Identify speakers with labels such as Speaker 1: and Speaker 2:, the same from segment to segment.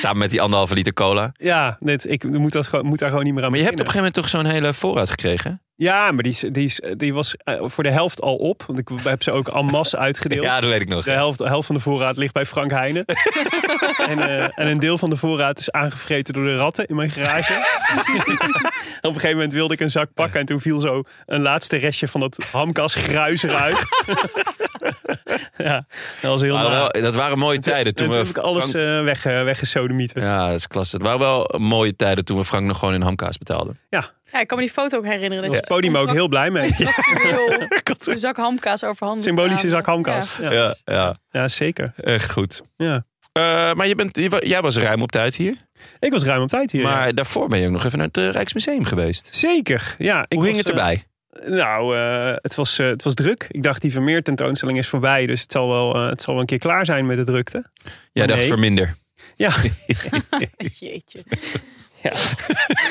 Speaker 1: Samen met die anderhalve liter cola.
Speaker 2: Ja, net, ik moet, dat gewoon, moet daar gewoon niet meer aan
Speaker 1: Maar je hebt op een
Speaker 2: beginnen.
Speaker 1: gegeven moment toch zo'n hele voorraad gekregen? hè?
Speaker 2: Ja, maar die, is- die, is- die was eh, voor de helft al op. Want ik heb ze ook en masse uitgedeeld.
Speaker 1: Ja, dat weet ik nog.
Speaker 2: De helft, de helft van de voorraad ligt bij Frank Heijnen. en, eh, en een deel van de voorraad is aangevreten door de ratten in mijn garage. op een gegeven moment wilde ik een zak pakken. En toen viel zo een laatste restje van dat hamkas gruis eruit. ja, dat was heel
Speaker 1: Maar
Speaker 2: naar.
Speaker 1: wel- dat waren mooie tijden. Toen
Speaker 2: en toen
Speaker 1: we
Speaker 2: heb ik alles
Speaker 1: Frank-
Speaker 2: eh, weg, eh, weggesodemieten. Ja.
Speaker 1: Ja, dat is klasse. Het waren wel mooie tijden toen we Frank nog gewoon in hamkaas betaalden.
Speaker 3: Ja, ik kan me die foto ook herinneren. Dus
Speaker 2: daar
Speaker 3: Dat
Speaker 2: was
Speaker 3: je
Speaker 2: het podium ook heel blij mee.
Speaker 3: contract- contractueel de zak hamkaas overhandigd.
Speaker 2: Symbolische
Speaker 3: aan-
Speaker 2: zak hamkas. Ja,
Speaker 1: Ja, ja
Speaker 2: Ja, zeker.
Speaker 1: echt goed.
Speaker 2: Ja.
Speaker 1: Eh, maar je bent, je wa- jij was ruim op tijd hier.
Speaker 2: Ik was ruim op tijd hier. ja.
Speaker 1: Maar daarvoor ben je ook nog even naar het eh, Rijksmuseum geweest.
Speaker 2: Zeker, ja. Ik
Speaker 1: Hoe hing
Speaker 2: was,
Speaker 1: het erbij?
Speaker 2: eh, nou, eh, het, was, eh, het was druk. Ik dacht, die Vermeer tentoonstelling is voorbij. Dus het zal wel, eh, het zal wel een keer klaar zijn met de drukte.
Speaker 1: Jij dacht
Speaker 2: nee.
Speaker 1: verminder.
Speaker 2: Ja,
Speaker 3: Jeetje.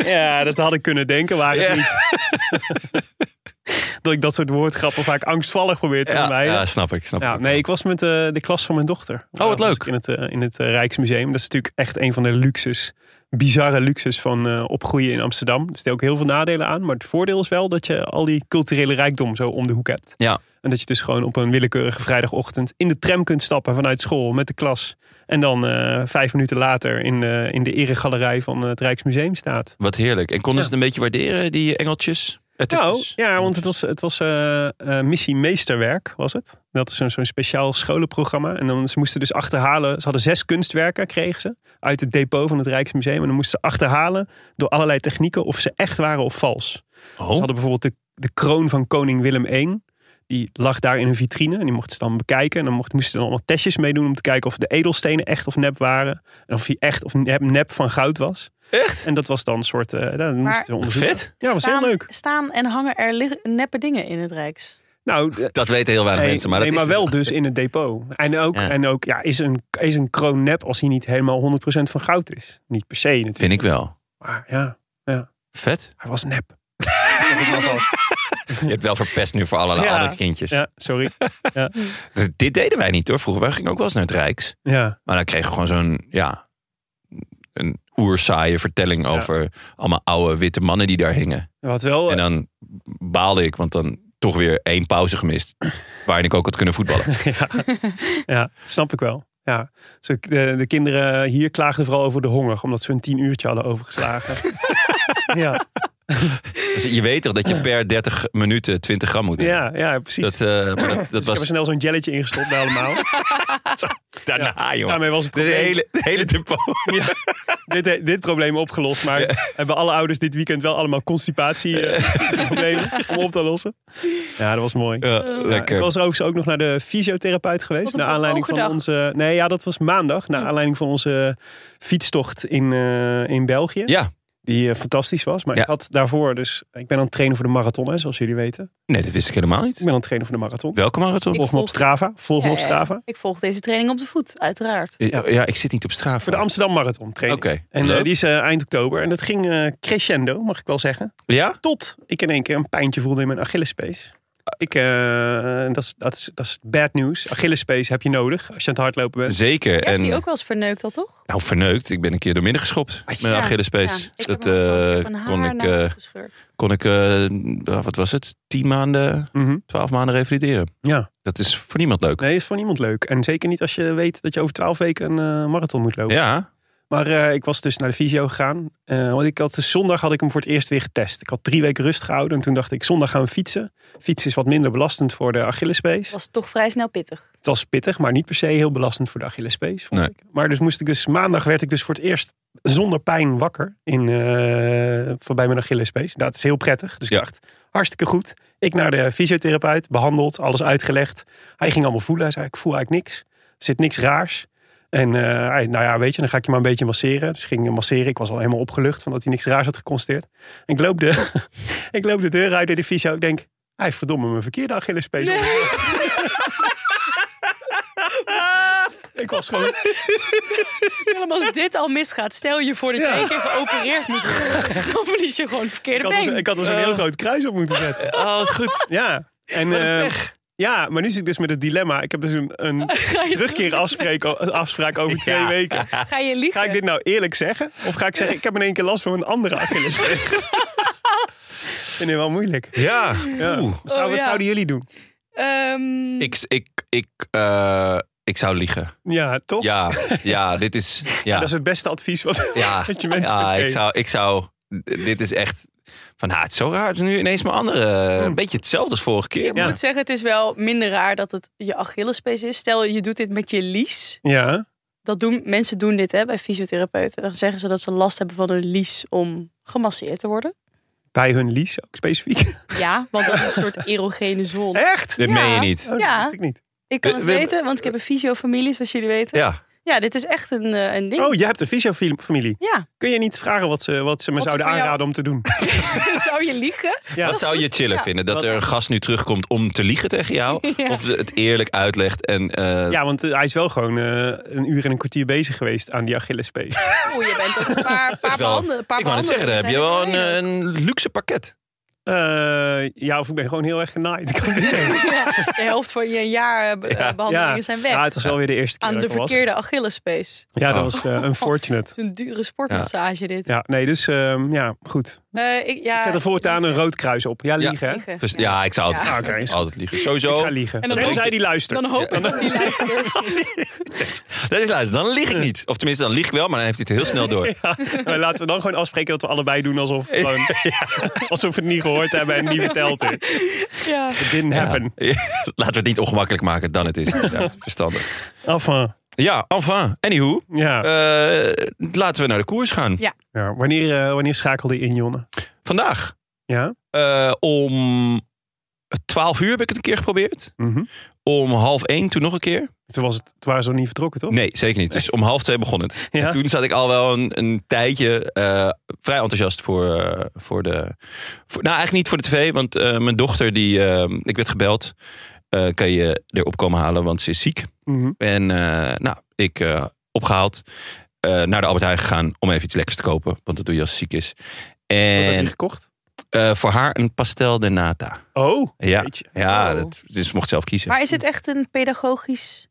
Speaker 2: ja dat had ik kunnen denken, maar het
Speaker 1: Ja.
Speaker 2: niet. dat ik dat soort woordgrappen vaak angstvallig probeer te
Speaker 1: Ja,
Speaker 2: vermijden.
Speaker 1: ja, snap ik. Snap
Speaker 2: Ja,
Speaker 1: ik.
Speaker 2: nee, ik was met eh, de klas van mijn dochter. Eh,
Speaker 1: wat
Speaker 2: was
Speaker 1: leuk.
Speaker 2: ik In het, eh, in het eh, Rijksmuseum. Dat is natuurlijk echt een van de luxes, bizarre luxes van eh, opgroeien in Amsterdam. Er zitten ook heel veel nadelen aan. Maar het voordeel is wel dat je al die culturele rijkdom zo om de hoek hebt.
Speaker 1: Ja.
Speaker 2: En dat je dus gewoon op een willekeurige vrijdagochtend in de tram kunt stappen vanuit school met de klas. En dan eh, vijf minuten later in, de- in de eregalerij van het Rijksmuseum staat.
Speaker 1: Wat heerlijk. En konden ze het een beetje waarderen, die engeltjes?
Speaker 2: Nou,
Speaker 1: Ettertjes?
Speaker 2: ja, want het was, het was eh, eh, missie meesterwerk, was het. Dat is zo'n zo'n speciaal scholenprogramma. En dan, ze moesten dus achterhalen... Ze hadden zes kunstwerken, kregen ze, uit het depot van het Rijksmuseum. En dan moesten ze achterhalen door allerlei technieken of ze echt waren of vals.
Speaker 1: Oh.
Speaker 2: Ze hadden bijvoorbeeld de, de kroon van koning Willem I. Die lag daar in een vitrine en die mochten ze dan bekijken. En dan mocht, moesten ze dan allemaal testjes meedoen om te kijken of de edelstenen echt of nep waren. En of die echt of nep, nep van goud was.
Speaker 1: Echt?
Speaker 2: En dat was dan een soort... eh dat moesten ze onderzoeken.
Speaker 1: Vet.
Speaker 2: Ja, was heel
Speaker 3: staan,
Speaker 2: leuk.
Speaker 3: Staan en hangen er lig- neppe dingen in het Rijks.
Speaker 2: Nou,
Speaker 1: Dat weten heel weinig
Speaker 2: Nee,
Speaker 1: mensen. Maar, dat
Speaker 2: nee,
Speaker 1: is
Speaker 2: maar
Speaker 1: dus-
Speaker 2: wel dus in het depot. En ook,
Speaker 1: Ja.
Speaker 2: en ook ja, is, een, is een kroon nep als hij niet helemaal 100% van goud is. Niet per se natuurlijk.
Speaker 1: Vind ik wel.
Speaker 2: Maar ja,
Speaker 1: Vet.
Speaker 2: hij was nep.
Speaker 1: Je hebt wel verpest nu voor allerlei
Speaker 2: Ja.
Speaker 1: andere kindjes.
Speaker 2: Ja, sorry.
Speaker 1: Dit deden wij niet hoor. Vroeger wij gingen ook wel eens naar het Rijks.
Speaker 2: Ja,
Speaker 1: Maar dan kregen we gewoon zo'n, ja, een oersaaie vertelling over allemaal oude witte mannen die daar hingen.
Speaker 2: wat wel.
Speaker 1: En dan baalde ik, want dan toch weer één pauze gemist. Waarin ik ook had kunnen voetballen.
Speaker 2: ja, ja, snap ik wel. Ja. Zo, De, de kinderen hier klaagden vooral over de honger, omdat ze een tien uurtje hadden overgeslagen. ja,
Speaker 1: Dus je weet toch dat je per 30 minuten 20 gram moet nemen?
Speaker 2: ja, ja, precies.
Speaker 1: Dat, eh, maar dat, dat
Speaker 2: Dus
Speaker 1: was
Speaker 2: Ik heb er snel zo'n jelletje ingestopt bij allemaal.
Speaker 1: daarna, joh.
Speaker 2: Daarmee was het
Speaker 1: De
Speaker 2: probleem-
Speaker 1: hele, de hele depot.
Speaker 2: Ja, dit, dit probleem opgelost. Maar hebben alle ouders dit weekend wel allemaal constipatie-problemen om op te lossen? Ja, dat was mooi.
Speaker 1: Ja,
Speaker 2: Ja,
Speaker 1: lekker.
Speaker 2: ik was overigens ook nog naar de fysiotherapeut geweest.
Speaker 3: Wat een
Speaker 2: Naar aanleiding van
Speaker 3: bewogen
Speaker 2: onze. Nee, ja, dat was maandag. Naar aanleiding van onze fietstocht in, eh, in België.
Speaker 1: Ja,
Speaker 2: Die eh, fantastisch was. Maar
Speaker 1: Ja.
Speaker 2: ik had daarvoor dus. Ik ben aan het trainen voor de marathon, hè, zoals jullie weten.
Speaker 1: nee, dat wist ik helemaal niet.
Speaker 2: Ik ben aan het trainen voor de marathon.
Speaker 1: Welke marathon?
Speaker 3: Ik
Speaker 2: Volg me op
Speaker 3: volg-
Speaker 2: Strava. Volg me
Speaker 3: Ja,
Speaker 2: op Strava.
Speaker 3: Ik volg deze training op de voet, uiteraard.
Speaker 1: Ja, ja, ik zit niet op straat.
Speaker 2: Voor de Amsterdam Marathon
Speaker 1: Oké.
Speaker 2: training. En eh,
Speaker 1: leuk.
Speaker 2: die is eh, eind oktober. En dat ging eh, crescendo, mag ik wel zeggen.
Speaker 1: Ja?
Speaker 2: Tot ik in één keer een pijntje voelde in mijn Achillespees. Ik, eh, dat, is, dat, is, dat is bad nieuws. Achillespees heb je nodig als je aan het hardlopen bent.
Speaker 1: Zeker.
Speaker 3: Je hebt
Speaker 1: en,
Speaker 3: die ook wel eens verneukt al, toch?
Speaker 1: Nou, verneukt. Ik ben een keer doormidden geschopt. Met mijn
Speaker 3: Ja,
Speaker 1: Achillespees.
Speaker 3: ja. Ik
Speaker 1: Dat
Speaker 3: heb hem
Speaker 1: eh,
Speaker 3: ook op een
Speaker 1: kon
Speaker 3: haar
Speaker 1: ik,
Speaker 3: naam
Speaker 1: eh,
Speaker 3: gescheurd.
Speaker 1: kon ik eh, wat was het? Tien maanden,
Speaker 2: Mhm.
Speaker 1: twaalf maanden revalideren.
Speaker 2: Ja,
Speaker 1: Dat is voor niemand leuk.
Speaker 2: nee, is voor niemand leuk. En zeker niet als je weet dat je over twaalf weken een eh, marathon moet lopen.
Speaker 1: Ja,
Speaker 2: Maar eh, ik was dus naar de fysio gegaan. Eh, want ik had, dus zondag had ik hem voor het eerst weer getest. Ik had drie weken rust gehouden. En toen dacht ik, zondag gaan we fietsen. Fietsen is wat minder belastend voor de Achillespees.
Speaker 3: was toch vrij snel pittig.
Speaker 2: Het was pittig, maar niet per se heel belastend voor de Achillespees, vond
Speaker 1: Nee.
Speaker 2: ik. Maar dus moest ik dus maandag werd ik dus voor het eerst zonder pijn wakker in, eh, voor bij mijn Achillespees. Dat is heel prettig. Dus
Speaker 1: Ja.
Speaker 2: ik dacht, hartstikke goed. Ik naar de fysiotherapeut, behandeld, alles uitgelegd. Hij ging allemaal voelen. Hij zei, ik voel eigenlijk niks. Er zit niks raars. En eh, hij, nou ja, weet je, dan ga ik je maar een beetje masseren. Dus ik ging hem masseren. Ik was al helemaal opgelucht van dat hij niks raars had geconstateerd. En ik loop de, ik loop de deur uit in de fysio. Ik denk, hij heeft verdomme mijn verkeerde Achillespees. Ik was gewoon
Speaker 3: Willem, als dit al misgaat, stel je voor dat je
Speaker 2: Ja.
Speaker 3: één keer geopereerd moet worden. Dan verlies je gewoon het verkeerde
Speaker 2: Ik had, er zo-
Speaker 3: been.
Speaker 2: ik had er zo'n heel groot kruis op moeten zetten.
Speaker 1: oh, wat goed.
Speaker 2: Ja. En, eh, ja, maar nu zit ik dus met het dilemma. Ik heb dus een, een
Speaker 3: Ga je
Speaker 2: terugkeerafspraak o- afspraak over twee
Speaker 1: Ja.
Speaker 2: weken.
Speaker 3: terug- Ga je liegen?
Speaker 2: Ga ik dit nou eerlijk zeggen? Of ga ik zeggen, ik heb in één keer last van een andere Achilles? ik vind het wel moeilijk.
Speaker 1: Ja.
Speaker 2: Ja.
Speaker 1: Oeh.
Speaker 2: Zou,
Speaker 3: Oh,
Speaker 2: wat
Speaker 3: ja.
Speaker 2: zouden jullie doen?
Speaker 3: Ehm,
Speaker 1: Ik, ik, ik, eh, ik zou liegen.
Speaker 2: Ja, toch?
Speaker 1: Ja, ja, dit is... Ja,
Speaker 2: Dat is het beste advies wat,
Speaker 1: ja.
Speaker 2: wat je mensen
Speaker 1: ja
Speaker 2: kunt
Speaker 1: ik,
Speaker 2: geven.
Speaker 1: zou, ik zou... Dit is echt... Van, ha, het is zo raar. Het is nu ineens mijn andere...
Speaker 2: Hmm.
Speaker 1: Een beetje hetzelfde als vorige keer.
Speaker 3: Ik
Speaker 1: maar-
Speaker 3: moet zeggen, het is wel minder raar dat het je Achillespees is. Stel, je doet dit met je lies.
Speaker 2: Ja,
Speaker 3: Dat doen, mensen doen dit hè, bij fysiotherapeuten. Dan zeggen ze dat ze last hebben van hun lies om gemasseerd te worden.
Speaker 2: bij hun lies ook specifiek.
Speaker 3: Ja, want dat is een soort erogene zon.
Speaker 2: Echt?
Speaker 1: Dit
Speaker 3: Ja.
Speaker 1: meen je niet.
Speaker 2: Oh, dat
Speaker 3: Ja.
Speaker 2: wist ik niet.
Speaker 3: Ik kan
Speaker 1: We-
Speaker 3: het
Speaker 1: we-
Speaker 3: weten, want ik heb een fysiofamilie, zoals jullie weten.
Speaker 1: Ja.
Speaker 3: Ja, dit is echt een, eh, een ding.
Speaker 2: Oh, jij hebt een fysiofamilie.
Speaker 3: Ja,
Speaker 2: Kun je niet vragen wat ze, wat ze me
Speaker 3: Wat ze
Speaker 2: zouden
Speaker 3: voor jou-
Speaker 2: aanraden om te doen?
Speaker 3: zou je liegen?
Speaker 2: Ja.
Speaker 3: Dat
Speaker 1: Wat
Speaker 3: is
Speaker 1: zou je
Speaker 3: goed.
Speaker 1: chiller
Speaker 3: Ja.
Speaker 1: vinden? Dat
Speaker 2: Wat-
Speaker 1: er een gast nu terugkomt om te liegen tegen jou?
Speaker 3: Ja.
Speaker 1: Of het eerlijk uitlegt en... eh,
Speaker 2: Ja, want eh, hij is wel gewoon eh, een uur en een kwartier bezig geweest aan die Achillespees.
Speaker 3: Oeh, Nou, je bent ook een paar, paar
Speaker 1: is wel-
Speaker 3: behandelen. Een paar
Speaker 1: ik wou net zeggen, dan heb je wel
Speaker 3: behandelingen
Speaker 1: een,
Speaker 3: zijn er
Speaker 1: een luxe pakket.
Speaker 2: Eh ja, of ik ben gewoon heel erg genaaid. Ik kan het niet weten.
Speaker 3: doorheen.
Speaker 1: eh,
Speaker 3: De helft van je jaarbehandelingen
Speaker 2: ja.
Speaker 3: zijn weg.
Speaker 2: ja, het was wel weer de eerste keer
Speaker 3: Aan
Speaker 2: dat
Speaker 3: de
Speaker 2: ik er was.
Speaker 3: verkeerde Achillespees.
Speaker 2: Ja, dat
Speaker 1: Oh.
Speaker 2: was eh, unfortunate.
Speaker 3: Het is Een dure sportmassage dit.
Speaker 2: Ja, nee, dus ehm, ja, goed.
Speaker 3: Eh, ik, ja,
Speaker 2: Ik zet er voortaan een rood kruis op. Ja,
Speaker 1: Ja.
Speaker 2: liegen, hè?
Speaker 3: Liegen.
Speaker 1: Dus, ja. ik zou altijd,
Speaker 2: Ah, oké, is goed.
Speaker 1: altijd liegen.
Speaker 2: Ik
Speaker 1: Sowieso.
Speaker 2: ga liegen.
Speaker 3: En
Speaker 2: En
Speaker 3: dan
Speaker 2: dan
Speaker 1: denk
Speaker 2: zij
Speaker 1: ik-
Speaker 2: die luistert.
Speaker 3: Dan hoop ik dat hij luistert.
Speaker 1: Dat is luister, dan lieg ik niet. Of tenminste, dan lieg ik wel, maar dan heeft hij het heel snel door.
Speaker 2: Maar Eh, laten we dan gewoon afspreken dat we allebei doen alsof, gewoon, alsof we het niet gehoord hebben en niet verteld is.
Speaker 3: Ja.
Speaker 2: It didn't happen.
Speaker 1: Laten we het niet ongemakkelijk maken dan het is. Ja, verstandig.
Speaker 2: Enfin,
Speaker 1: Ja, enfin. Anywho.
Speaker 2: eh, ja.
Speaker 1: Eh, laten we naar de koers gaan.
Speaker 2: ja. Wanneer, eh, wanneer schakelde je in, Jonne?
Speaker 1: Vandaag.
Speaker 2: Ja?
Speaker 1: eh, om 12 uur heb ik het een keer geprobeerd.
Speaker 2: Mhm.
Speaker 1: Om half één toen nog een keer.
Speaker 2: Toen, was het, toen waren ze nog niet vertrokken, toch?
Speaker 1: Nee, zeker niet. Dus om half twee begon het.
Speaker 2: Oh. Ja?
Speaker 1: En toen zat ik al wel een, een tijdje eh, vrij enthousiast voor, eh, voor de... Voor, nou, eigenlijk niet voor de tv. Want eh, mijn dochter, die, eh, ik werd gebeld. eh, kan je erop komen halen, want ze is ziek.
Speaker 2: Mhm.
Speaker 1: En eh, nou, ik eh, opgehaald. eh, naar de Albert Heijn gegaan om even iets lekkers te kopen. Want dat doe je als ze ziek is.
Speaker 2: Wat heb
Speaker 1: En
Speaker 2: je gekocht?
Speaker 1: eh, voor haar een pastel de nata.
Speaker 2: Oh,
Speaker 1: Ja,
Speaker 2: Jeetje.
Speaker 1: ja
Speaker 3: Oh.
Speaker 1: dat, dus ze mocht zelf kiezen.
Speaker 3: Maar is het echt een pedagogisch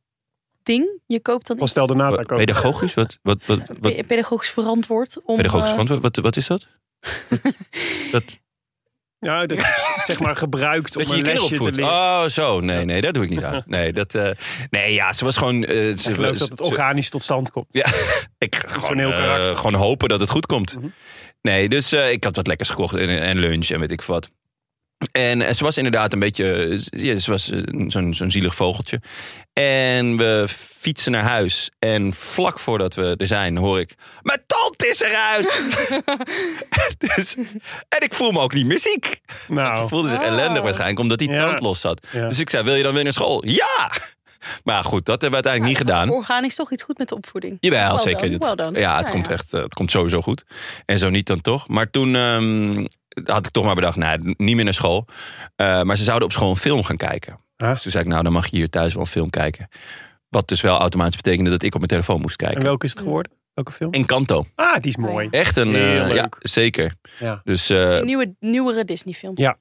Speaker 3: ding? Je koopt dan iets
Speaker 2: pastel de nata
Speaker 1: Wat-
Speaker 2: kopen.
Speaker 1: Pedagogisch? Wat, wat, wat, wat,
Speaker 3: pe- pedagogisch verantwoord om...
Speaker 1: pedagogisch
Speaker 3: eh,
Speaker 1: verantwoord? Wat, wat is dat? dat
Speaker 2: Ja, dat zeg maar gebruikt
Speaker 1: dat
Speaker 2: om
Speaker 1: je je
Speaker 2: een
Speaker 1: kinderen
Speaker 2: lesje te
Speaker 1: opvoedt.
Speaker 2: leren.
Speaker 1: Oh, zo. Nee, nee, daar doe ik niet aan. Nee, dat, eh, nee ja, ze was gewoon... eh, ze,
Speaker 2: ik geloof dat het
Speaker 1: ze-
Speaker 2: organisch tot stand komt.
Speaker 1: Ik gewoon,
Speaker 2: heel
Speaker 1: eh,
Speaker 2: karakter.
Speaker 1: gewoon hopen dat het goed komt.
Speaker 2: Mhm.
Speaker 1: Nee, dus eh, ik had wat lekkers gekocht en, en lunch en weet ik wat. En eh, ze was inderdaad een beetje, eh, z- ja, ze was eh, zo'n zo'n zielig vogeltje. En we fietsen naar huis. En vlak voordat we er zijn, hoor ik: Mijn tand is eruit! dus, en ik voel me ook niet meer ziek. Want Ze
Speaker 2: Nou,
Speaker 1: voelde zich ellendig
Speaker 3: Oh.
Speaker 1: waarschijnlijk, omdat die
Speaker 2: Ja.
Speaker 1: tand los zat.
Speaker 2: Ja.
Speaker 1: Dus ik zei: Wil je dan weer naar school? Ja! Maar goed, dat hebben we uiteindelijk niet gedaan.
Speaker 3: Organisch toch iets goed met de opvoeding.
Speaker 1: Jawel,
Speaker 3: Well
Speaker 1: zeker.
Speaker 3: done, well done.
Speaker 1: Ja, het
Speaker 3: Ja,
Speaker 1: komt
Speaker 3: ja.
Speaker 1: echt, eh, het komt sowieso goed. En zo niet dan toch. Maar toen ehm, had ik toch maar bedacht, nou, niet meer naar school. Eh, maar ze zouden op school een film gaan kijken.
Speaker 2: Ah.
Speaker 1: Dus toen zei ik, nou, dan mag je hier thuis wel een film kijken. Wat dus wel automatisch betekende dat ik op mijn telefoon moest
Speaker 2: en
Speaker 1: kijken.
Speaker 2: welke is het geworden? Welke film?
Speaker 1: Encanto.
Speaker 2: Ah, die is mooi.
Speaker 1: Echt een, eh,
Speaker 2: Heel leuk.
Speaker 1: ja, zeker.
Speaker 2: Ja.
Speaker 1: Dus eh,
Speaker 3: Een nieuwe, nieuwere Disney-film.
Speaker 2: Ja.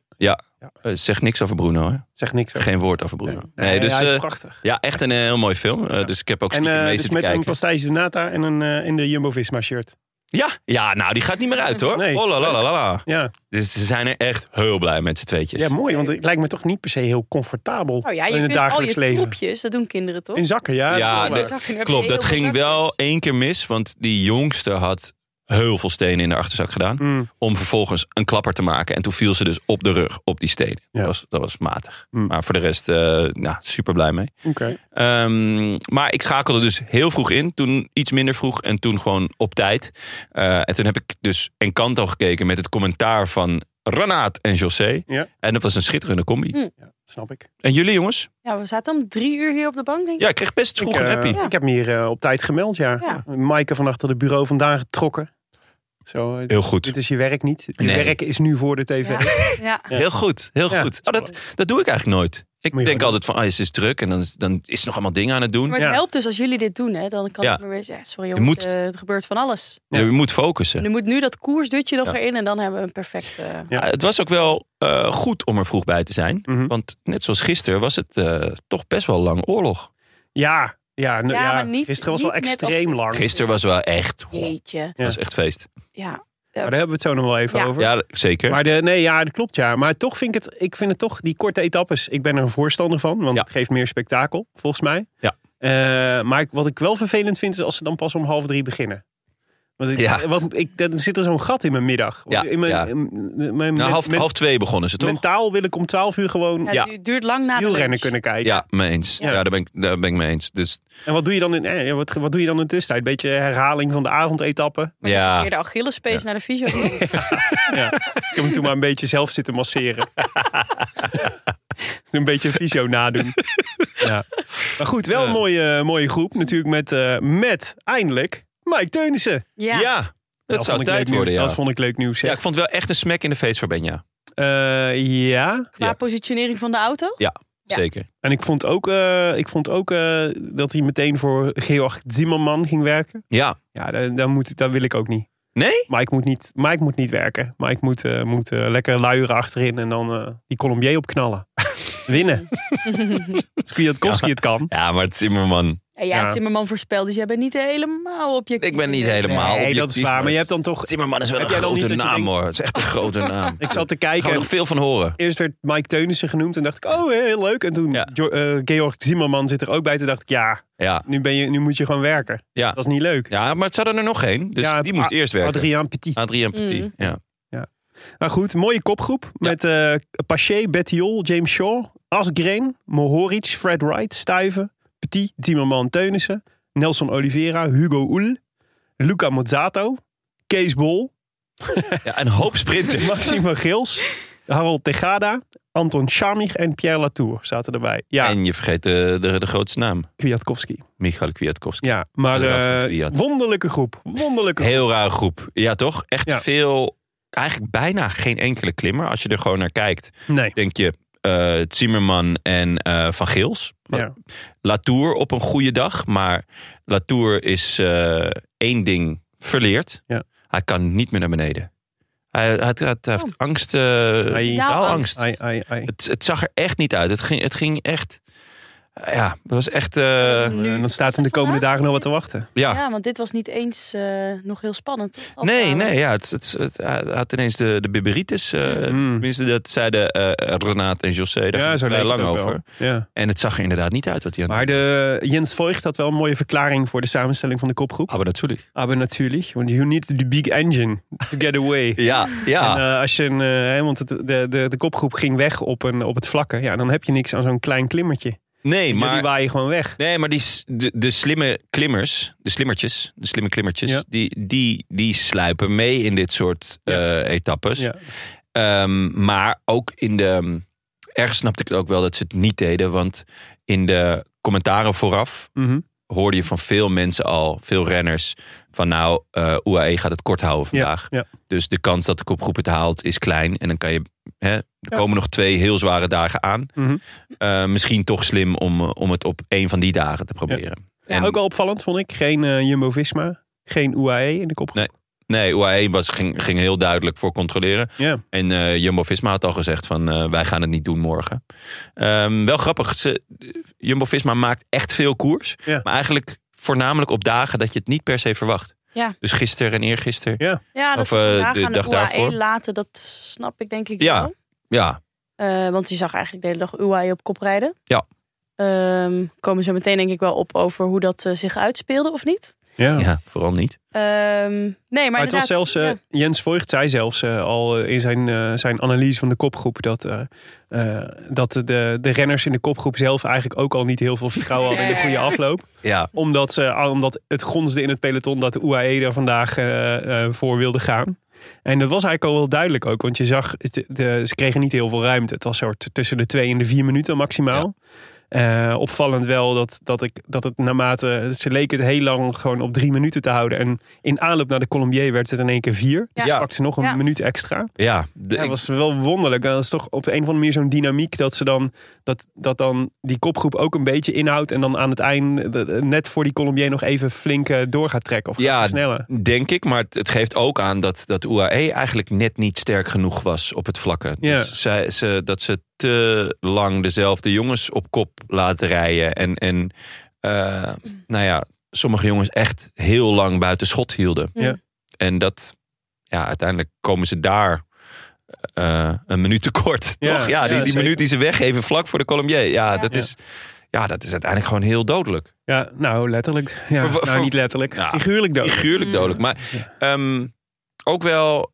Speaker 1: eh, zeg niks over Bruno, hè?
Speaker 2: Zeg niks over.
Speaker 1: Geen woord over Bruno. Nee, dus
Speaker 2: hij is
Speaker 1: eh,
Speaker 2: prachtig.
Speaker 1: ja, echt een eh, heel mooi film. Eh,
Speaker 2: Ja.
Speaker 1: Dus ik heb ook
Speaker 2: En
Speaker 1: stiekem
Speaker 2: eh,
Speaker 1: mee
Speaker 2: dus
Speaker 1: zitten
Speaker 2: met een
Speaker 1: kijken.
Speaker 2: pastijtje de nata en een eh, in de Jumbo-Visma-shirt.
Speaker 1: Ja, ja, nou, die gaat niet meer uit, hoor.
Speaker 2: Nee.
Speaker 1: Oh, la, la, la, la, la.
Speaker 2: Ja.
Speaker 1: Dus ze zijn er echt heel blij met z'n tweetjes.
Speaker 2: ja, mooi. Want het lijkt me toch niet per se heel comfortabel
Speaker 3: Nou ja, je
Speaker 2: in het
Speaker 3: kunt al je
Speaker 2: dagelijks leven.
Speaker 3: troepjes, dat doen kinderen toch?
Speaker 2: In zakken, ja.
Speaker 1: Ja,
Speaker 2: dat is wel
Speaker 1: nee.
Speaker 2: waar.
Speaker 3: Zakken, dan heb je
Speaker 1: Klopt,
Speaker 3: heel
Speaker 1: dat
Speaker 3: veel
Speaker 1: ging
Speaker 3: zakjes.
Speaker 1: wel één keer mis. Want die jongste had heel veel stenen in de achterzak gedaan.
Speaker 2: Mm.
Speaker 1: Om vervolgens een klapper te maken. En toen viel ze dus op de rug op die stenen.
Speaker 2: Ja.
Speaker 1: Dat, was, dat was matig.
Speaker 2: Mm.
Speaker 1: Maar voor de rest, eh nou, super blij mee.
Speaker 2: Oké.
Speaker 1: Ehm, maar ik schakelde dus heel vroeg in. Toen iets minder vroeg en toen gewoon op tijd. Eh, en toen heb ik dus Encanto gekeken met het commentaar van Renaat en José.
Speaker 2: Ja.
Speaker 1: En dat was een schitterende combi.
Speaker 3: Mm.
Speaker 2: Ja, snap ik.
Speaker 1: En jullie jongens?
Speaker 3: Ja, we zaten om drie uur hier op de bank, denk ik.
Speaker 1: Ja, ik kreeg best vroeg
Speaker 2: ik,
Speaker 1: een
Speaker 2: eh,
Speaker 1: happy.
Speaker 2: ik heb me hier eh, op tijd gemeld, ja.
Speaker 3: Ja.
Speaker 2: Maaike van achter het bureau vandaan getrokken. Zo, eh,
Speaker 1: Heel goed.
Speaker 2: dit is je werk niet. Je
Speaker 1: Nee.
Speaker 2: werk is nu voor de tv.
Speaker 3: Ja. Ja.
Speaker 2: Ja.
Speaker 1: Heel goed, heel
Speaker 2: Ja,
Speaker 1: goed.
Speaker 2: dat
Speaker 1: Oh,
Speaker 2: is
Speaker 1: dat, dat doe ik eigenlijk nooit. Ik
Speaker 2: Moet je
Speaker 1: denk
Speaker 2: wel
Speaker 1: altijd van, ah, het is druk en dan is, dan is er nog allemaal dingen aan het doen.
Speaker 3: Maar het
Speaker 2: Ja.
Speaker 3: helpt dus als jullie dit doen, hè, dan kan
Speaker 1: Ja.
Speaker 3: ik me weer zeggen, sorry jongens,
Speaker 1: moet-
Speaker 3: eh, het gebeurt van alles.
Speaker 2: Ja.
Speaker 1: Je moet focussen.
Speaker 3: Nu moet nu dat koersdutje nog
Speaker 1: Ja.
Speaker 3: erin en dan hebben we een eh, perfecte...
Speaker 2: Ja.
Speaker 1: Ah, het was ook wel eh, goed om er vroeg bij te zijn.
Speaker 2: Mhm.
Speaker 1: Want net zoals gisteren was het eh, toch best wel lang oorlog.
Speaker 2: Ja, ja, nou,
Speaker 3: Ja,
Speaker 2: ja,
Speaker 3: maar niet-
Speaker 2: gisteren was
Speaker 3: niet
Speaker 2: wel
Speaker 3: net als
Speaker 2: extreem
Speaker 3: gisteren.
Speaker 2: lang.
Speaker 1: Gisteren was wel echt, oh,
Speaker 3: Jeetje.
Speaker 2: Ja.
Speaker 1: was echt feest.
Speaker 3: Ja.
Speaker 2: Maar daar hebben we het zo nog wel even
Speaker 3: Ja.
Speaker 2: over.
Speaker 1: Ja, zeker.
Speaker 2: Maar de, nee, ja, dat klopt ja. Maar toch vind ik het, ik vind het toch, die korte etappes, ik ben er een voorstander van. Want
Speaker 1: Ja.
Speaker 2: het geeft meer spektakel, volgens mij.
Speaker 1: Ja.
Speaker 2: Eh, maar ik- wat ik wel vervelend vind, is als ze dan pas om half drie beginnen. Want ik,
Speaker 1: Ja.
Speaker 2: want ik, dan zit er zo'n gat in mijn middag.
Speaker 1: Ja,
Speaker 2: in mijn,
Speaker 1: ja.
Speaker 2: in mijn- mijn-
Speaker 1: nou, half,
Speaker 2: men-
Speaker 1: half twee begonnen ze toch?
Speaker 2: Mentaal wil ik om twaalf uur gewoon
Speaker 3: Ja, Het duurt lang na de
Speaker 2: wielrennen
Speaker 3: lunch.
Speaker 2: kunnen kijken.
Speaker 1: Ja, mee eens. Ja,
Speaker 2: Ja.
Speaker 1: daar, ben ik, daar ben ik mee eens. Dus
Speaker 2: En wat doe je dan in, eh, wat, wat doe je dan in de tussentijd? Beetje herhaling van de avondetappen.
Speaker 3: Maar
Speaker 1: Ja.
Speaker 3: ja. de Achillespees naar de fysio.
Speaker 2: Ik heb hem toen maar een beetje zelf zitten masseren. Een beetje een fysio nadoen. ja. Maar goed, wel een
Speaker 1: Ja.
Speaker 2: mooie, mooie groep. Natuurlijk met, eh, met eindelijk Mike Teunissen.
Speaker 3: Ja.
Speaker 1: Ja, dat
Speaker 2: Dat vond
Speaker 1: zou
Speaker 2: ik leuk
Speaker 1: tijd
Speaker 2: nieuws.
Speaker 1: worden, ja.
Speaker 2: Dat vond ik leuk
Speaker 1: Ja,
Speaker 2: nieuws. Ja. Eh,
Speaker 1: ik vond het wel echt een smack in de face voor Benja.
Speaker 2: ja.
Speaker 3: Qua
Speaker 1: Ja.
Speaker 3: positionering van de auto. Ja.
Speaker 1: Zeker.
Speaker 2: En ik vond ook, eh, ik vond ook eh, dat hij meteen voor Georg Zimmerman ging werken.
Speaker 1: Ja.
Speaker 2: Ja, dan, dan, moet, dan wil ik ook niet.
Speaker 1: Nee?
Speaker 2: Maar ik moet niet, maar ik moet niet werken. Maar ik moet, eh, moet eh, lekker luieren achterin en dan eh, die Colombier opknallen. Winnen. Kwiatkowski het kan.
Speaker 1: Ja, maar het Zimmerman.
Speaker 3: En ja,
Speaker 2: Ja.
Speaker 3: het Zimmerman voorspelt, dus jij bent niet helemaal op je...
Speaker 1: Ik ben niet helemaal
Speaker 2: Nee, dat is
Speaker 1: objectief,
Speaker 2: waar. Maar
Speaker 1: maar
Speaker 2: je hebt dan toch...
Speaker 1: Zimmerman is wel
Speaker 2: Heb
Speaker 1: een
Speaker 2: jij dan
Speaker 1: grote
Speaker 2: niet dat je
Speaker 1: naam
Speaker 2: denkt-
Speaker 1: hoor. Het is echt een grote naam.
Speaker 2: Ik zat te
Speaker 1: Daar gaan
Speaker 2: kijken.
Speaker 1: we
Speaker 2: en
Speaker 1: nog veel van horen.
Speaker 2: Eerst werd Mike Teunissen genoemd en dacht ik, oh heel leuk. En toen
Speaker 1: Ja.
Speaker 2: Jo- eh, Georg Zimmerman zit er ook bij. Toen dacht ik, ja,
Speaker 1: Ja,
Speaker 2: nu, ben je, nu moet je gewoon werken.
Speaker 1: ja.
Speaker 2: Dat is niet leuk.
Speaker 1: ja maar het zat er nog één. Dus
Speaker 2: Ja,
Speaker 1: die moest
Speaker 2: A-
Speaker 1: eerst werken.
Speaker 2: Adrien Petit.
Speaker 1: Adrien Petit.
Speaker 3: Mm.
Speaker 1: Ja.
Speaker 2: Nou goed, mooie kopgroep. Met eh Paché, Bettiol, James Shaw, Asgreen, Mohoric, Fred Wright, Stuiven, Petit, Timmerman, Teunissen, Nelson Oliveira, Hugo Oel, Luca Mozzato, Kees Bol,
Speaker 1: ja, een hoop sprinters.
Speaker 2: Maxime van Gils, Harold Tegada, Anton Chamig en Pierre Latour zaten erbij. Ja,
Speaker 1: En je vergeet de, de, de grootste naam.
Speaker 2: Kwiatkowski.
Speaker 1: Michael Kwiatkowski.
Speaker 2: Ja, maar
Speaker 1: De Raad van
Speaker 2: eh,
Speaker 1: Kwiat.
Speaker 2: wonderlijke groep. Wonderlijke groep.
Speaker 1: Heel rare groep. Ja, toch? Echt
Speaker 2: Ja.
Speaker 1: veel... Eigenlijk bijna geen enkele klimmer. Als je er gewoon naar kijkt,
Speaker 2: Nee.
Speaker 1: denk je... eh Zimmerman en eh, Van Gils.
Speaker 2: Ja.
Speaker 1: Latour op een goede dag. Maar Latour is eh, één ding verleerd.
Speaker 2: Ja.
Speaker 1: Hij kan niet meer naar beneden. Hij, hij, hij- hij heeft
Speaker 3: Oh.
Speaker 1: angst. eh,
Speaker 2: Hij-
Speaker 3: Nou,
Speaker 1: daalangst.
Speaker 2: Ai, ai, ai.
Speaker 1: Het, het zag er echt niet uit. Het ging, het ging echt... Ja, het was echt... eh,
Speaker 3: Nu-
Speaker 2: En dan staat hem de komende
Speaker 3: Vandaag
Speaker 2: dagen nog wat
Speaker 3: is
Speaker 2: te wachten.
Speaker 1: ja.
Speaker 3: Ja, want dit was niet eens eh, nog heel spannend. toch? eh,
Speaker 1: Nee,
Speaker 3: Afhalen.
Speaker 1: nee, ja, het, het, het- hij had ineens de, de biberitis. eh,
Speaker 2: Mm.
Speaker 1: Tenminste, dat zeiden eh Renaat en José. Daar
Speaker 2: Ja,
Speaker 1: ging
Speaker 2: zo
Speaker 1: het vrij
Speaker 2: leek het
Speaker 1: lang
Speaker 2: ook wel.
Speaker 1: over.
Speaker 2: Ja.
Speaker 1: En het zag er inderdaad niet uit wat hij aan
Speaker 2: Maar de, Jens Voigt had wel een mooie verklaring voor de samenstelling van de kopgroep.
Speaker 1: Maar natuurlijk.
Speaker 2: Maar natuurlijk, want you need the big engine to get away.
Speaker 1: Ja, ja.
Speaker 2: En, eh, als je een, eh, hè, want het, de, de, de kopgroep ging weg op, een, op het vlakke. Ja, dan heb je niks aan zo'n klein klimmertje. Dus
Speaker 1: nee,
Speaker 2: Die
Speaker 1: maar,
Speaker 2: waaien gewoon weg.
Speaker 1: nee, maar die, s- de, de slimme klimmers, de slimmertjes, de slimme klimmertjes,
Speaker 2: Ja.
Speaker 1: die, die, die sluipen mee in dit soort
Speaker 2: Ja.
Speaker 1: eh, etappes.
Speaker 2: Ja.
Speaker 1: Ehm, maar ook in de. Ergens snapte ik het ook wel dat ze het niet deden. Want in de commentaren vooraf
Speaker 2: Mhm.
Speaker 1: hoorde je van veel mensen al, veel renners, van nou, eh UAE gaat het kort houden vandaag.
Speaker 2: ja.
Speaker 1: Dus de kans dat de kopgroep het haalt is klein. En dan kan je, hè, er komen nog twee heel zware dagen aan.
Speaker 2: Mhm.
Speaker 1: Eh, misschien toch slim om, eh, om het op één van die dagen te proberen. En,
Speaker 2: Ook wel opvallend, vond ik. Geen eh, Jumbo-Visma, geen UAE in de kopgroep.
Speaker 1: Nee, UAE was, ging, ging heel duidelijk voor controleren.
Speaker 2: Ja.
Speaker 1: En eh, Jumbo-Visma had al gezegd van eh, wij gaan het niet doen morgen. Ehm, wel grappig, ze- Jumbo-Visma maakt echt veel koers.
Speaker 2: Ja.
Speaker 1: Maar eigenlijk voornamelijk op dagen dat je het niet per se verwacht.
Speaker 3: Ja.
Speaker 1: Dus gisteren en eergisteren.
Speaker 3: Ja, dat
Speaker 1: Of,
Speaker 3: ze
Speaker 1: eh,
Speaker 3: vandaag
Speaker 1: de
Speaker 3: aan
Speaker 1: dag
Speaker 3: de UAE
Speaker 1: daarvoor.
Speaker 3: laten, dat snap ik denk ik
Speaker 1: Ja.
Speaker 3: wel.
Speaker 1: Ja,
Speaker 3: Eh, want die zag eigenlijk de hele dag UAE op kop rijden.
Speaker 1: Ja.
Speaker 3: Ehm, komen ze meteen denk ik wel op over hoe dat eh, zich uitspeelde of niet.
Speaker 2: Ja.
Speaker 1: ja. vooral niet.
Speaker 3: Ehm, nee, maar,
Speaker 2: Maar het was
Speaker 3: inderdaad,
Speaker 2: zelfs, eh,
Speaker 3: ja.
Speaker 2: Jens Voigt zei zelfs eh, al eh, in zijn, eh, zijn analyse van de kopgroep dat, eh, eh, dat de, de renners in de kopgroep zelf eigenlijk ook al niet heel veel vertrouwen hadden in de goede afloop.
Speaker 1: Ja,
Speaker 2: Omdat, ze, ah, omdat het gonsde in het peloton dat de UAE er vandaag eh, eh, voor wilde gaan. En dat was eigenlijk al wel duidelijk ook, want je zag, het, de, ze kregen niet heel veel ruimte. Het was soort tussen de twee en de vier minuten maximaal. Eh, opvallend wel dat, dat, ik, dat het naarmate. Ze leken het heel lang gewoon op drie minuten te houden. En in aanloop naar de Colombier werd het in één keer vier. Dus
Speaker 1: Ja.
Speaker 2: pakte ze nog een
Speaker 3: Ja.
Speaker 2: minuut extra.
Speaker 1: ja. De-
Speaker 2: dat
Speaker 1: ik-
Speaker 2: was wel wonderlijk. Dat is toch op een of andere manier zo'n dynamiek dat ze dan. Dat, dat dan die kopgroep ook een beetje inhoudt. En dan aan het eind, de- de- net voor die Colombier, nog even flink eh, door gaat trekken. Of gaat
Speaker 1: Ja,
Speaker 2: versnellen.
Speaker 1: Denk ik, maar het, het geeft ook aan dat, dat UAE eigenlijk net niet sterk genoeg was op het vlakken.
Speaker 2: Ja.
Speaker 1: Dus zij, ze, dat ze te lang dezelfde jongens op kop laten rijden. En, en eh, nou ja, sommige jongens echt heel lang buiten schot hielden.
Speaker 2: Ja.
Speaker 1: En dat, ja, uiteindelijk komen ze daar eh, een minuut tekort.
Speaker 2: Ja,
Speaker 1: toch? Ja,
Speaker 2: ja,
Speaker 1: die, die
Speaker 2: zeker.
Speaker 1: minuut die ze weggeven vlak voor de Colombier. Ja,
Speaker 3: Ja.
Speaker 1: Dat,
Speaker 2: Ja.
Speaker 1: Is, ja dat is uiteindelijk gewoon heel dodelijk.
Speaker 2: Ja, nou letterlijk. Ja,
Speaker 1: Voor- voor-
Speaker 2: nou, niet letterlijk.
Speaker 1: Ja.
Speaker 2: Figuurlijk dood.
Speaker 1: Figuurlijk
Speaker 3: Mm.
Speaker 1: dodelijk. Maar ehm, ook wel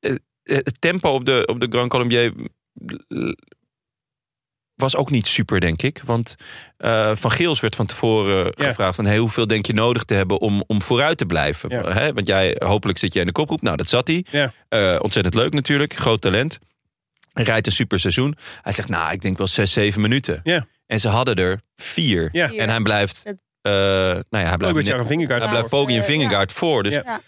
Speaker 1: eh, eh, het tempo op de, op de Grand Colombier eh, was ook niet super, denk ik. Want eh, Van Geels werd van tevoren
Speaker 2: Ja.
Speaker 1: gevraagd van hey, hoeveel denk je nodig te hebben om, om vooruit te blijven.
Speaker 2: Ja.
Speaker 1: Hè? Want jij, hopelijk zit jij in de kopgroep. Nou, dat zat hij.
Speaker 2: Ja.
Speaker 1: Eh, ontzettend leuk natuurlijk. Groot talent. Hij rijdt een super seizoen. Hij zegt, nou, ik denk wel zes, zeven minuten.
Speaker 2: Ja.
Speaker 1: En ze hadden er vier.
Speaker 2: Ja. Oh,
Speaker 1: En hij blijft...
Speaker 3: Het-
Speaker 1: eh, nou ja, hij
Speaker 2: Leuk
Speaker 1: blijft,
Speaker 2: dat je
Speaker 1: net-
Speaker 2: daar een vingerkaart
Speaker 1: hij
Speaker 2: voor
Speaker 1: blijft
Speaker 3: voor.
Speaker 1: Poggi en
Speaker 3: Ja.
Speaker 1: Vingegaard voor. Dus
Speaker 2: Ja.
Speaker 3: Ja.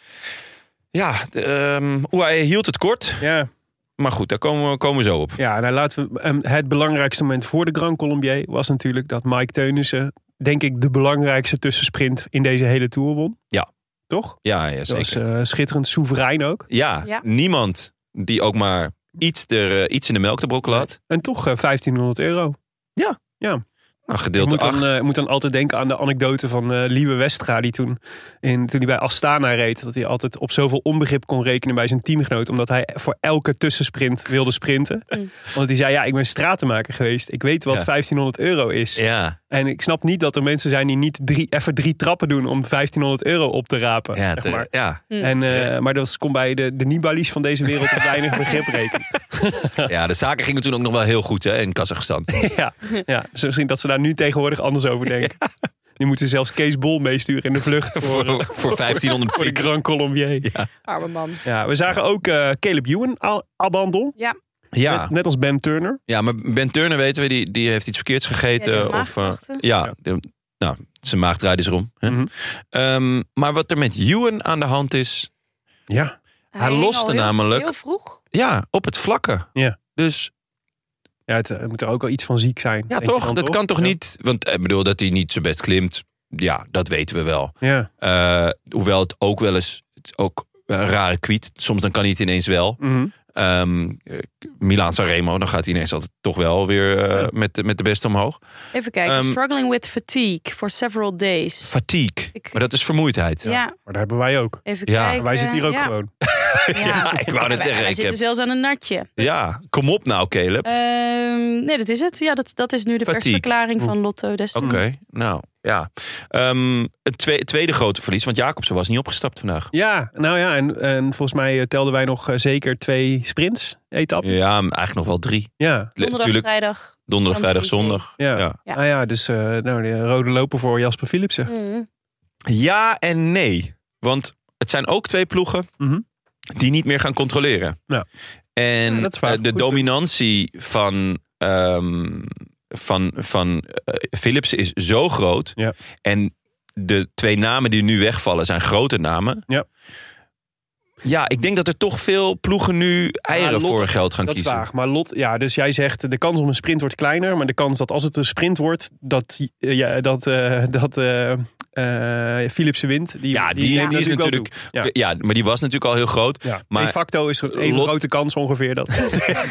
Speaker 1: ja, de, ehm, hoe hij hield het kort.
Speaker 2: hebt. Ja.
Speaker 1: Maar goed, daar komen we, komen we zo op.
Speaker 2: Ja, nou laten we. ehm, Het belangrijkste moment voor de Grand Colombier was natuurlijk dat Mike Teunissen, denk ik, de belangrijkste tussensprint in deze hele tour won.
Speaker 1: Ja.
Speaker 2: Toch?
Speaker 1: Ja, ja
Speaker 2: Dat
Speaker 1: zeker.
Speaker 2: was eh, schitterend, soeverein ook.
Speaker 1: ja,
Speaker 3: Ja.
Speaker 1: niemand die ook maar iets, er, eh, iets in de melk te brokkelen had.
Speaker 2: En toch eh, 1500 euro.
Speaker 1: Nou,
Speaker 2: Ik
Speaker 1: gedeeld
Speaker 2: moet
Speaker 1: door acht.
Speaker 2: dan, eh, moet dan altijd denken aan de anekdote van eh Liewe Westra, die toen, in, toen hij bij Astana reed, dat hij altijd op zoveel onbegrip kon rekenen bij zijn teamgenoot, omdat hij voor elke tussensprint wilde sprinten.
Speaker 3: Mm.
Speaker 2: Want hij zei, ja, ik ben stratenmaker geweest, ik weet wat
Speaker 1: Ja.
Speaker 2: 1500 euro is.
Speaker 1: ja,
Speaker 2: En ik snap niet dat er mensen zijn die niet drie, even drie trappen doen om 1500 euro op te rapen.
Speaker 1: ja,
Speaker 2: zeg
Speaker 1: te-
Speaker 2: maar.
Speaker 1: ja,
Speaker 2: En, eh, maar dat komt bij de, de Nibalis van deze wereld op weinig begrip rekenen.
Speaker 1: ja, de zaken gingen toen ook nog wel heel goed hè, in Kazachstan.
Speaker 2: ja, ja, dus misschien dat ze daar nu tegenwoordig anders over denken. Nu moeten ze zelfs Kees Bol meesturen in de vlucht voor,
Speaker 1: voor,
Speaker 2: eh,
Speaker 1: voor 1500
Speaker 2: voor de
Speaker 1: pik.
Speaker 2: Grand Colombier. Ja.
Speaker 3: Arme man.
Speaker 2: we zagen ook eh, Caleb Ewan, a- abandon.
Speaker 1: Ja,
Speaker 2: Net, net als Ben Turner.
Speaker 1: ja, maar Ben Turner weten we, die, die heeft iets verkeerds gegeten.
Speaker 3: Ja, die heeft
Speaker 1: of, eh,
Speaker 3: maagklachten.
Speaker 1: ja, de- nou, zijn maag draaide zich om. Hè?
Speaker 2: Mhm.
Speaker 1: Ehm, maar wat er met Ewan aan de hand is,
Speaker 2: Ja.
Speaker 1: Hij
Speaker 3: hing
Speaker 1: loste
Speaker 3: al heel-
Speaker 1: namelijk-
Speaker 3: Heel vroeg.
Speaker 1: ja, op het vlakke.
Speaker 2: Ja.
Speaker 1: Dus
Speaker 2: Ja, het eh, moet er ook wel iets van ziek zijn.
Speaker 1: ja,
Speaker 2: denk je
Speaker 1: toch?
Speaker 2: dan,
Speaker 1: Dat kan toch
Speaker 2: Ja.
Speaker 1: niet? Want eh, ik bedoel, dat hij niet zo best klimt, ja, dat weten we wel.
Speaker 2: Ja.
Speaker 1: Eh, hoewel het ook wel eens het is ook eh, een rare kwiet. Soms dan kan hij het ineens wel.
Speaker 2: Mhm.
Speaker 1: Ehm eh, Milaan Sanremo, dan gaat hij ineens altijd toch wel weer eh,
Speaker 2: Ja.
Speaker 1: met, de, met de beste omhoog.
Speaker 3: Even kijken.
Speaker 1: Ehm,
Speaker 3: Struggling with fatigue for several days.
Speaker 1: Fatigue.
Speaker 3: Ik-
Speaker 1: Maar dat is vermoeidheid.
Speaker 3: ja.
Speaker 2: Maar daar hebben wij ook.
Speaker 3: even
Speaker 1: Ja.
Speaker 3: kijken.
Speaker 2: wij zitten hier ook
Speaker 3: eh, Ja,
Speaker 2: gewoon.
Speaker 3: ja.
Speaker 1: Ja, ik wou net
Speaker 3: Wij-
Speaker 1: zeggen,
Speaker 3: Wij
Speaker 1: ik
Speaker 3: zitten
Speaker 1: heb-
Speaker 3: zelfs aan een natje.
Speaker 1: Ja, kom op nou, Caleb.
Speaker 3: Ehm, nee, dat is het. Ja, dat, dat is nu de
Speaker 1: Fatigue.
Speaker 3: persverklaring van Lotto
Speaker 1: Oké,
Speaker 3: destijds.
Speaker 2: Mm.
Speaker 1: nou ja. Ehm, het twee- tweede grote verlies, want Jacobsen was niet opgestapt vandaag.
Speaker 2: Ja, nou ja, en, en volgens mij eh, telden wij nog eh, zeker twee sprints, etappes.
Speaker 1: Ja, maar eigenlijk nog wel drie.
Speaker 2: Ja,
Speaker 1: Le-
Speaker 3: Donderdag,
Speaker 1: Tuurlijk,
Speaker 3: vrijdag.
Speaker 1: donderdag, vrijdag,
Speaker 3: Champs-Élysées.
Speaker 1: zondag.
Speaker 2: ja.
Speaker 1: Ja.
Speaker 3: Ja.
Speaker 2: Ah ja, dus eh, nou, de rode loper voor Jasper Philipsen.
Speaker 3: Mm.
Speaker 1: ja en nee. Want het zijn ook twee ploegen
Speaker 2: Mhm.
Speaker 1: die niet meer gaan controleren.
Speaker 2: Ja.
Speaker 1: En
Speaker 2: Ja, dat is waar.
Speaker 1: eh, de
Speaker 2: Goed
Speaker 1: dominantie van, ehm, van, van eh, Philips is zo groot.
Speaker 2: Ja.
Speaker 1: En de twee namen die nu wegvallen zijn grote namen.
Speaker 2: Ja.
Speaker 1: Ja, ik denk dat er toch veel ploegen nu eieren
Speaker 2: Lotte,
Speaker 1: voor geld gaan
Speaker 2: Dat is
Speaker 1: kiezen.
Speaker 2: waar. Maar Lot, ja, dus jij zegt de kans om een sprint wordt kleiner. Maar de kans dat als het een sprint wordt, dat, eh, ja, dat, eh, dat eh, eh, Philipsen wint. Die,
Speaker 1: Ja, die, die,
Speaker 2: neemt
Speaker 1: is
Speaker 2: wel
Speaker 1: natuurlijk.
Speaker 2: toe. Ja.
Speaker 1: Ja. maar die was natuurlijk al heel groot.
Speaker 2: Ja.
Speaker 1: maar-
Speaker 2: de facto is er een
Speaker 1: Lot-
Speaker 2: grote kans ongeveer dat.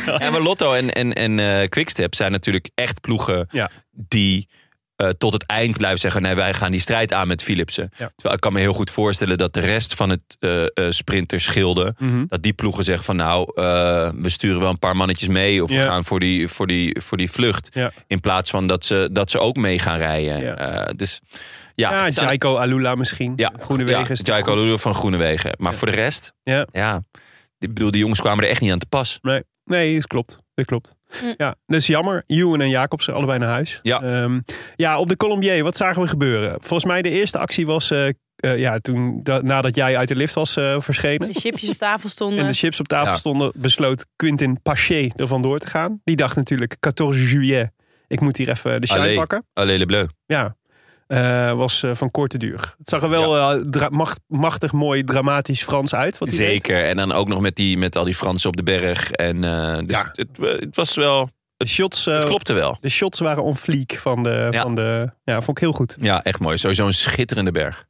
Speaker 1: En maar Lotto en, en, en eh, Quickstep zijn natuurlijk echt ploegen
Speaker 2: Ja.
Speaker 1: die eh, tot het eind blijven zeggen: nee, wij gaan die strijd aan met Philipsen.
Speaker 2: Ja.
Speaker 1: Terwijl ik kan me heel goed voorstellen dat de rest van het eh eh, sprinterschilde.
Speaker 2: Mhm.
Speaker 1: Dat die ploegen zeggen van nou, eh, we sturen wel een paar mannetjes mee. Of
Speaker 2: Ja.
Speaker 1: we gaan voor die, voor die, voor die vlucht.
Speaker 2: Ja.
Speaker 1: In plaats van dat ze, dat ze ook mee gaan rijden.
Speaker 2: Ja.
Speaker 1: Eh, dus ja,
Speaker 2: Ja,
Speaker 1: het zijn-
Speaker 2: Jaiko Alula misschien.
Speaker 1: ja,
Speaker 2: Groene Wegen. is
Speaker 1: Ja, Jaiko
Speaker 2: goed.
Speaker 1: Lulu van Groenewegen. Maar
Speaker 2: Ja.
Speaker 1: voor de rest,
Speaker 2: Ja.
Speaker 1: ja. Ik bedoel, die jongens kwamen er echt niet aan te pas.
Speaker 2: Nee, dat klopt. Dat klopt.
Speaker 3: Mm.
Speaker 2: Ja, dat is jammer. Ewan en Jacobsen, allebei naar huis.
Speaker 1: Ja.
Speaker 2: Ehm, ja, op de Colombier, wat zagen we gebeuren? Volgens mij de eerste actie was, eh, eh, ja, toen, da- nadat jij uit de lift was eh, verschenen.
Speaker 3: De chipjes op tafel
Speaker 2: En
Speaker 3: stonden.
Speaker 2: de chips op tafel
Speaker 1: Ja.
Speaker 2: stonden, besloot Quintin Paché er vandoor te gaan. Die dacht natuurlijk, 14 juillet, ik moet hier even de shine
Speaker 1: Allee.
Speaker 2: pakken.
Speaker 1: Allee, le bleu.
Speaker 2: Ja, Eh, was eh, van korte duur. Het zag er wel eh, dra- macht- machtig mooi dramatisch Frans uit. Wat hij deed.
Speaker 1: Zeker. En dan ook nog met, die, met al die Fransen op de berg. En, eh, dus
Speaker 2: Ja.
Speaker 1: het, het was wel.
Speaker 2: De shots, eh,
Speaker 1: Het klopte wel.
Speaker 2: De shots waren on fleek van de,
Speaker 1: Ja.
Speaker 2: van de... Ja, vond ik heel goed.
Speaker 1: Ja, echt mooi. Sowieso een schitterende berg.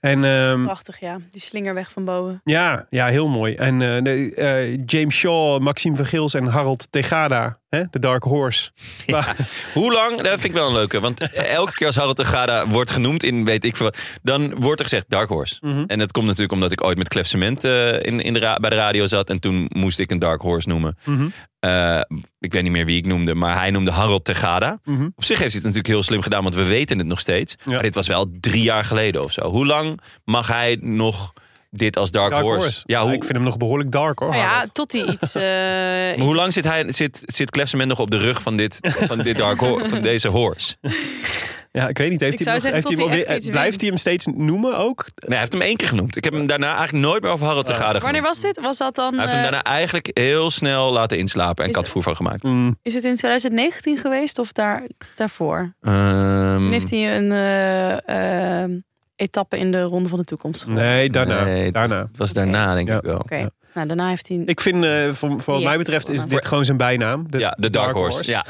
Speaker 2: En ehm,
Speaker 3: Prachtig, ja. Die slinger weg van boven.
Speaker 2: ja, ja, heel mooi. En eh, de, eh, James Shaw, Maxime Vergils en Harold Tegada, hè, de Dark Horse. Maar-
Speaker 1: Hoe lang? Dat vind ik wel een leuke. Want elke keer als Harold de Gada wordt genoemd in weet ik veel. wat, dan wordt er gezegd Dark Horse.
Speaker 2: Mhm.
Speaker 1: En dat komt natuurlijk omdat ik ooit met Clef Cement eh, in, in de ra- bij de radio zat. En toen moest ik een Dark Horse noemen.
Speaker 2: Mhm.
Speaker 1: Eh, ik weet niet meer wie ik noemde, maar hij noemde Harold Tegada.
Speaker 2: Mhm.
Speaker 1: Op zich heeft hij het natuurlijk heel slim gedaan, want we weten het nog steeds.
Speaker 2: Ja.
Speaker 1: Maar dit was wel drie jaar geleden of zo. Hoe lang mag hij nog dit als Dark, Horse? Ja, hoe,
Speaker 2: Ah, ik vind hem nog behoorlijk dark hoor.
Speaker 3: Maar Nou ja,
Speaker 2: Harold.
Speaker 3: tot hij iets... eh,
Speaker 1: maar hoe
Speaker 3: iets-
Speaker 1: lang zit, hij, zit, zit Clef Cement nog op de rug van dit, van dit Dark Horse, van deze horse?
Speaker 2: Ja, ik weet niet. Heeft
Speaker 3: Ik
Speaker 2: hij hem nog- heeft
Speaker 3: zou zeggen
Speaker 2: hij
Speaker 3: tot
Speaker 2: hem
Speaker 3: hij
Speaker 2: alweer- eh,
Speaker 3: echt iets
Speaker 2: blijft
Speaker 3: wint.
Speaker 2: hij hem steeds noemen ook?
Speaker 1: Nee, hij heeft hem één keer genoemd. Ik heb hem daarna eigenlijk nooit meer over Harold te Gade
Speaker 3: Oh. Wanneer
Speaker 1: genoemd.
Speaker 3: was dit? Was dat dan...
Speaker 1: Hij heeft hem
Speaker 3: eh,
Speaker 1: daarna eigenlijk heel snel laten inslapen en
Speaker 3: Is-
Speaker 1: katvoer van gemaakt.
Speaker 2: Mm,
Speaker 3: Is het in 2019 geweest of daar, daarvoor?
Speaker 2: Hmm.
Speaker 1: Ehm,
Speaker 3: Toen heeft hij een eh, ehm, etappe in de Ronde van de Toekomst gewonnen.
Speaker 2: nee, daarna.
Speaker 1: nee, het was-
Speaker 2: daarna.
Speaker 1: Het was daarna, denk
Speaker 2: Ja.
Speaker 1: ik wel.
Speaker 3: Oké, nou daarna heeft hij...
Speaker 2: Ik vind, eh voor, voor wat
Speaker 3: Die
Speaker 2: mij
Speaker 3: heeft-
Speaker 2: betreft, is
Speaker 3: voor-
Speaker 2: dit gewoon zijn bijnaam. De,
Speaker 1: Ja, de Dark, Horse. Ja,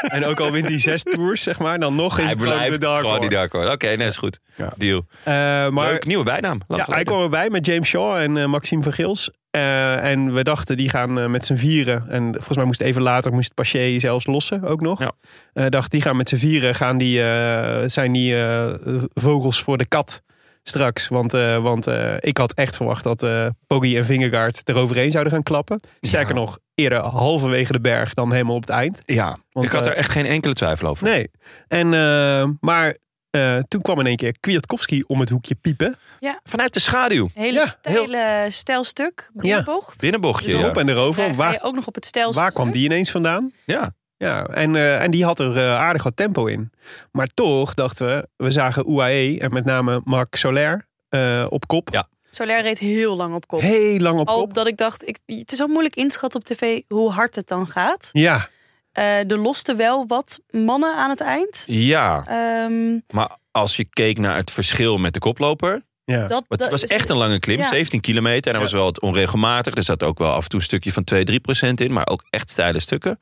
Speaker 2: En ook al wint hij zes tours, zeg maar, dan nog
Speaker 1: hij
Speaker 2: is het gewoon de
Speaker 1: blijft
Speaker 2: Dark
Speaker 1: gewoon
Speaker 2: Horse.
Speaker 1: die Dark Horse. Oké, nee, is goed.
Speaker 2: Ja.
Speaker 1: Deal.
Speaker 2: Eh, maar
Speaker 1: Leuk, nieuwe bijnaam. Lang
Speaker 2: ja, hij
Speaker 1: geleden.
Speaker 2: kwam erbij met James Shaw en eh, Maxime van Gils. Eh, en we dachten, die gaan eh, met z'n vieren. En volgens mij moest even later moest Paché zelfs lossen ook nog.
Speaker 1: Ja.
Speaker 2: Eh, dacht, die gaan met z'n vieren. Gaan die, eh, zijn die eh, vogels voor de kat straks? Want, eh, want eh, ik had echt verwacht dat eh Poggi en Vingegaard eroverheen zouden gaan klappen. Sterker
Speaker 1: Ja.
Speaker 2: nog, eerder halverwege de berg dan helemaal op het eind.
Speaker 1: Ja,
Speaker 2: Want,
Speaker 1: ik had
Speaker 2: eh,
Speaker 1: er echt geen enkele twijfel over.
Speaker 2: Nee. En, eh, maar eh, toen kwam in één keer Kwiatkowski om het hoekje piepen.
Speaker 1: Vanuit de schaduw.
Speaker 3: Hele
Speaker 2: Ja,
Speaker 3: stijle stijlstuk,
Speaker 2: Ja.
Speaker 3: bocht.
Speaker 1: Binnenbochtje.
Speaker 2: Dus erop
Speaker 1: ja.
Speaker 2: en erover.
Speaker 3: Daar ga
Speaker 2: Waar,
Speaker 3: je ook nog op het stijlstuk.
Speaker 2: Waar kwam die ineens vandaan?
Speaker 1: Ja.
Speaker 2: Ja, en, eh, en die had er eh, aardig wat tempo in. Maar toch dachten we, we zagen UAE en met name Marc Soler eh, op kop.
Speaker 1: Ja,
Speaker 3: Soler reed heel lang op kop.
Speaker 2: Heel lang op
Speaker 3: Al
Speaker 2: kop.
Speaker 3: Oh, dat ik dacht, ik, het is zo moeilijk inschatten op tv hoe hard het dan gaat.
Speaker 2: Ja,
Speaker 3: Eh er losten wel wat mannen aan het eind.
Speaker 1: ja,
Speaker 3: Ehm,
Speaker 1: maar als je keek naar het verschil met de koploper.
Speaker 2: ja.
Speaker 3: dat,
Speaker 1: Want
Speaker 3: dat
Speaker 1: het was echt een lange klim,
Speaker 3: ja.
Speaker 1: 17 kilometer. En dat was wel wat onregelmatig. Er zat ook wel af en toe een stukje van 2, 3 procent in. Maar ook echt steile stukken.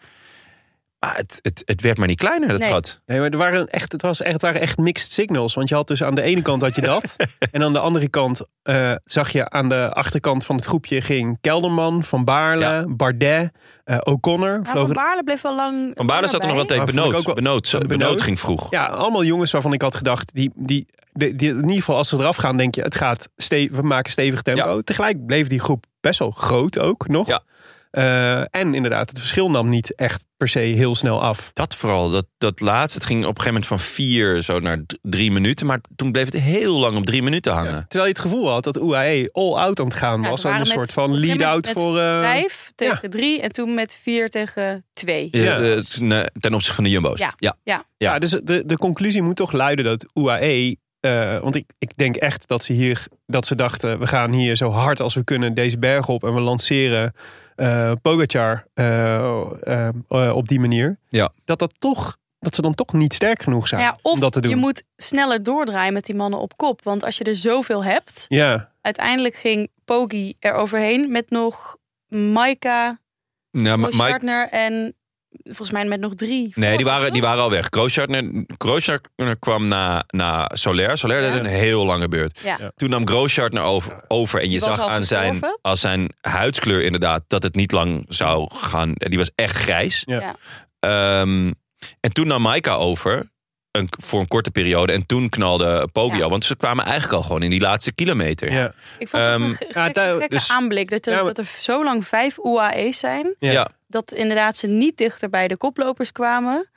Speaker 1: Maar het, het, het werd maar niet kleiner, dat
Speaker 3: Nee.
Speaker 1: gat.
Speaker 2: Nee, maar er waren echt, het, was echt, het waren echt mixed signals. Want je had dus aan de ene kant had je dat. en aan de andere kant eh, zag je aan de achterkant van het groepje ging Kelderman, Van Baarle,
Speaker 1: Ja.
Speaker 2: Bardet, eh, O'Connor.
Speaker 3: Ja,
Speaker 2: vlogen-
Speaker 3: Van Baarle bleef wel lang.
Speaker 1: Van Baarle zat er nog wel tegen.
Speaker 2: Maar vond ik
Speaker 1: Benoot.
Speaker 2: ook wel-
Speaker 1: Benoot,
Speaker 2: Benoot.
Speaker 1: Benoot ging vroeg.
Speaker 2: Ja, allemaal jongens waarvan ik had gedacht, die, die, die, die- in ieder geval als ze eraf gaan, denk je, het gaat ste- we maken stevig tempo. Tegelijk bleef die groep best wel groot ook nog.
Speaker 1: Ja.
Speaker 2: Eh, en inderdaad, het verschil nam niet echt per se heel snel af.
Speaker 1: Dat vooral, dat, dat laatste. Het ging op een gegeven moment van vier zo naar d- drie minuten. Maar toen bleef het heel lang op drie minuten hangen.
Speaker 2: Terwijl je het gevoel had dat UAE all-out aan het gaan
Speaker 3: Ja,
Speaker 2: was.
Speaker 3: ze
Speaker 2: Een
Speaker 3: waren
Speaker 2: soort
Speaker 3: met-
Speaker 2: van
Speaker 3: op een gegeven
Speaker 2: lead-out
Speaker 3: moment met
Speaker 2: voor... eh,
Speaker 3: Vijf tegen drie en toen met vier tegen twee.
Speaker 1: Ja,
Speaker 2: Ja.
Speaker 1: eh, ten, eh, ten opzichte van de Jumbo's.
Speaker 3: Ja.
Speaker 1: ja.
Speaker 2: ja.
Speaker 1: Ja.
Speaker 2: dus de, de conclusie moet toch luiden dat UAE... eh, want ik, ik denk echt dat ze hier dat ze dachten... we gaan hier zo hard als we kunnen deze berg op... en we lanceren eh Pogacar eh, eh, eh, op die manier.
Speaker 1: Ja.
Speaker 2: Dat, dat, toch, dat ze dan toch niet sterk genoeg zijn
Speaker 3: Nou ja, of
Speaker 2: om dat te doen.
Speaker 3: je moet sneller doordraaien met die mannen op kop. Want als je er zoveel hebt.
Speaker 2: Ja,
Speaker 3: Uiteindelijk ging Pogi er overheen met nog Maika,
Speaker 1: Nou, maar- maar-
Speaker 3: partner en volgens mij met nog drie.
Speaker 1: nee, die
Speaker 3: Volgens
Speaker 1: waren, die waren al weg. Grosjean Grosjean kwam na, na Soler. Soler
Speaker 3: Ja.
Speaker 1: deed een heel lange beurt.
Speaker 3: Ja.
Speaker 2: Ja.
Speaker 1: Toen nam Grosjean over, over. En je
Speaker 3: Die was
Speaker 1: zag
Speaker 3: al
Speaker 1: aan zijn,
Speaker 3: gestorven.
Speaker 1: als zijn huidskleur inderdaad dat het niet lang zou gaan. Eh, Die was echt grijs.
Speaker 2: Ja.
Speaker 3: Ja.
Speaker 1: Ehm, en toen nam Maika over. Een, voor een korte periode. En toen knalde Poggi
Speaker 3: Ja.
Speaker 1: al. Want ze kwamen eigenlijk al gewoon in die laatste kilometer.
Speaker 2: ja.
Speaker 3: Ik vond het
Speaker 1: Ehm,
Speaker 3: een ge-
Speaker 2: ja,
Speaker 3: gekke,
Speaker 2: daar-
Speaker 3: gekke
Speaker 2: dus-
Speaker 3: aanblik. Dat er,
Speaker 2: Ja, maar-
Speaker 3: dat er zo lang vijf UAE's zijn.
Speaker 2: Ja.
Speaker 1: Ja.
Speaker 3: Dat inderdaad ze niet dichter bij de koplopers kwamen.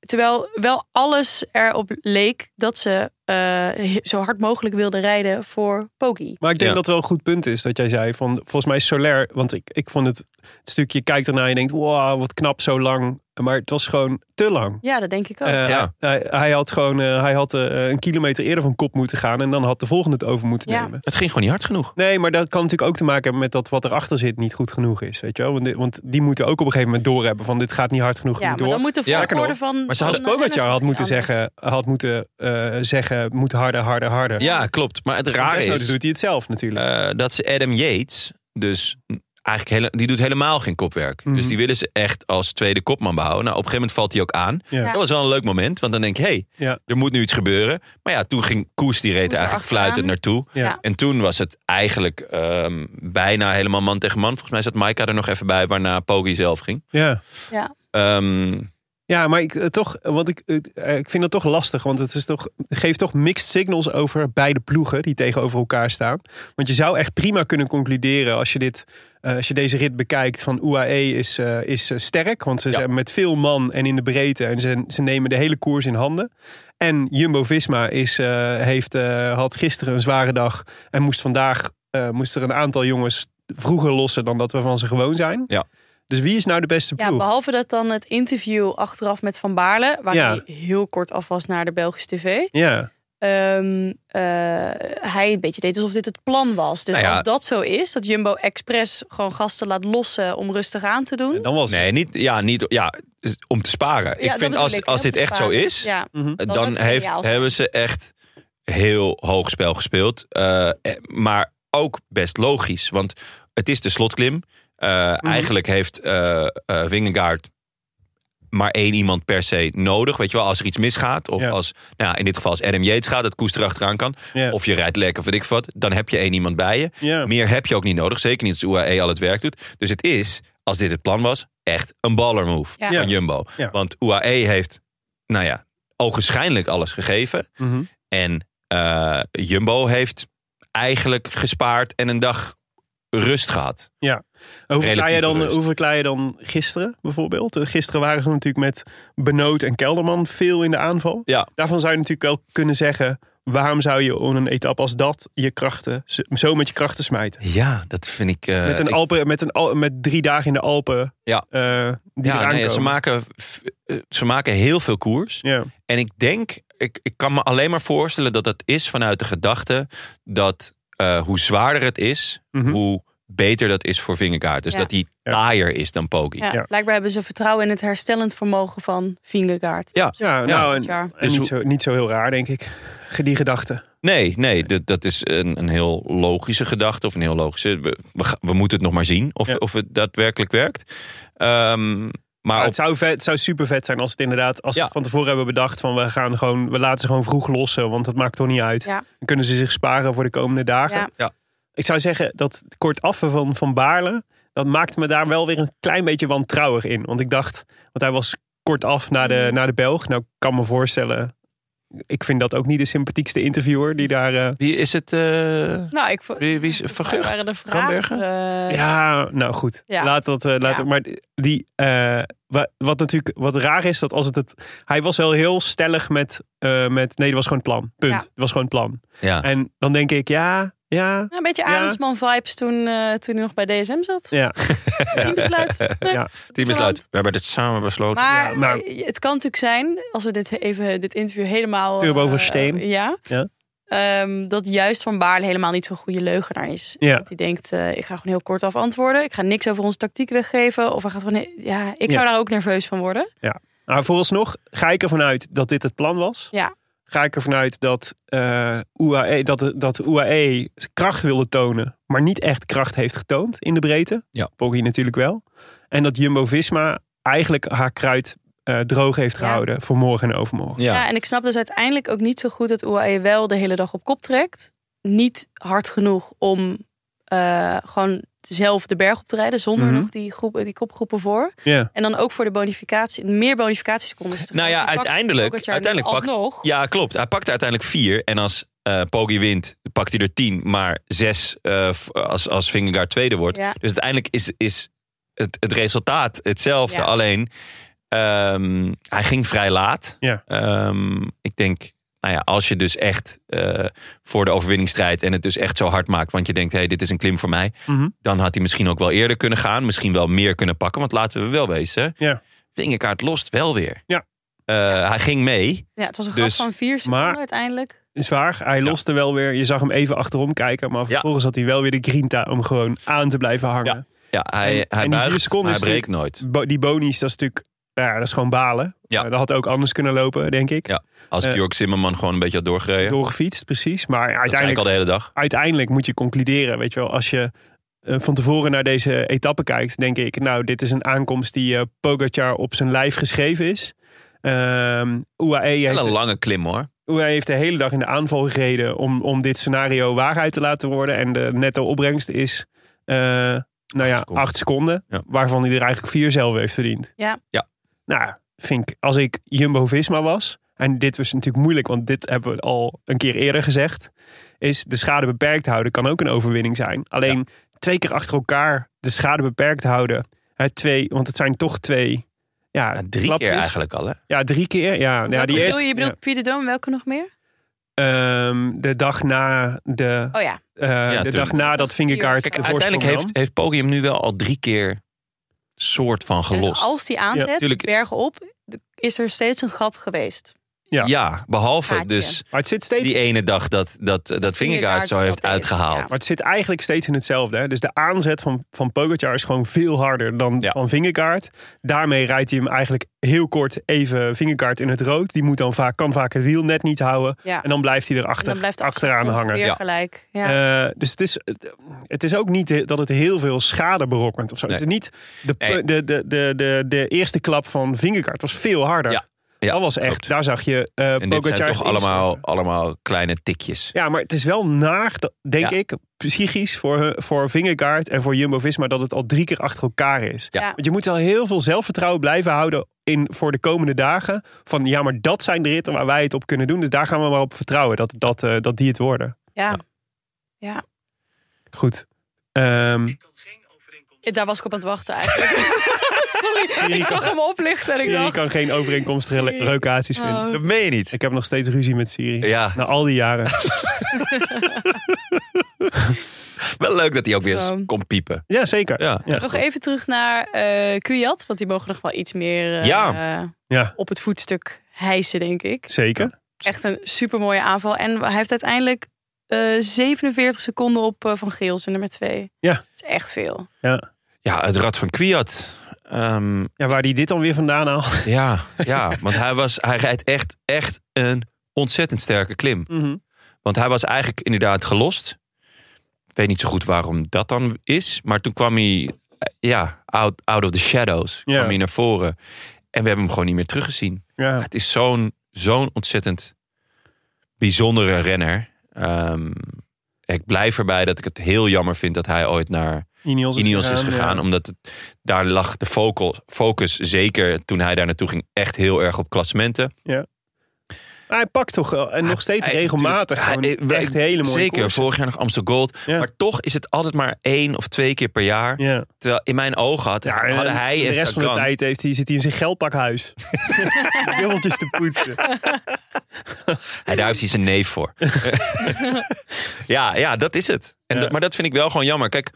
Speaker 3: Terwijl wel alles erop leek dat ze eh, zo hard mogelijk wilden rijden voor Pogi.
Speaker 2: Maar ik denk
Speaker 1: Ja.
Speaker 2: dat het wel een goed punt is dat jij zei van volgens mij is Soler, want ik, ik vond het, het stukje kijkt ernaar en je denkt wow wat knap zo lang, maar het was gewoon te lang.
Speaker 3: Ja, dat denk ik ook.
Speaker 2: Eh,
Speaker 1: Ja.
Speaker 2: hij, hij had gewoon eh, hij had, eh, een kilometer eerder van kop moeten gaan en dan had de volgende het over moeten
Speaker 3: Ja.
Speaker 2: nemen.
Speaker 1: Het ging gewoon niet hard genoeg.
Speaker 2: Nee, maar dat kan natuurlijk ook te maken hebben met dat wat erachter zit niet goed genoeg is. Weet je wel? Want, die- want die moeten ook op een gegeven moment doorhebben van dit gaat niet hard genoeg
Speaker 3: ja,
Speaker 2: niet
Speaker 3: maar
Speaker 2: door.
Speaker 3: dan moet de
Speaker 1: Ja,
Speaker 3: volgorde
Speaker 2: nog.
Speaker 3: van...
Speaker 1: Maar ze
Speaker 3: van
Speaker 2: Als
Speaker 1: hadden-
Speaker 3: de renners
Speaker 2: Pogacar had
Speaker 3: misschien
Speaker 2: moeten
Speaker 3: anders.
Speaker 2: zeggen, had moeten eh, zeggen, moet harder, harder, harder.
Speaker 1: Ja, klopt. Maar het
Speaker 2: Raar
Speaker 1: rare is...
Speaker 2: doet hij het zelf natuurlijk.
Speaker 1: eh, dat ze Adam Yates, dus eigenlijk hele, die doet helemaal geen kopwerk.
Speaker 2: Mhm.
Speaker 1: Dus die willen ze echt als tweede kopman behouden. Nou, op een gegeven moment valt hij ook aan.
Speaker 2: Ja.
Speaker 1: Dat was wel een leuk moment, want dan denk je, hé, hey,
Speaker 2: Ja.
Speaker 1: er moet nu iets gebeuren. Maar ja, toen ging Koes, die reed
Speaker 3: Koes
Speaker 1: eigenlijk
Speaker 3: erachteraan.
Speaker 1: fluitend naartoe.
Speaker 2: Ja.
Speaker 3: Ja.
Speaker 1: En toen was het eigenlijk ehm, bijna helemaal man tegen man. Volgens mij zat Maika er nog even bij, waarna Poggi zelf ging.
Speaker 2: ja.
Speaker 3: Ja.
Speaker 1: Ehm,
Speaker 2: Ja, maar ik, eh, toch, eh, want ik, eh, eh, ik vind dat toch lastig. Want het is toch, geeft toch mixed signals over beide ploegen die tegenover elkaar staan. Want je zou echt prima kunnen concluderen als je, dit, eh, als je deze rit bekijkt van UAE is, eh, is eh, sterk. Want ze
Speaker 1: Ja.
Speaker 2: zijn met veel man en in de breedte. En ze, ze nemen de hele koers in handen. En Jumbo-Visma is, eh, heeft, eh, had gisteren een zware dag. En moest vandaag eh, moest er een aantal jongens vroeger lossen dan dat we van ze gewoon zijn. Dus wie is nou de beste
Speaker 3: Ja,
Speaker 2: ploeg?
Speaker 3: behalve dat dan het interview achteraf met Van Baarle, waar
Speaker 2: Ja.
Speaker 3: hij heel kort af was naar de Belgische tv.
Speaker 2: Ja,
Speaker 3: Ehm, eh, hij een beetje deed alsof dit het plan was. Dus
Speaker 1: Nou ja.
Speaker 3: als dat zo is, dat Jumbo Express gewoon gasten laat lossen om rustig aan te doen.
Speaker 2: en dan was het.
Speaker 1: Nee, niet, ja, niet ja, om te sparen.
Speaker 3: Ja,
Speaker 1: ik
Speaker 3: dat
Speaker 1: vind
Speaker 3: bedoel
Speaker 1: als,
Speaker 3: ik,
Speaker 1: als
Speaker 3: hè,
Speaker 1: dit echt zo
Speaker 3: besparen.
Speaker 1: is,
Speaker 3: Ja.
Speaker 2: Mhm.
Speaker 3: Dat is
Speaker 1: dan
Speaker 3: natuurlijk
Speaker 1: heeft,
Speaker 3: ideaal.
Speaker 1: hebben ze echt heel hoog spel gespeeld. Eh, eh, maar ook best logisch, want het is de slotklim. Eh,
Speaker 2: Mhm.
Speaker 1: Eigenlijk heeft eh eh, Vingegaard maar één iemand per se nodig. Weet je wel, als er iets misgaat. Of
Speaker 2: Ja.
Speaker 1: als, nou, ja, in dit geval als Adam Yates gaat, dat Koes erachteraan kan.
Speaker 2: Ja.
Speaker 1: Of je rijdt lekker, weet ik wat. Dan heb je één iemand bij je.
Speaker 2: Ja.
Speaker 1: Meer heb je ook niet nodig. Zeker niet als de UAE al het werk doet. Dus het is, als dit het plan was, echt een baller move
Speaker 3: Ja.
Speaker 1: van Jumbo.
Speaker 2: Ja.
Speaker 1: Want UAE heeft, nou ja, ogenschijnlijk alles gegeven.
Speaker 2: Mhm.
Speaker 1: En eh, Jumbo heeft eigenlijk gespaard en een dag rust gehad.
Speaker 2: En Hoe verklaar, je
Speaker 1: Relatieve
Speaker 2: dan,
Speaker 1: rust.
Speaker 2: hoe verklaar je dan gisteren bijvoorbeeld? Eh, Gisteren waren ze natuurlijk met Benoot en Kelderman veel in de aanval.
Speaker 1: Ja.
Speaker 2: Daarvan zou je natuurlijk wel kunnen zeggen... waarom zou je op een etappe als dat je krachten zo- zo met je krachten smijten?
Speaker 1: Ja, dat vind ik... eh,
Speaker 2: Met, een
Speaker 1: ik-
Speaker 2: Alpen, met, een, Al- met drie dagen in de Alpen
Speaker 1: Ja.
Speaker 2: eh, die
Speaker 1: ja,
Speaker 2: eraan
Speaker 1: nee, ze,
Speaker 2: komen.
Speaker 1: maken, f- eh, ze maken heel veel koers.
Speaker 2: Ja.
Speaker 1: En ik denk, ik, ik kan me alleen maar voorstellen dat dat is vanuit de gedachte dat eh, hoe zwaarder het is,
Speaker 2: Mhm.
Speaker 1: hoe beter dat is voor Vingegaard. Dus
Speaker 3: Ja.
Speaker 1: dat hij
Speaker 2: Ja.
Speaker 1: taaier is dan Poggi.
Speaker 3: Ja,
Speaker 2: Ja.
Speaker 3: Blijkbaar hebben ze vertrouwen in het herstellend vermogen van Vingegaard.
Speaker 1: Ja.
Speaker 2: Ja, nou, en,
Speaker 3: Ja.
Speaker 2: en
Speaker 1: Dus
Speaker 2: niet, zo, niet zo heel raar, denk ik. Ge- Die gedachte.
Speaker 1: Nee, nee, dat, dat is een, een heel logische gedachte. Of een heel logische. We, we, ga- we moeten het nog maar zien of,
Speaker 2: Ja.
Speaker 1: of het daadwerkelijk werkt. Ehm, maar
Speaker 2: Maar
Speaker 1: op,
Speaker 2: het zou, vet, het zou super vet zijn als het inderdaad, als
Speaker 1: Ja.
Speaker 2: ze van tevoren hebben bedacht van we gaan gewoon, we laten ze gewoon vroeg lossen, want dat maakt toch niet uit.
Speaker 3: Ja.
Speaker 2: Dan kunnen ze zich sparen voor de komende dagen.
Speaker 3: Ja.
Speaker 1: Ja.
Speaker 2: Ik zou zeggen dat kortaf van Van Baarle, dat maakte me daar wel weer een klein beetje wantrouwig in. Want ik dacht, want hij was kortaf naar
Speaker 3: Mm.
Speaker 2: de, naar de Belg. Nou, ik kan me voorstellen, ik vind dat ook niet de sympathiekste interviewer die daar... eh,
Speaker 1: wie is het? eh,
Speaker 3: Nou, ik vond-
Speaker 1: wie, wie is
Speaker 3: volgens mij waren
Speaker 1: Vergucht?
Speaker 3: de vragen.
Speaker 1: Krambergen?
Speaker 3: eh,
Speaker 2: Ja, nou goed.
Speaker 3: Ja.
Speaker 2: Laat dat. eh, laat
Speaker 3: Ja.
Speaker 2: het- maar die, eh, wa- wat natuurlijk wat raar is, dat als het, het hij was wel heel stellig met, eh, met nee, dat was gewoon het plan. Punt.
Speaker 3: Ja.
Speaker 2: Het was gewoon het plan.
Speaker 1: Ja.
Speaker 2: En dan denk ik, ja, ja,
Speaker 3: nou, een beetje Arendsman vibes toen, eh, toen hij nog bij DSM zat.
Speaker 2: ja.
Speaker 3: Teambesluit. Puk,
Speaker 2: Ja.
Speaker 1: Teambesluit. We hebben dit samen besloten.
Speaker 3: Maar,
Speaker 2: Ja,
Speaker 1: nou-
Speaker 2: maar-
Speaker 3: eh, het kan natuurlijk zijn, als we dit, even, dit interview helemaal...
Speaker 2: Turbo
Speaker 3: eh,
Speaker 2: Versteen.
Speaker 3: eh, ja.
Speaker 2: Ja.
Speaker 3: Ehm, dat juist Van Baarle helemaal niet zo'n goede leugenaar is.
Speaker 2: Ja.
Speaker 3: Dat hij denkt, eh, ik ga gewoon heel kort af antwoorden. Ik ga niks over onze tactiek weggeven. Of hij gaat gewoon... he- Ja, ik zou daar ook nerveus van worden.
Speaker 2: Maar Nou, vooralsnog ga ik ervan uit dat dit het plan was.
Speaker 3: Ja.
Speaker 2: Ga ik ervan uit dat, eh, UAE, dat, dat UAE kracht wilde tonen, maar niet echt kracht heeft getoond in de breedte.
Speaker 1: Ja.
Speaker 2: Poggi natuurlijk wel. En dat Jumbo-Visma eigenlijk haar kruid eh, droog heeft
Speaker 3: Ja.
Speaker 2: gehouden voor morgen en overmorgen.
Speaker 3: Ja.
Speaker 1: ja.
Speaker 3: en ik snap dus uiteindelijk ook niet zo goed dat UAE wel de hele dag op kop trekt. Niet hard genoeg om eh, gewoon zelf de berg op te rijden. Zonder
Speaker 2: Mhm.
Speaker 3: nog die, groep, die kopgroepen voor.
Speaker 2: Ja.
Speaker 3: En dan ook voor de bonificatie, meer bonificatiesecondes. te
Speaker 1: Nou ja,
Speaker 3: gaan. Die pakt
Speaker 1: uiteindelijk-
Speaker 3: Pogacar nu
Speaker 1: uiteindelijk pakt-
Speaker 3: alsnog.
Speaker 1: Ja, klopt. Hij pakt uiteindelijk vier. En als eh Poggi wint, pakt hij er tien. Maar zes eh, f- als, als Vingegaard tweede wordt.
Speaker 3: Ja.
Speaker 1: Dus uiteindelijk is, is het, het resultaat hetzelfde.
Speaker 3: Ja.
Speaker 1: Alleen, ehm, hij ging vrij laat.
Speaker 2: Ja.
Speaker 1: Ehm, ik denk, nou ja, als je dus echt eh, voor de overwinning strijdt... en het dus echt zo hard maakt, want je denkt... hé, hey, dit is een klim voor mij.
Speaker 2: Mhm.
Speaker 1: Dan had hij misschien ook wel eerder kunnen gaan. Misschien wel meer kunnen pakken. Want laten we wel wezen,
Speaker 2: Ja.
Speaker 1: Vingegaard lost wel weer.
Speaker 2: Ja.
Speaker 1: Eh, hij ging mee.
Speaker 3: Ja, het was een
Speaker 1: Dus-
Speaker 3: gat van vier seconden
Speaker 2: maar-
Speaker 3: uiteindelijk.
Speaker 2: Is waar. Hij loste wel weer. Je zag hem even achterom kijken, maar vervolgens had hij wel weer de grinta om gewoon aan te blijven hangen.
Speaker 1: Ja, hij,
Speaker 2: En- en
Speaker 1: hij
Speaker 2: die vier
Speaker 1: buigt,
Speaker 2: seconden
Speaker 1: maar
Speaker 2: is
Speaker 1: hij breekt nooit.
Speaker 2: Bo- die bonies, dat is natuurlijk, ja, dat is gewoon balen.
Speaker 1: Ja.
Speaker 2: Eh, dat had ook anders kunnen lopen, denk ik.
Speaker 1: Ja. Als
Speaker 2: Eh,
Speaker 1: Jorg Zimmerman gewoon een beetje had doorgereden.
Speaker 2: Doorgefietst, precies. Maar
Speaker 1: dat zei ik
Speaker 2: uiteindelijk,
Speaker 1: al de hele dag.
Speaker 2: uiteindelijk moet je concluderen, weet je wel, als je eh, van tevoren naar deze etappe kijkt, denk ik, nou, dit is een aankomst die eh Pogacar op zijn lijf geschreven is. Ehm UAE
Speaker 1: Wel
Speaker 2: heeft,
Speaker 1: een lange klim hoor.
Speaker 2: UAE heeft de hele dag in de aanval gereden om, om dit scenario waarheid te laten worden. En de netto opbrengst is, eh, nou ja,
Speaker 1: seconden.
Speaker 2: acht seconden,
Speaker 1: Ja.
Speaker 2: waarvan hij er eigenlijk vier zelf heeft verdiend.
Speaker 3: Ja.
Speaker 1: Ja.
Speaker 2: Nou, vind ik, als ik Jumbo-Visma was, en dit was natuurlijk moeilijk, want dit hebben we al een keer eerder gezegd, is de schade beperkt houden kan ook een overwinning zijn. Alleen twee keer achter elkaar de schade beperkt houden, hè, twee, want het zijn toch twee, ja,
Speaker 1: Ja, drie
Speaker 2: klapjes.
Speaker 1: keer eigenlijk al hè.
Speaker 2: Ja, drie keer. Ja, ja
Speaker 3: Welke
Speaker 2: die
Speaker 3: bedoel
Speaker 2: eerste.
Speaker 3: je? je bedoelt
Speaker 2: ja.
Speaker 3: Pied de Dome, welke nog meer?
Speaker 2: Ehm, de dag na de,
Speaker 3: Oh ja,
Speaker 2: eh, de
Speaker 1: toen-
Speaker 2: dag na dat vingerkaart
Speaker 3: Kijk,
Speaker 2: de
Speaker 1: Uiteindelijk
Speaker 2: voorsprong nam.
Speaker 1: heeft, heeft Podium nu wel al drie keer soort van
Speaker 3: Ja, dus
Speaker 1: gelost.
Speaker 3: als die aanzet,
Speaker 1: tuurlijk.
Speaker 3: bergen op, de- is er steeds een gat geweest.
Speaker 2: Ja.
Speaker 1: ja. behalve
Speaker 3: Gaatje.
Speaker 1: dus
Speaker 2: Maar het zit steeds
Speaker 1: die ene dag dat, dat, dat,
Speaker 3: vingerkaart
Speaker 1: vingerkaart zo heeft
Speaker 3: dat is,
Speaker 1: uitgehaald.
Speaker 3: ja.
Speaker 2: Maar het zit eigenlijk steeds in hetzelfde. Hè? Dus de aanzet van, van Pogacar is gewoon veel harder dan
Speaker 1: Ja.
Speaker 2: van Vingegaard. Daarmee rijdt hij hem eigenlijk heel kort even Vingegaard in het rood. Die moet dan vaak, kan vaak het wiel net niet houden.
Speaker 3: Ja.
Speaker 2: En dan blijft hij
Speaker 3: En
Speaker 2: erachter,
Speaker 3: dan blijft
Speaker 2: achteraan hangen.
Speaker 3: Weer
Speaker 1: Ja.
Speaker 3: gelijk. Ja.
Speaker 2: Eh, dus het is, het is ook niet dat het heel veel schade berokkent of zo.
Speaker 1: Nee.
Speaker 2: Het is niet de,
Speaker 1: Nee.
Speaker 2: de, de, de, de, de eerste klap van Vingegaard was veel harder.
Speaker 1: Ja. Ja,
Speaker 2: dat was echt,
Speaker 1: klopt.
Speaker 2: daar zag je eh
Speaker 1: En dit zijn
Speaker 2: Pogacar
Speaker 1: toch
Speaker 2: instorten.
Speaker 1: allemaal, allemaal kleine tikjes.
Speaker 2: Ja, maar het is wel naar, dat- denk
Speaker 1: Ja.
Speaker 2: ik, psychisch voor, hun- voor Vingegaard en voor Jumbo-Visma dat het al drie keer achter elkaar is.
Speaker 1: ja.
Speaker 2: Want je moet wel heel veel zelfvertrouwen blijven houden in, voor de komende dagen. Van ja, maar dat zijn de ritten waar wij het op kunnen doen. Dus daar gaan we maar op vertrouwen dat, dat, eh, dat die het worden.
Speaker 3: Ja.
Speaker 2: Goed. Ehm,
Speaker 3: Daar was ik op aan het wachten eigenlijk. Sorry, ik zag hem oplichten en ik
Speaker 2: Siri kan
Speaker 3: dacht...
Speaker 2: geen overeenkomstrelocaties vinden.
Speaker 3: Oh,
Speaker 1: Dat meen je niet.
Speaker 2: Ik heb nog steeds ruzie met Siri.
Speaker 1: Ja,
Speaker 2: Na al die jaren.
Speaker 1: wel leuk dat hij ook weer
Speaker 3: Zo.
Speaker 1: eens kon piepen.
Speaker 2: Ja, zeker.
Speaker 1: Ja,
Speaker 2: Ja.
Speaker 3: nog even terug naar eh Kwiat, want die mogen nog wel iets meer eh,
Speaker 1: Ja.
Speaker 3: eh,
Speaker 2: Ja.
Speaker 3: op het voetstuk hijsen, denk ik.
Speaker 2: Zeker.
Speaker 3: Echt een supermooie aanval. En hij heeft uiteindelijk eh, 47 seconden op eh, Van Geels in nummer 2.
Speaker 2: Ja.
Speaker 3: Dat is echt veel.
Speaker 1: ja het rad van Kwiat. Ehm,
Speaker 2: Ja, waar die dit dan weer vandaan haalt.
Speaker 1: ja, ja, want hij, was, hij rijdt echt, echt een ontzettend sterke klim.
Speaker 2: Mhm.
Speaker 1: Want hij was eigenlijk inderdaad gelost. Ik weet niet zo goed waarom dat dan is. Maar toen kwam hij, eh, ja, out, out of the shadows.
Speaker 2: Ja.
Speaker 1: Kwam hij naar voren. En we hebben hem gewoon niet meer teruggezien.
Speaker 2: Ja.
Speaker 1: Het is zo'n zo'n ontzettend bijzondere renner. Ehm, ik blijf erbij dat ik het heel jammer vind dat hij ooit naar
Speaker 2: Ineos is
Speaker 1: Ineos is
Speaker 2: gegaan,
Speaker 1: gegaan.
Speaker 2: ja.
Speaker 1: Omdat het- daar lag de focus, focus, zeker toen hij daar naartoe ging, echt heel erg op klassementen.
Speaker 2: Maar Hij pakt toch wel. En nog steeds
Speaker 1: Hij-
Speaker 2: regelmatig.
Speaker 1: hij-
Speaker 2: gewoon
Speaker 1: hij-
Speaker 2: echt hele mooie
Speaker 1: Zeker,
Speaker 2: koersen.
Speaker 1: vorig jaar nog Amsterdam Gold.
Speaker 2: Ja.
Speaker 1: Maar toch is het altijd maar één of twee keer per jaar.
Speaker 2: Ja.
Speaker 1: Terwijl in mijn ogen had,
Speaker 2: Ja, en
Speaker 1: hadden hij
Speaker 2: de
Speaker 1: en
Speaker 2: rest van de
Speaker 1: Sagan-
Speaker 2: tijd heeft, hij, zit hij in zijn geldpakhuis. De Beeldjes te poetsen.
Speaker 1: Hij, daar heeft hij zijn neef voor. ja, ja, dat is het. En
Speaker 2: Ja.
Speaker 1: dat- maar dat vind ik wel gewoon jammer. Kijk,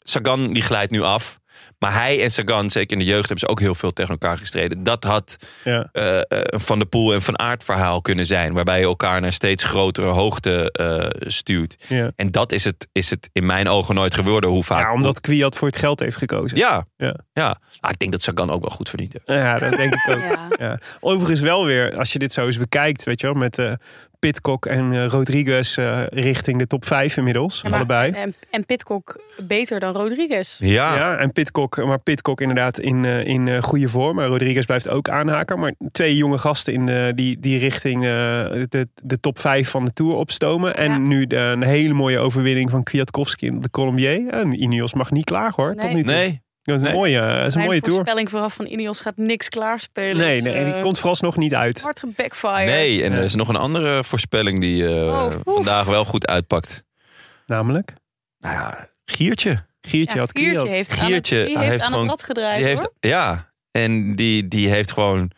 Speaker 1: Sagan die glijdt nu af. Maar hij en Sagan, zeker in de jeugd, hebben ze ook heel veel tegen elkaar gestreden. Dat had
Speaker 2: Ja.
Speaker 1: eh, eh, een Van de Poel en Van Aert verhaal kunnen zijn. Waarbij je elkaar naar steeds grotere hoogte eh, stuurt.
Speaker 2: Ja.
Speaker 1: En dat is het, is het in mijn ogen nooit geworden. Hoe vaak...
Speaker 2: ja, omdat Kwiat voor het geld heeft gekozen.
Speaker 1: Ja,
Speaker 2: Ja.
Speaker 1: ja. Ah, ik denk dat Sagan ook wel goed verdient heeft.
Speaker 2: Ja, dat denk ik ook.
Speaker 3: Ja.
Speaker 2: Ja. Overigens wel weer, als je dit zo eens bekijkt, weet je wel, met eh Pitcock en eh, Rodriguez eh, richting de top 5 inmiddels,
Speaker 3: Ja, maar-
Speaker 2: allebei.
Speaker 3: En, en Pitcock beter dan Rodriguez.
Speaker 1: Ja,
Speaker 2: Ja, en Pitcock, maar Pitcock inderdaad in, eh, in eh, goede vorm. En Rodriguez blijft ook aanhaken. Maar twee jonge gasten in de, die, die richting eh, de, de top 5 van de Tour opstomen. En
Speaker 3: Ja.
Speaker 2: nu de, een hele mooie overwinning van Kwiatkowski in de Colombier. En Ineos mag niet klagen hoor, tot
Speaker 3: Nee.
Speaker 2: nu toe.
Speaker 1: nee.
Speaker 2: Dat is een
Speaker 1: Nee.
Speaker 2: mooie, dat is een
Speaker 3: Mijn
Speaker 2: mooie Tour.
Speaker 3: voorspelling vooraf van Ineos gaat niks klaarspelen.
Speaker 2: Nee,
Speaker 3: Dus,
Speaker 2: nee, die
Speaker 3: eh,
Speaker 2: komt vooralsnog niet uit.
Speaker 3: Hard gebackfired.
Speaker 1: Nee, en
Speaker 2: Ja.
Speaker 1: er is nog een andere voorspelling die eh,
Speaker 3: Oh, oef.
Speaker 1: vandaag wel goed uitpakt.
Speaker 2: Namelijk,
Speaker 1: Nou ja, Giertje.
Speaker 2: Giertje
Speaker 3: Ja,
Speaker 2: had
Speaker 3: Giertje
Speaker 2: Kwiat.
Speaker 3: heeft
Speaker 1: Giertje,
Speaker 3: aan het, die
Speaker 1: hij
Speaker 3: heeft
Speaker 1: heeft
Speaker 3: aan
Speaker 1: gewoon-
Speaker 3: het rad gedraaid
Speaker 1: Die heeft,
Speaker 3: hoor.
Speaker 1: ja, en die, die heeft gewoon...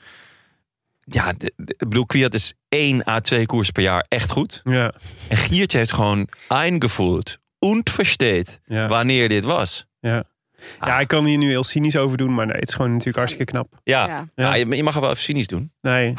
Speaker 1: Ja, de, de- ik bedoel, Kwiat is 1 à 2 koers per jaar echt goed.
Speaker 2: Ja,
Speaker 1: En Giertje heeft gewoon eingevoeld, versteed
Speaker 2: ja.
Speaker 1: wanneer dit was. Ah.
Speaker 2: Ja, ik kan hier nu heel cynisch over doen, maar nee, het is gewoon natuurlijk hartstikke knap.
Speaker 1: Ja,
Speaker 3: Ja.
Speaker 2: Ja.
Speaker 1: Ja, je, je mag er wel even cynisch doen.
Speaker 2: Nee,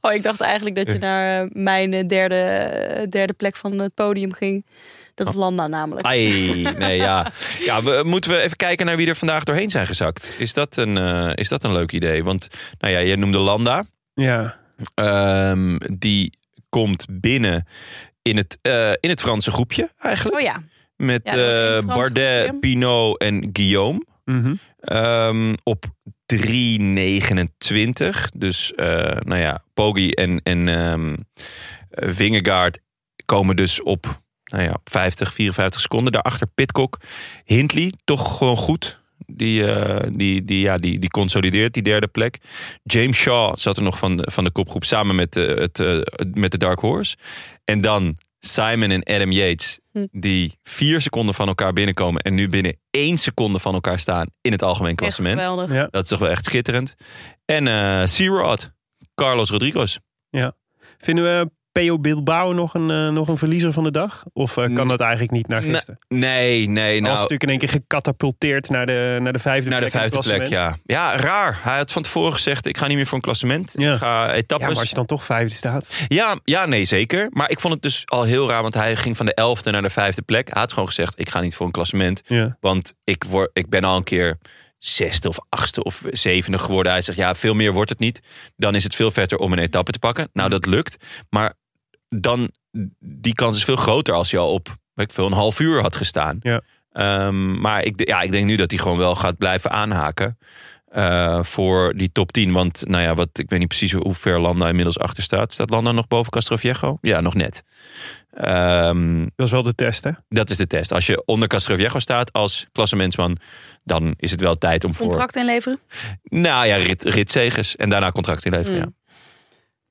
Speaker 3: Oh, ik dacht eigenlijk dat je naar eh, mijn eh, derde, eh, derde plek van het podium ging. Dat
Speaker 1: Oh.
Speaker 3: is Landa namelijk.
Speaker 1: Ai, nee, ja. Ja, we, moeten we even kijken naar wie er vandaag doorheen zijn gezakt. Is dat een, eh, is dat een leuk idee? Want, nou ja, jij noemde Landa.
Speaker 2: ja.
Speaker 1: Ehm, die komt binnen in het, eh, in het Franse groepje eigenlijk.
Speaker 3: Oh ja,
Speaker 1: Met
Speaker 3: Ja, dat is in het
Speaker 1: eh,
Speaker 3: Frans
Speaker 1: Bardet,
Speaker 3: groepje.
Speaker 1: Pinot en Guillaume.
Speaker 2: Mhm.
Speaker 1: Ehm, op 3,29. Dus eh, nou ja, Poggi en, en ehm, eh, Vingegaard komen dus op nou ja, 50, 54 seconden. Daarachter Pitcock. Hindley, toch gewoon goed. Die, eh, die, die, ja, die, die consolideert die derde plek. James Shaw zat er nog van de, van de kopgroep samen met, eh, het, eh, met de Dark Horse. En dan Simon en Adam Yates,
Speaker 3: Hm.
Speaker 1: die vier seconden van elkaar binnenkomen. En nu binnen één seconde van elkaar staan in het algemeen
Speaker 3: echt
Speaker 1: klassement.
Speaker 3: geweldig.
Speaker 2: Ja.
Speaker 1: Dat is toch wel echt schitterend. En eh Searod, Carlos Rodriguez.
Speaker 2: Vinden we PO Bilbao nog een, eh, nog een verliezer van de dag? Of eh, kan
Speaker 1: Mm.
Speaker 2: dat eigenlijk niet naar
Speaker 1: Nou,
Speaker 2: gisteren?
Speaker 1: Nee, nee,
Speaker 2: Hij was
Speaker 1: nou...
Speaker 2: natuurlijk in één keer gecatapulteerd naar de, naar de vijfde
Speaker 1: Naar de
Speaker 2: plek in het
Speaker 1: vijfde plek,
Speaker 2: klassement.
Speaker 1: ja. Ja, raar. Hij had van tevoren gezegd, ik ga niet meer voor een klassement.
Speaker 2: Ja.
Speaker 1: Ik ga
Speaker 2: Ja, maar als
Speaker 1: etappes.
Speaker 2: je
Speaker 1: Ja,
Speaker 2: dan toch vijfde staat.
Speaker 1: ja, nee, zeker. Maar ik vond het dus al heel raar, want hij ging van de elfde naar de vijfde plek. Hij had gewoon gezegd, ik ga niet voor een klassement.
Speaker 2: Ja.
Speaker 1: Want ik, word, ik ben al een keer zesde of achtste of zevende geworden. Hij zegt, ja, veel meer wordt het niet. Dan is het veel vetter om een etappe te pakken. Nou, dat lukt. Maar dan, die kans is veel groter als je al op weet ik veel, een half uur had gestaan.
Speaker 2: Ja.
Speaker 1: Ehm, maar ik, ja, ik denk nu dat hij gewoon wel gaat blijven aanhaken. eh, voor die top 10. Want nou ja, wat, ik weet niet precies hoe ver Landa inmiddels achter staat. Staat Landa nog boven Castroviejo? Ja, nog net. Ehm
Speaker 2: Dat is wel de test, hè?
Speaker 1: dat is de test. Als je onder Castroviejo staat als klassementsman, dan is het wel tijd om voor...
Speaker 3: Contract inleveren.
Speaker 1: Nou ja, rit, ritzegers en daarna contract inleveren,
Speaker 3: Mm.
Speaker 1: ja.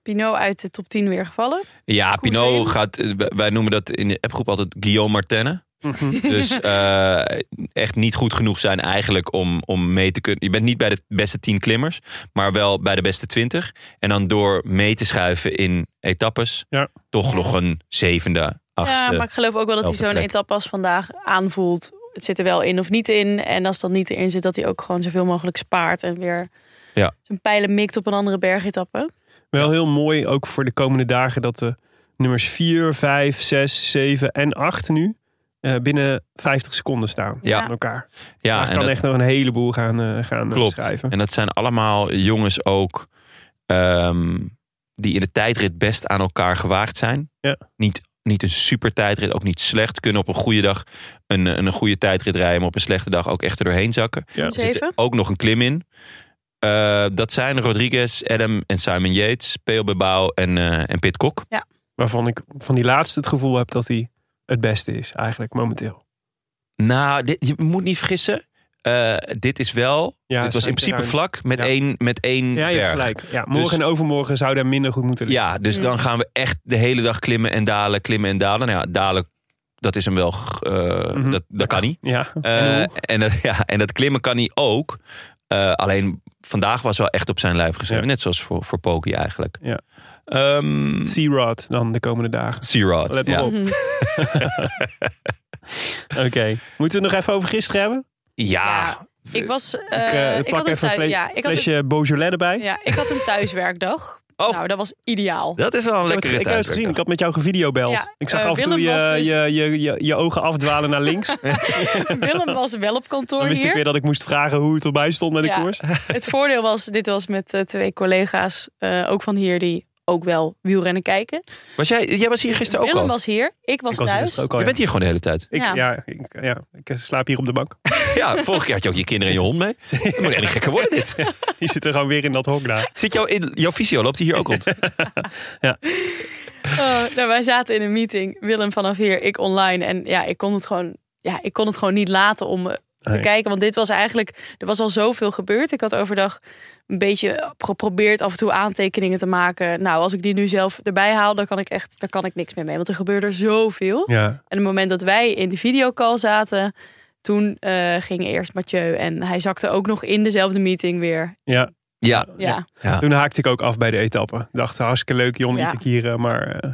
Speaker 3: Pinot uit de top 10 weer gevallen.
Speaker 1: Ja,
Speaker 3: Koezijn.
Speaker 1: Pinot gaat... eh, wij- Wij noemen dat in de appgroep altijd Guillaume Martenne.
Speaker 3: Mhm.
Speaker 1: Dus eh, echt niet goed genoeg zijn eigenlijk om, om mee te kunnen. Je bent niet bij de beste 10 klimmers, maar wel bij de beste 20. En dan door mee te schuiven in etappes,
Speaker 2: Ja.
Speaker 1: toch nog een zevende,
Speaker 3: Ja,
Speaker 1: achtste.
Speaker 3: maar ik geloof ook wel dat hij
Speaker 1: elfde
Speaker 3: zo'n
Speaker 1: plek.
Speaker 3: etappe als vandaag aanvoelt. Het zit er wel in of niet in. En als dat niet erin zit, dat hij ook gewoon zoveel mogelijk spaart. En weer
Speaker 1: Ja.
Speaker 3: zijn pijlen mikt op een andere bergetappe.
Speaker 2: Wel heel mooi, ook voor de komende dagen, dat de nummers 4, 5, 6, 7 en 8 nu eh, binnen 50 seconden staan
Speaker 1: Ja.
Speaker 2: aan elkaar.
Speaker 1: ja,
Speaker 2: Daar
Speaker 1: en
Speaker 2: kan
Speaker 1: dat-
Speaker 2: echt nog een heleboel gaan, eh, gaan eh,
Speaker 1: Klopt.
Speaker 2: schrijven.
Speaker 1: En dat zijn allemaal jongens ook ehm, die in de tijdrit best aan elkaar gewaagd zijn.
Speaker 2: Ja.
Speaker 1: Niet, niet een super tijdrit, ook niet slecht. Kunnen op een goede dag een, eh, een goede tijdrit rijden, maar op een slechte dag ook echt er doorheen zakken.
Speaker 2: Ja.
Speaker 1: Er zit
Speaker 3: Zeven.
Speaker 1: ook nog een klim in. Eh, dat zijn Rodriguez, Adam en Simon Yates, Peo Bilbao en, eh en Pit Kok.
Speaker 2: Waarvan ik van die laatste het gevoel heb dat hij het beste is, eigenlijk momenteel.
Speaker 1: Nou, dit, je moet niet vergissen. Eh, dit is wel.
Speaker 2: Ja,
Speaker 1: dit was in
Speaker 2: zijn
Speaker 1: principe Dus-
Speaker 2: terrein.
Speaker 1: vlak met
Speaker 2: Ja.
Speaker 1: één, met één
Speaker 2: Ja, je hebt
Speaker 1: berg.
Speaker 2: gelijk. Ja, morgen en overmorgen zou daar minder goed moeten liggen.
Speaker 1: Ja, dus
Speaker 3: Mm.
Speaker 1: dan gaan we echt de hele dag klimmen en dalen, klimmen en dalen. Nou ja, dalen, dat is hem wel, eh,
Speaker 2: Mhm.
Speaker 1: dat, dat kan niet.
Speaker 2: Ja.
Speaker 1: Eh,
Speaker 2: En hoe?
Speaker 1: en, dat, ja, en dat klimmen kan hij ook. Eh, alleen vandaag was wel echt op zijn lijf geschreven.
Speaker 2: Ja.
Speaker 1: Net zoals voor, voor Poki eigenlijk.
Speaker 2: Ja.
Speaker 1: Ehm,
Speaker 2: Sea-Rod dan de komende dagen.
Speaker 1: Sierad,
Speaker 2: Let maar
Speaker 1: ja.
Speaker 2: op.
Speaker 3: Mhm.
Speaker 2: Oké. Moeten we het nog even over gisteren hebben?
Speaker 1: Ja,
Speaker 3: Ik was. eh,
Speaker 2: ik, eh,
Speaker 3: ik
Speaker 2: pak
Speaker 3: had een
Speaker 2: even een
Speaker 3: thuis,
Speaker 2: fles-
Speaker 3: ja, ik had een,
Speaker 2: flesje Beaujolais erbij.
Speaker 3: ja, ik had een thuiswerkdag.
Speaker 1: Oh.
Speaker 3: Nou, dat was ideaal.
Speaker 1: dat is wel een
Speaker 2: Ik heb het-
Speaker 1: lekkere
Speaker 2: ik heb het gezien. Ik had met jou gevideobeld.
Speaker 3: Ja,
Speaker 2: ik zag
Speaker 3: eh,
Speaker 2: af en toe
Speaker 3: Willem was
Speaker 2: je,
Speaker 3: dus-
Speaker 2: je, je, je, je ogen afdwalen naar links.
Speaker 3: Willem was wel op kantoor
Speaker 2: Dan wist ik
Speaker 3: hier.
Speaker 2: weer dat ik moest vragen hoe het erbij stond met de
Speaker 3: Ja.
Speaker 2: koers.
Speaker 3: Het voordeel was, dit was met eh, twee collega's, eh, ook van hier, die ook wel wielrennen kijken.
Speaker 1: Was jij, jij was hier gisteren ook
Speaker 3: Willem
Speaker 1: al?
Speaker 3: was hier, ik was
Speaker 2: ik was
Speaker 3: thuis.
Speaker 2: gisteren ook al.
Speaker 1: Je
Speaker 2: ja.
Speaker 1: bent hier gewoon de hele tijd.
Speaker 2: Ik, ja.
Speaker 3: Ja.
Speaker 2: ik, ja, ik eh, slaap hier op de bank.
Speaker 1: Ja, vorige keer had je ook je kinderen en je hond mee. Het moet echt niet gekker worden dit.
Speaker 2: Die zitten gewoon weer in dat hok daar.
Speaker 1: Zit jouw, jouw fysio, loopt hij hier ook rond?
Speaker 3: Oh, nou, wij zaten in een meeting, Willem vanaf hier, ik online. En ja, ik kon het gewoon, ja, ik kon het gewoon niet laten om eh, te
Speaker 2: Nee.
Speaker 3: kijken. Want dit was eigenlijk, er was al zoveel gebeurd. Ik had overdag een beetje geprobeerd af en toe aantekeningen te maken. Nou, als ik die nu zelf erbij haal, dan kan ik echt, daar kan ik niks meer mee. Want er gebeurde er zoveel.
Speaker 2: Ja.
Speaker 3: En op het moment dat wij in de videocall zaten, toen eh ging eerst Mathieu. En hij zakte ook nog in dezelfde meeting weer.
Speaker 2: Ja.
Speaker 1: Ja.
Speaker 3: Ja,
Speaker 1: Ja.
Speaker 2: Toen haakte ik ook af bij de etappe. Dacht, hartstikke leuk, Jon
Speaker 3: Ja.
Speaker 2: Itekieren. Maar eh,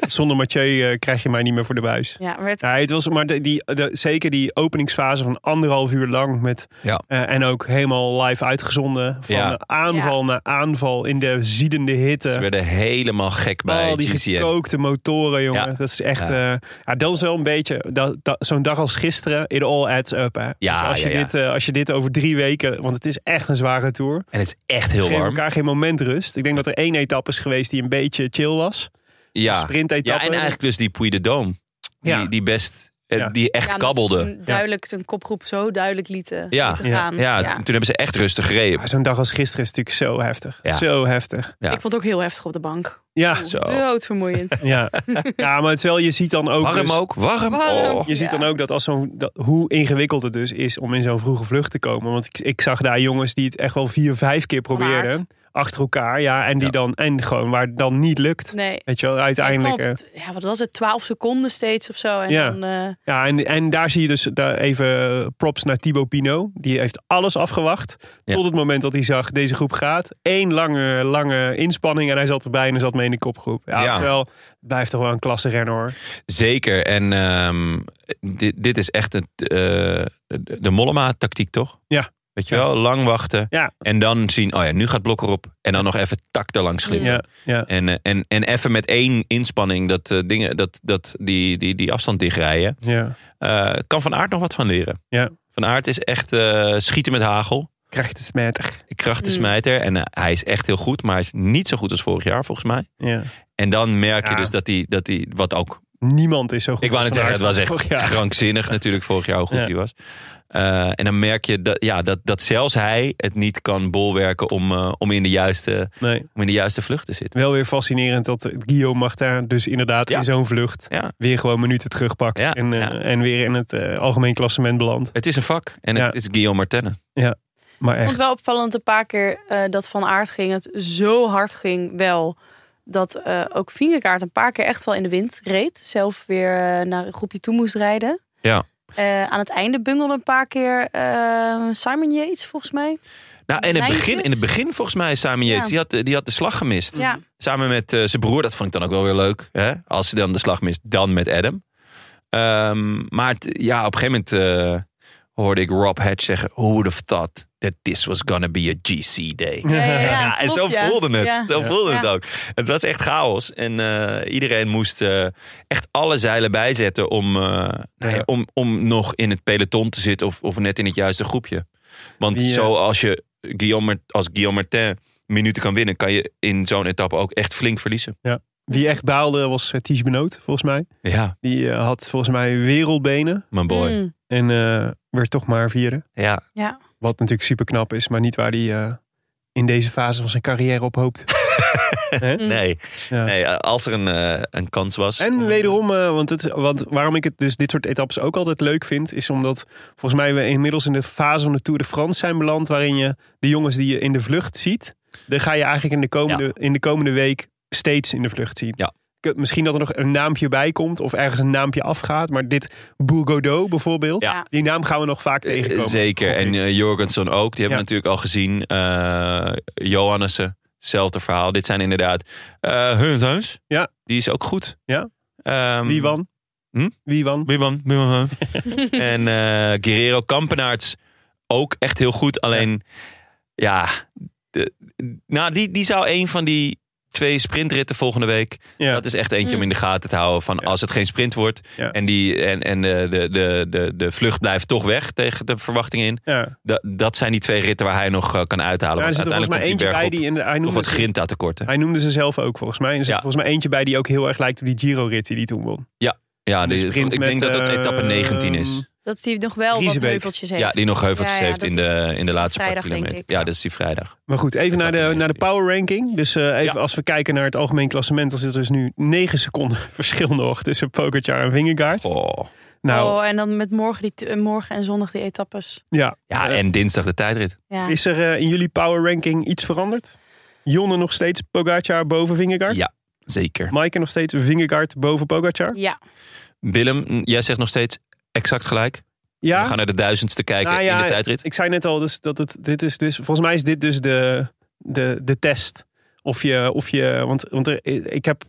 Speaker 2: zonder Mathieu eh, krijg je mij niet meer voor de buis.
Speaker 3: ja werd
Speaker 2: Ja, het was maar de- die, de- zeker die openingsfase van anderhalf uur lang met
Speaker 1: Ja.
Speaker 2: eh, en ook helemaal live uitgezonden van
Speaker 1: Ja.
Speaker 2: aanval naar aanval in de ziedende
Speaker 1: Ze
Speaker 2: hitte.
Speaker 1: werden helemaal gek bij
Speaker 2: eh, Al die
Speaker 1: GCN.
Speaker 2: gekookte motoren, jongen.
Speaker 1: Ja.
Speaker 2: Dat is echt.
Speaker 1: Ja.
Speaker 2: eh, ja, dat is wel een beetje. Dat, dat- Zo'n dag als gisteren, it all adds up. Hè.
Speaker 1: Ja,
Speaker 2: Dus als, je
Speaker 1: ja, ja.
Speaker 2: Dit, eh, als je dit over drie weken. Want het is echt een zware tour.
Speaker 1: En het is echt
Speaker 2: Ze
Speaker 1: heel
Speaker 2: geven
Speaker 1: warm.
Speaker 2: elkaar geen moment rust. Ik denk dat er één etappe is geweest die een beetje chill was.
Speaker 1: Ja.
Speaker 2: Sprintetappe.
Speaker 1: ja, en eigenlijk dus die Puy de Dome.
Speaker 2: Ja.
Speaker 1: Die, die best, eh,
Speaker 2: Ja.
Speaker 1: die echt
Speaker 3: Ja, omdat ze
Speaker 1: kabbelde.
Speaker 3: toen duidelijk een kopgroep zo duidelijk lieten,
Speaker 1: Ja.
Speaker 3: lieten
Speaker 2: Ja.
Speaker 3: gaan.
Speaker 1: Ja, toen hebben ze echt rustig gereden.
Speaker 2: Ja, Zo'n dag als gisteren is natuurlijk zo heftig.
Speaker 1: Ja.
Speaker 2: Zo heftig.
Speaker 1: Ja.
Speaker 3: Ik vond het ook heel heftig op de bank.
Speaker 2: Ja,
Speaker 3: Oeh,
Speaker 1: Zo.
Speaker 3: Doodvermoeiend.
Speaker 2: Ja. ja, maar het is wel, je ziet dan ook.
Speaker 1: Warm
Speaker 2: dus-
Speaker 1: ook, warm.
Speaker 3: Warm.
Speaker 1: Oh.
Speaker 2: Je ziet
Speaker 3: Ja.
Speaker 2: dan ook dat als zo'n, dat- hoe ingewikkeld het dus is om in zo'n vroege vlucht te komen. Want ik, ik zag daar jongens die het echt wel vier, vijf keer
Speaker 3: Van Aert.
Speaker 2: probeerden. achter elkaar. Ja, en die
Speaker 1: Ja.
Speaker 2: dan, en gewoon waar het dan niet lukt.
Speaker 3: Nee.
Speaker 2: Weet je wel, uiteindelijk.
Speaker 3: Het
Speaker 2: eh,
Speaker 3: kwam op- ja, wat was het? 12 seconden steeds of zo. En
Speaker 2: Ja.
Speaker 3: dan, eh,
Speaker 2: Ja, en, en daar zie je dus daar even eh, props naar Thibaut Pinot. Die heeft alles afgewacht.
Speaker 1: Ja.
Speaker 2: Tot het moment dat hij zag, deze groep gaat. Eén lange, lange inspanning en hij zat erbij en hij zat mee in de kopgroep. Ja,
Speaker 1: Ja.
Speaker 2: het is wel, het blijft toch wel een klasse renner hoor.
Speaker 1: Zeker. En ehm, dit, dit is echt het, eh, de- de Mollema-tactiek, toch?
Speaker 2: Ja.
Speaker 1: Weet je
Speaker 2: Ja.
Speaker 1: wel, lang wachten.
Speaker 2: Ja.
Speaker 1: En dan zien, oh ja, nu gaat Blok erop. En dan nog even tak er langs
Speaker 2: Ja,
Speaker 1: glippen.
Speaker 2: ja, ja.
Speaker 1: En, eh, en, en even met één inspanning dat, eh, dingen, dat, dat die, die, die afstand dichtrijden. Eh, kan Van Aert nog wat van leren.
Speaker 2: Ja.
Speaker 1: Van Aert is echt eh, schieten met hagel.
Speaker 2: Krijg je de smetter.
Speaker 1: Kracht de
Speaker 3: Mm.
Speaker 1: smijter. En eh, hij is echt heel goed. Maar hij is niet zo goed als vorig jaar, volgens mij.
Speaker 2: Ja.
Speaker 1: En dan merk je
Speaker 2: Ja.
Speaker 1: dus dat hij, dat hij wat ook
Speaker 2: Niemand is zo goed.
Speaker 1: ik wou
Speaker 2: als
Speaker 1: net
Speaker 2: Van
Speaker 1: zeggen, het was
Speaker 2: Aert.
Speaker 1: echt
Speaker 2: Ja.
Speaker 1: krankzinnig natuurlijk vorig jaar hoe goed
Speaker 2: Ja.
Speaker 1: hij was. Eh, en dan merk je dat, ja, dat, dat zelfs hij het niet kan bolwerken om, eh, om, in de juiste,
Speaker 2: Nee.
Speaker 1: om in de juiste vlucht te zitten.
Speaker 2: Wel weer fascinerend dat eh, Guillaume mag daar dus inderdaad
Speaker 1: Ja.
Speaker 2: in zo'n vlucht
Speaker 1: Ja.
Speaker 2: weer gewoon minuten terugpakt.
Speaker 1: Ja,
Speaker 2: En, eh,
Speaker 1: ja.
Speaker 2: en weer in het eh, algemeen klassement belandt.
Speaker 1: Het is een vak en
Speaker 2: Ja.
Speaker 1: het is Guillaume Martenne.
Speaker 2: Maar
Speaker 3: Ik
Speaker 2: echt.
Speaker 3: vond het wel opvallend een paar keer eh, dat Van Aert ging. Het zo hard ging wel. Dat eh ook Vingegaard een paar keer echt wel in de wind reed. Zelf weer eh, naar een groepje toe moest rijden.
Speaker 1: Ja.
Speaker 3: Eh, aan het einde bungelde een paar keer eh, Simon Yates volgens mij.
Speaker 1: Nou, en in het,
Speaker 3: Lijntjes.
Speaker 1: begin, in het begin volgens mij Samen Yates,
Speaker 3: Ja.
Speaker 1: die, had, de- die had de slag gemist.
Speaker 3: Ja.
Speaker 1: Samen met eh, zijn broer, dat vond ik dan ook wel weer leuk. Hè? Als ze dan de slag mist, dan met Adam. Ehm, maar het- ja, op een gegeven moment eh, hoorde ik Rob Hedge zeggen... Who would have thought that this was gonna be a GC day?
Speaker 3: Ja, ja, ja,
Speaker 1: Ja, Oh, en
Speaker 3: klopt,
Speaker 1: zo
Speaker 3: ja.
Speaker 1: voelde het.
Speaker 3: Ja.
Speaker 1: Zo voelde het
Speaker 3: Ja.
Speaker 1: ook. Het was echt chaos. En eh, iedereen moest eh, echt alle zeilen bijzetten om, eh, nou ja,
Speaker 2: Ja.
Speaker 1: om, om nog in het peloton te zitten of, of net in het juiste groepje. Want
Speaker 2: Wie, eh,
Speaker 1: zo als je Guillaume, als Guillaume Martin minuten kan winnen, kan je in zo'n etappe ook echt flink verliezen.
Speaker 2: Wie echt baalde was eh, Ties Benoot, volgens mij.
Speaker 1: Ja,
Speaker 2: Die eh, had volgens mij wereldbenen
Speaker 1: mijn boy.
Speaker 3: Mm.
Speaker 2: en eh, werd toch maar vierde.
Speaker 1: Ja,
Speaker 3: Ja.
Speaker 2: Wat natuurlijk super knap is, maar niet waar hij eh, in deze fase van zijn carrière op hoopt. Hè?
Speaker 3: Mm.
Speaker 1: nee.
Speaker 2: Ja.
Speaker 1: nee. Als er een, eh, een kans was.
Speaker 2: En wederom, eh, want, het, want waarom ik het dus dit soort etappes ook altijd leuk vind, is omdat volgens mij we inmiddels in de fase van de Tour de France zijn beland, waarin je de jongens die je in de vlucht ziet, dan ga je eigenlijk in de komende, in de komende week steeds in de vlucht zien.
Speaker 1: Ja.
Speaker 2: Ik- Misschien dat er nog een naampje bij komt of ergens een naampje afgaat, maar dit Bourgodeau bijvoorbeeld,
Speaker 3: Ja.
Speaker 2: die naam gaan we nog vaak tegenkomen.
Speaker 1: Eh, Zeker.
Speaker 2: Gok ik.
Speaker 1: En eh Jorgensen ook. Die hebben we
Speaker 2: Ja.
Speaker 1: natuurlijk al gezien. Eh Johannessen, hetzelfde verhaal. Dit zijn inderdaad eh Hunthuis.
Speaker 2: Ja.
Speaker 1: Die is ook goed.
Speaker 2: Ja.
Speaker 1: Ehm,
Speaker 2: wie wan?
Speaker 1: Hm?
Speaker 2: Wie wan?
Speaker 1: Wie won? Wie won? en eh, Guerrero Kampenaerts ook echt heel goed. Alleen, ja. de- nou, die, die zou een van die twee sprintritten volgende week.
Speaker 2: Ja.
Speaker 1: Dat is echt eentje om in de gaten te houden. Van
Speaker 2: Ja.
Speaker 1: als het geen sprint wordt.
Speaker 2: Ja.
Speaker 1: En, die, en, en de, de, de, de, de vlucht blijft toch weg tegen de verwachtingen in.
Speaker 2: Ja.
Speaker 1: Da- dat zijn die twee ritten waar hij nog eh, kan uithalen.
Speaker 2: Maar er
Speaker 1: want
Speaker 2: zit er volgens mij
Speaker 1: uiteindelijk komt
Speaker 2: eentje
Speaker 1: die berg
Speaker 2: bij die in de... Hij
Speaker 1: nog
Speaker 2: noemde
Speaker 1: wat
Speaker 2: het-
Speaker 1: grind uit te korten.
Speaker 2: Hij noemde ze zelf ook volgens mij. En er zit
Speaker 1: Ja.
Speaker 2: volgens mij eentje bij die ook heel erg lijkt op die Giro-rit die hij toen won.
Speaker 1: Ja,
Speaker 2: de
Speaker 1: Ah, die-
Speaker 2: sprint
Speaker 1: ik
Speaker 2: met,
Speaker 1: denk dat dat
Speaker 2: eh,
Speaker 1: etappe 19 is.
Speaker 3: Dat die nog wel wat
Speaker 2: Riesebeek.
Speaker 3: heuveltjes heeft.
Speaker 1: Ja, die nog heuveltjes
Speaker 3: Ja, ja,
Speaker 1: heeft
Speaker 3: dat
Speaker 1: in
Speaker 3: is-
Speaker 1: de,
Speaker 3: dat is
Speaker 1: in de
Speaker 3: die
Speaker 1: laatste paar
Speaker 3: vrijdag, denk
Speaker 1: kilometer.
Speaker 3: ik.
Speaker 1: Ja, dat is die vrijdag.
Speaker 2: Maar goed, even naar de,
Speaker 1: Etappe
Speaker 2: naar de power ranking. Dus eh, even
Speaker 1: Ja.
Speaker 2: als we kijken naar het algemeen klassement. Dan zit er dus nu 9 seconden verschil nog tussen Pogacar en Vingegaard.
Speaker 1: Oh.
Speaker 2: Nou,
Speaker 3: Oh, en dan met morgen, die, eh, morgen en zondag die etappes.
Speaker 2: ja.
Speaker 1: Ja,
Speaker 2: Eh,
Speaker 1: en dinsdag de tijdrit.
Speaker 3: Ja.
Speaker 2: Is er eh, in jullie power ranking iets veranderd? Jonne nog steeds Pogacar boven Vingegaard?
Speaker 1: Ja, zeker.
Speaker 2: Maaike nog steeds Vingegaard boven Pogacar?
Speaker 3: ja.
Speaker 1: Willem, mm, jij zegt nog steeds exact gelijk. We
Speaker 2: Ja,
Speaker 1: gaan naar de duizendste kijken
Speaker 2: Nou ja,
Speaker 1: in de tijdrit.
Speaker 2: ik zei net al dus dat het, dit is dus... Volgens mij is dit dus de, de, de test. Of je... Of je want want er, ik heb...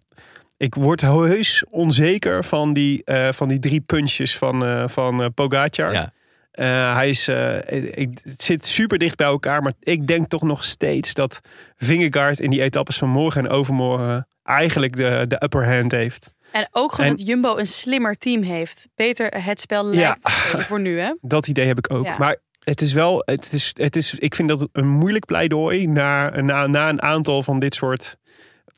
Speaker 2: Ik word heus onzeker van die, eh, van die drie puntjes van, eh, van eh, Pogacar.
Speaker 1: Ja.
Speaker 2: Eh, hij is, eh, ik, het zit super dicht bij elkaar. Maar ik denk toch nog steeds dat Vingegaard in die etappes van morgen en overmorgen eigenlijk de, de upper hand heeft.
Speaker 3: En ook gewoon
Speaker 2: En-
Speaker 3: dat Jumbo een slimmer team heeft. Beter het spel lijkt te spelen voor nu, hè?
Speaker 2: Dat idee heb ik ook.
Speaker 3: Ja.
Speaker 2: Maar het is wel, het is, het is, ik vind dat een moeilijk pleidooi na, na, na een aantal van dit soort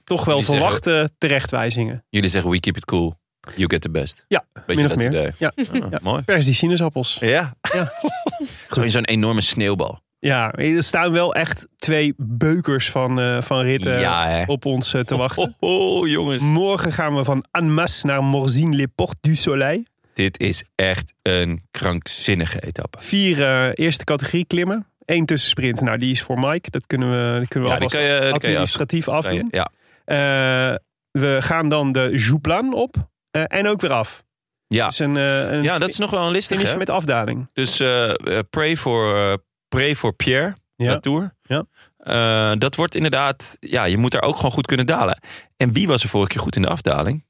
Speaker 2: toch wel
Speaker 1: Die zeggen-
Speaker 2: verwachte terechtwijzingen.
Speaker 1: Jullie zeggen we keep it cool. You get the best.
Speaker 2: Ja,
Speaker 1: Beetje
Speaker 2: min of
Speaker 1: dat
Speaker 2: meer.
Speaker 1: idee.
Speaker 2: Ja.
Speaker 1: Ah, Mooi.
Speaker 2: Pers die sinaasappels.
Speaker 1: Ja.
Speaker 2: Ja.
Speaker 1: Gewoon zo'n enorme sneeuwbal.
Speaker 2: Ja, er staan wel echt twee beukers van, eh, van ritten
Speaker 1: Ja, hè.
Speaker 2: op ons eh, te wachten.
Speaker 1: Oh, oh, jongens.
Speaker 2: Morgen gaan we van Anmas naar Morzine les Portes du Soleil.
Speaker 1: Dit is echt een krankzinnige etappe.
Speaker 2: Vier eh, eerste categorie klimmen. Eén tussensprint. Nou, die is voor Mike. Dat kunnen we, dat kunnen we
Speaker 1: Ja, die
Speaker 2: alvast
Speaker 1: kan je, eh, die kan je af-
Speaker 2: administratief
Speaker 1: kan je-
Speaker 2: afdoen.
Speaker 1: Ja,
Speaker 2: Eh, we gaan dan de Jouplan op. eh, en ook weer af.
Speaker 1: ja.
Speaker 2: Dat is een, eh, een
Speaker 1: ja, dat is nog wel een listig.
Speaker 2: finish
Speaker 1: hè?
Speaker 2: met afdaling.
Speaker 1: Dus eh eh, pray, voor, eh, pray voor Pierre,
Speaker 2: Ja.
Speaker 1: de Tour.
Speaker 2: Ja.
Speaker 1: Eh, dat wordt inderdaad... Ja, je moet daar ook gewoon goed kunnen dalen. En wie was er vorige keer goed in de afdaling?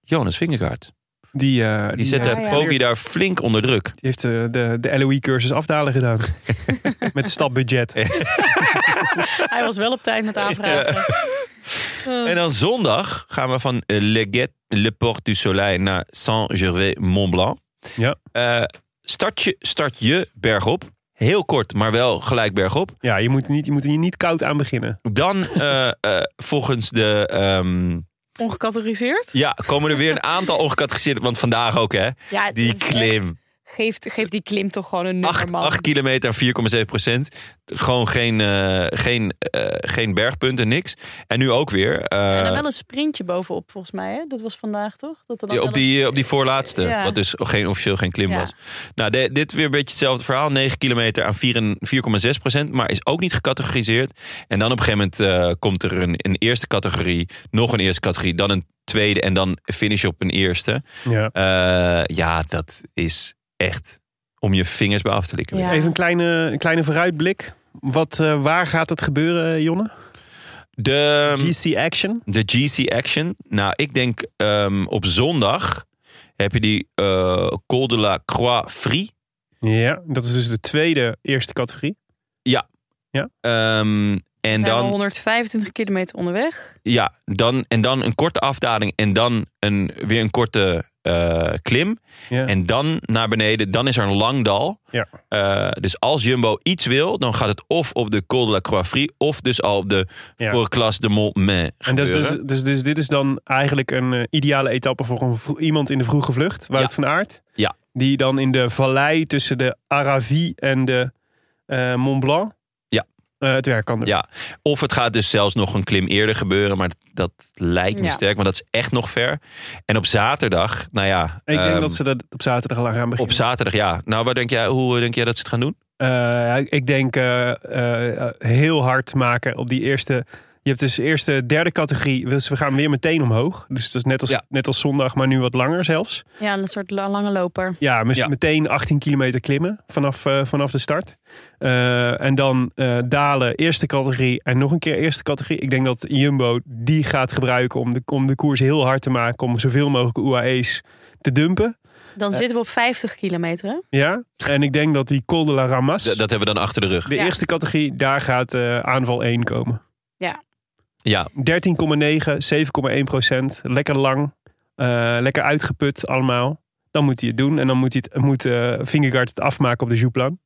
Speaker 1: Jonas Vingegaard.
Speaker 2: Die, eh,
Speaker 1: Die zette
Speaker 2: heeft,
Speaker 3: ja.
Speaker 1: Fobi daar flink onder druk.
Speaker 2: die heeft eh, de, de LOE-cursus afdalen gedaan. met stapbudget.
Speaker 3: Hij was wel op tijd met aanvragen.
Speaker 1: En dan zondag gaan we van eh, Le Guet, Le Port du Soleil naar Saint-Gervais-Mont-Blanc.
Speaker 2: Ja.
Speaker 1: Eh, start, je, start je bergop. Heel kort, maar wel gelijk bergop.
Speaker 2: Ja, je moet, niet, je moet hier niet koud aan beginnen.
Speaker 1: Dan eh, eh, volgens de... ehm,
Speaker 3: Ongecategoriseerd?
Speaker 1: ja, komen er weer een aantal ongecategoriseerde... Want vandaag ook, hè. Die
Speaker 3: Ja, dat is echt-
Speaker 1: klim.
Speaker 3: Geeft, geeft die klim toch gewoon een nummer,
Speaker 1: 8,
Speaker 3: man.
Speaker 1: 8 kilometer aan 4,7 procent. Gewoon geen, eh, geen, eh, geen bergpunten, niks. En nu ook weer. eh,
Speaker 3: en dan wel een sprintje bovenop, volgens mij. Hè? Dat was vandaag, toch? Dat er dan
Speaker 1: ja,
Speaker 3: wel
Speaker 1: op,
Speaker 3: een
Speaker 1: die, op die voorlaatste.
Speaker 3: Ja.
Speaker 1: Wat dus geen, officieel geen klim
Speaker 3: Ja.
Speaker 1: was. Nou, de- dit weer een beetje hetzelfde verhaal. 9 kilometer aan 4 en 4,6 procent. Maar is ook niet gecategoriseerd. En dan op een gegeven moment eh, komt er een, een eerste categorie. Nog een eerste categorie. Dan een tweede. En dan finish op een eerste.
Speaker 2: Ja.
Speaker 1: Eh, ja, dat is echt om je vingers bij af te likken.
Speaker 3: Ja.
Speaker 2: Even een kleine, een kleine vooruitblik. Wat, eh, waar gaat het gebeuren, Jonne?
Speaker 1: De, ehm,
Speaker 2: GC Action.
Speaker 1: De GC Action. Nou, ik denk ehm, op zondag heb je die eh Col de la Croix Free.
Speaker 2: Ja, dat is dus de tweede eerste categorie.
Speaker 1: Ehm, en,
Speaker 3: Zijn we
Speaker 1: dan,
Speaker 3: 125 kilometer onderweg.
Speaker 1: ja, dan, en dan een korte afdaling en dan een, weer een korte eh, klim.
Speaker 2: Ja.
Speaker 1: En dan naar beneden, dan is er een lang dal.
Speaker 2: Ja.
Speaker 1: Eh, dus als Jumbo iets wil, dan gaat het of op de Col de la Croix Free... of dus al op de
Speaker 2: Ja.
Speaker 1: voor Classe de Mont Main
Speaker 2: En dus, dus,
Speaker 1: gebeuren.
Speaker 2: dus, dus dit is dan eigenlijk een eh, ideale etappe voor een vro- iemand in de vroege vlucht. Wout
Speaker 1: Ja.
Speaker 2: van Aert.
Speaker 1: Ja.
Speaker 2: Die dan in de vallei tussen de Aravi en de eh, Mont Blanc
Speaker 1: Ja.
Speaker 2: eh, het werk kan doen.
Speaker 1: Ja. Of het gaat dus zelfs nog een klim eerder gebeuren. Maar dat lijkt me
Speaker 3: Ja.
Speaker 1: sterk, want dat is echt nog ver. En op zaterdag, nou ja.
Speaker 2: Ik denk
Speaker 1: ehm,
Speaker 2: dat ze dat op zaterdag al aan gaan
Speaker 1: Op
Speaker 2: beginnen.
Speaker 1: zaterdag, ja. Nou, waar denk jij, hoe denk jij dat ze het gaan doen?
Speaker 2: Eh, ik denk eh, eh, heel hard maken op die eerste... Je hebt dus eerste, derde categorie. Dus we gaan weer meteen omhoog. Dus dat is net als,
Speaker 1: Ja.
Speaker 2: net als zondag, maar nu wat langer zelfs.
Speaker 3: Ja, een soort la- lange loper.
Speaker 2: Ja, mis-
Speaker 1: Ja.
Speaker 2: meteen 18 kilometer klimmen vanaf, eh, vanaf de start. Eh, en dan eh, dalen, eerste categorie en nog een keer eerste categorie. Ik denk dat Jumbo die gaat gebruiken om de, om de koers heel hard te maken. Om zoveel mogelijk UAE's te dumpen.
Speaker 3: Dan zitten we op 50 kilometer, hè?
Speaker 2: Ja, en ik denk dat die Col de la Ramas,
Speaker 1: D- dat hebben we dan achter de rug.
Speaker 2: de
Speaker 3: Ja.
Speaker 2: eerste categorie, daar gaat eh, aanval 1 komen.
Speaker 1: Ja,
Speaker 2: 13,9, 7,1 procent. Lekker lang, eh, lekker uitgeput allemaal. Dan moet hij het doen en dan moet, hij het, moet eh, Vingegaard het afmaken op de Jouplan.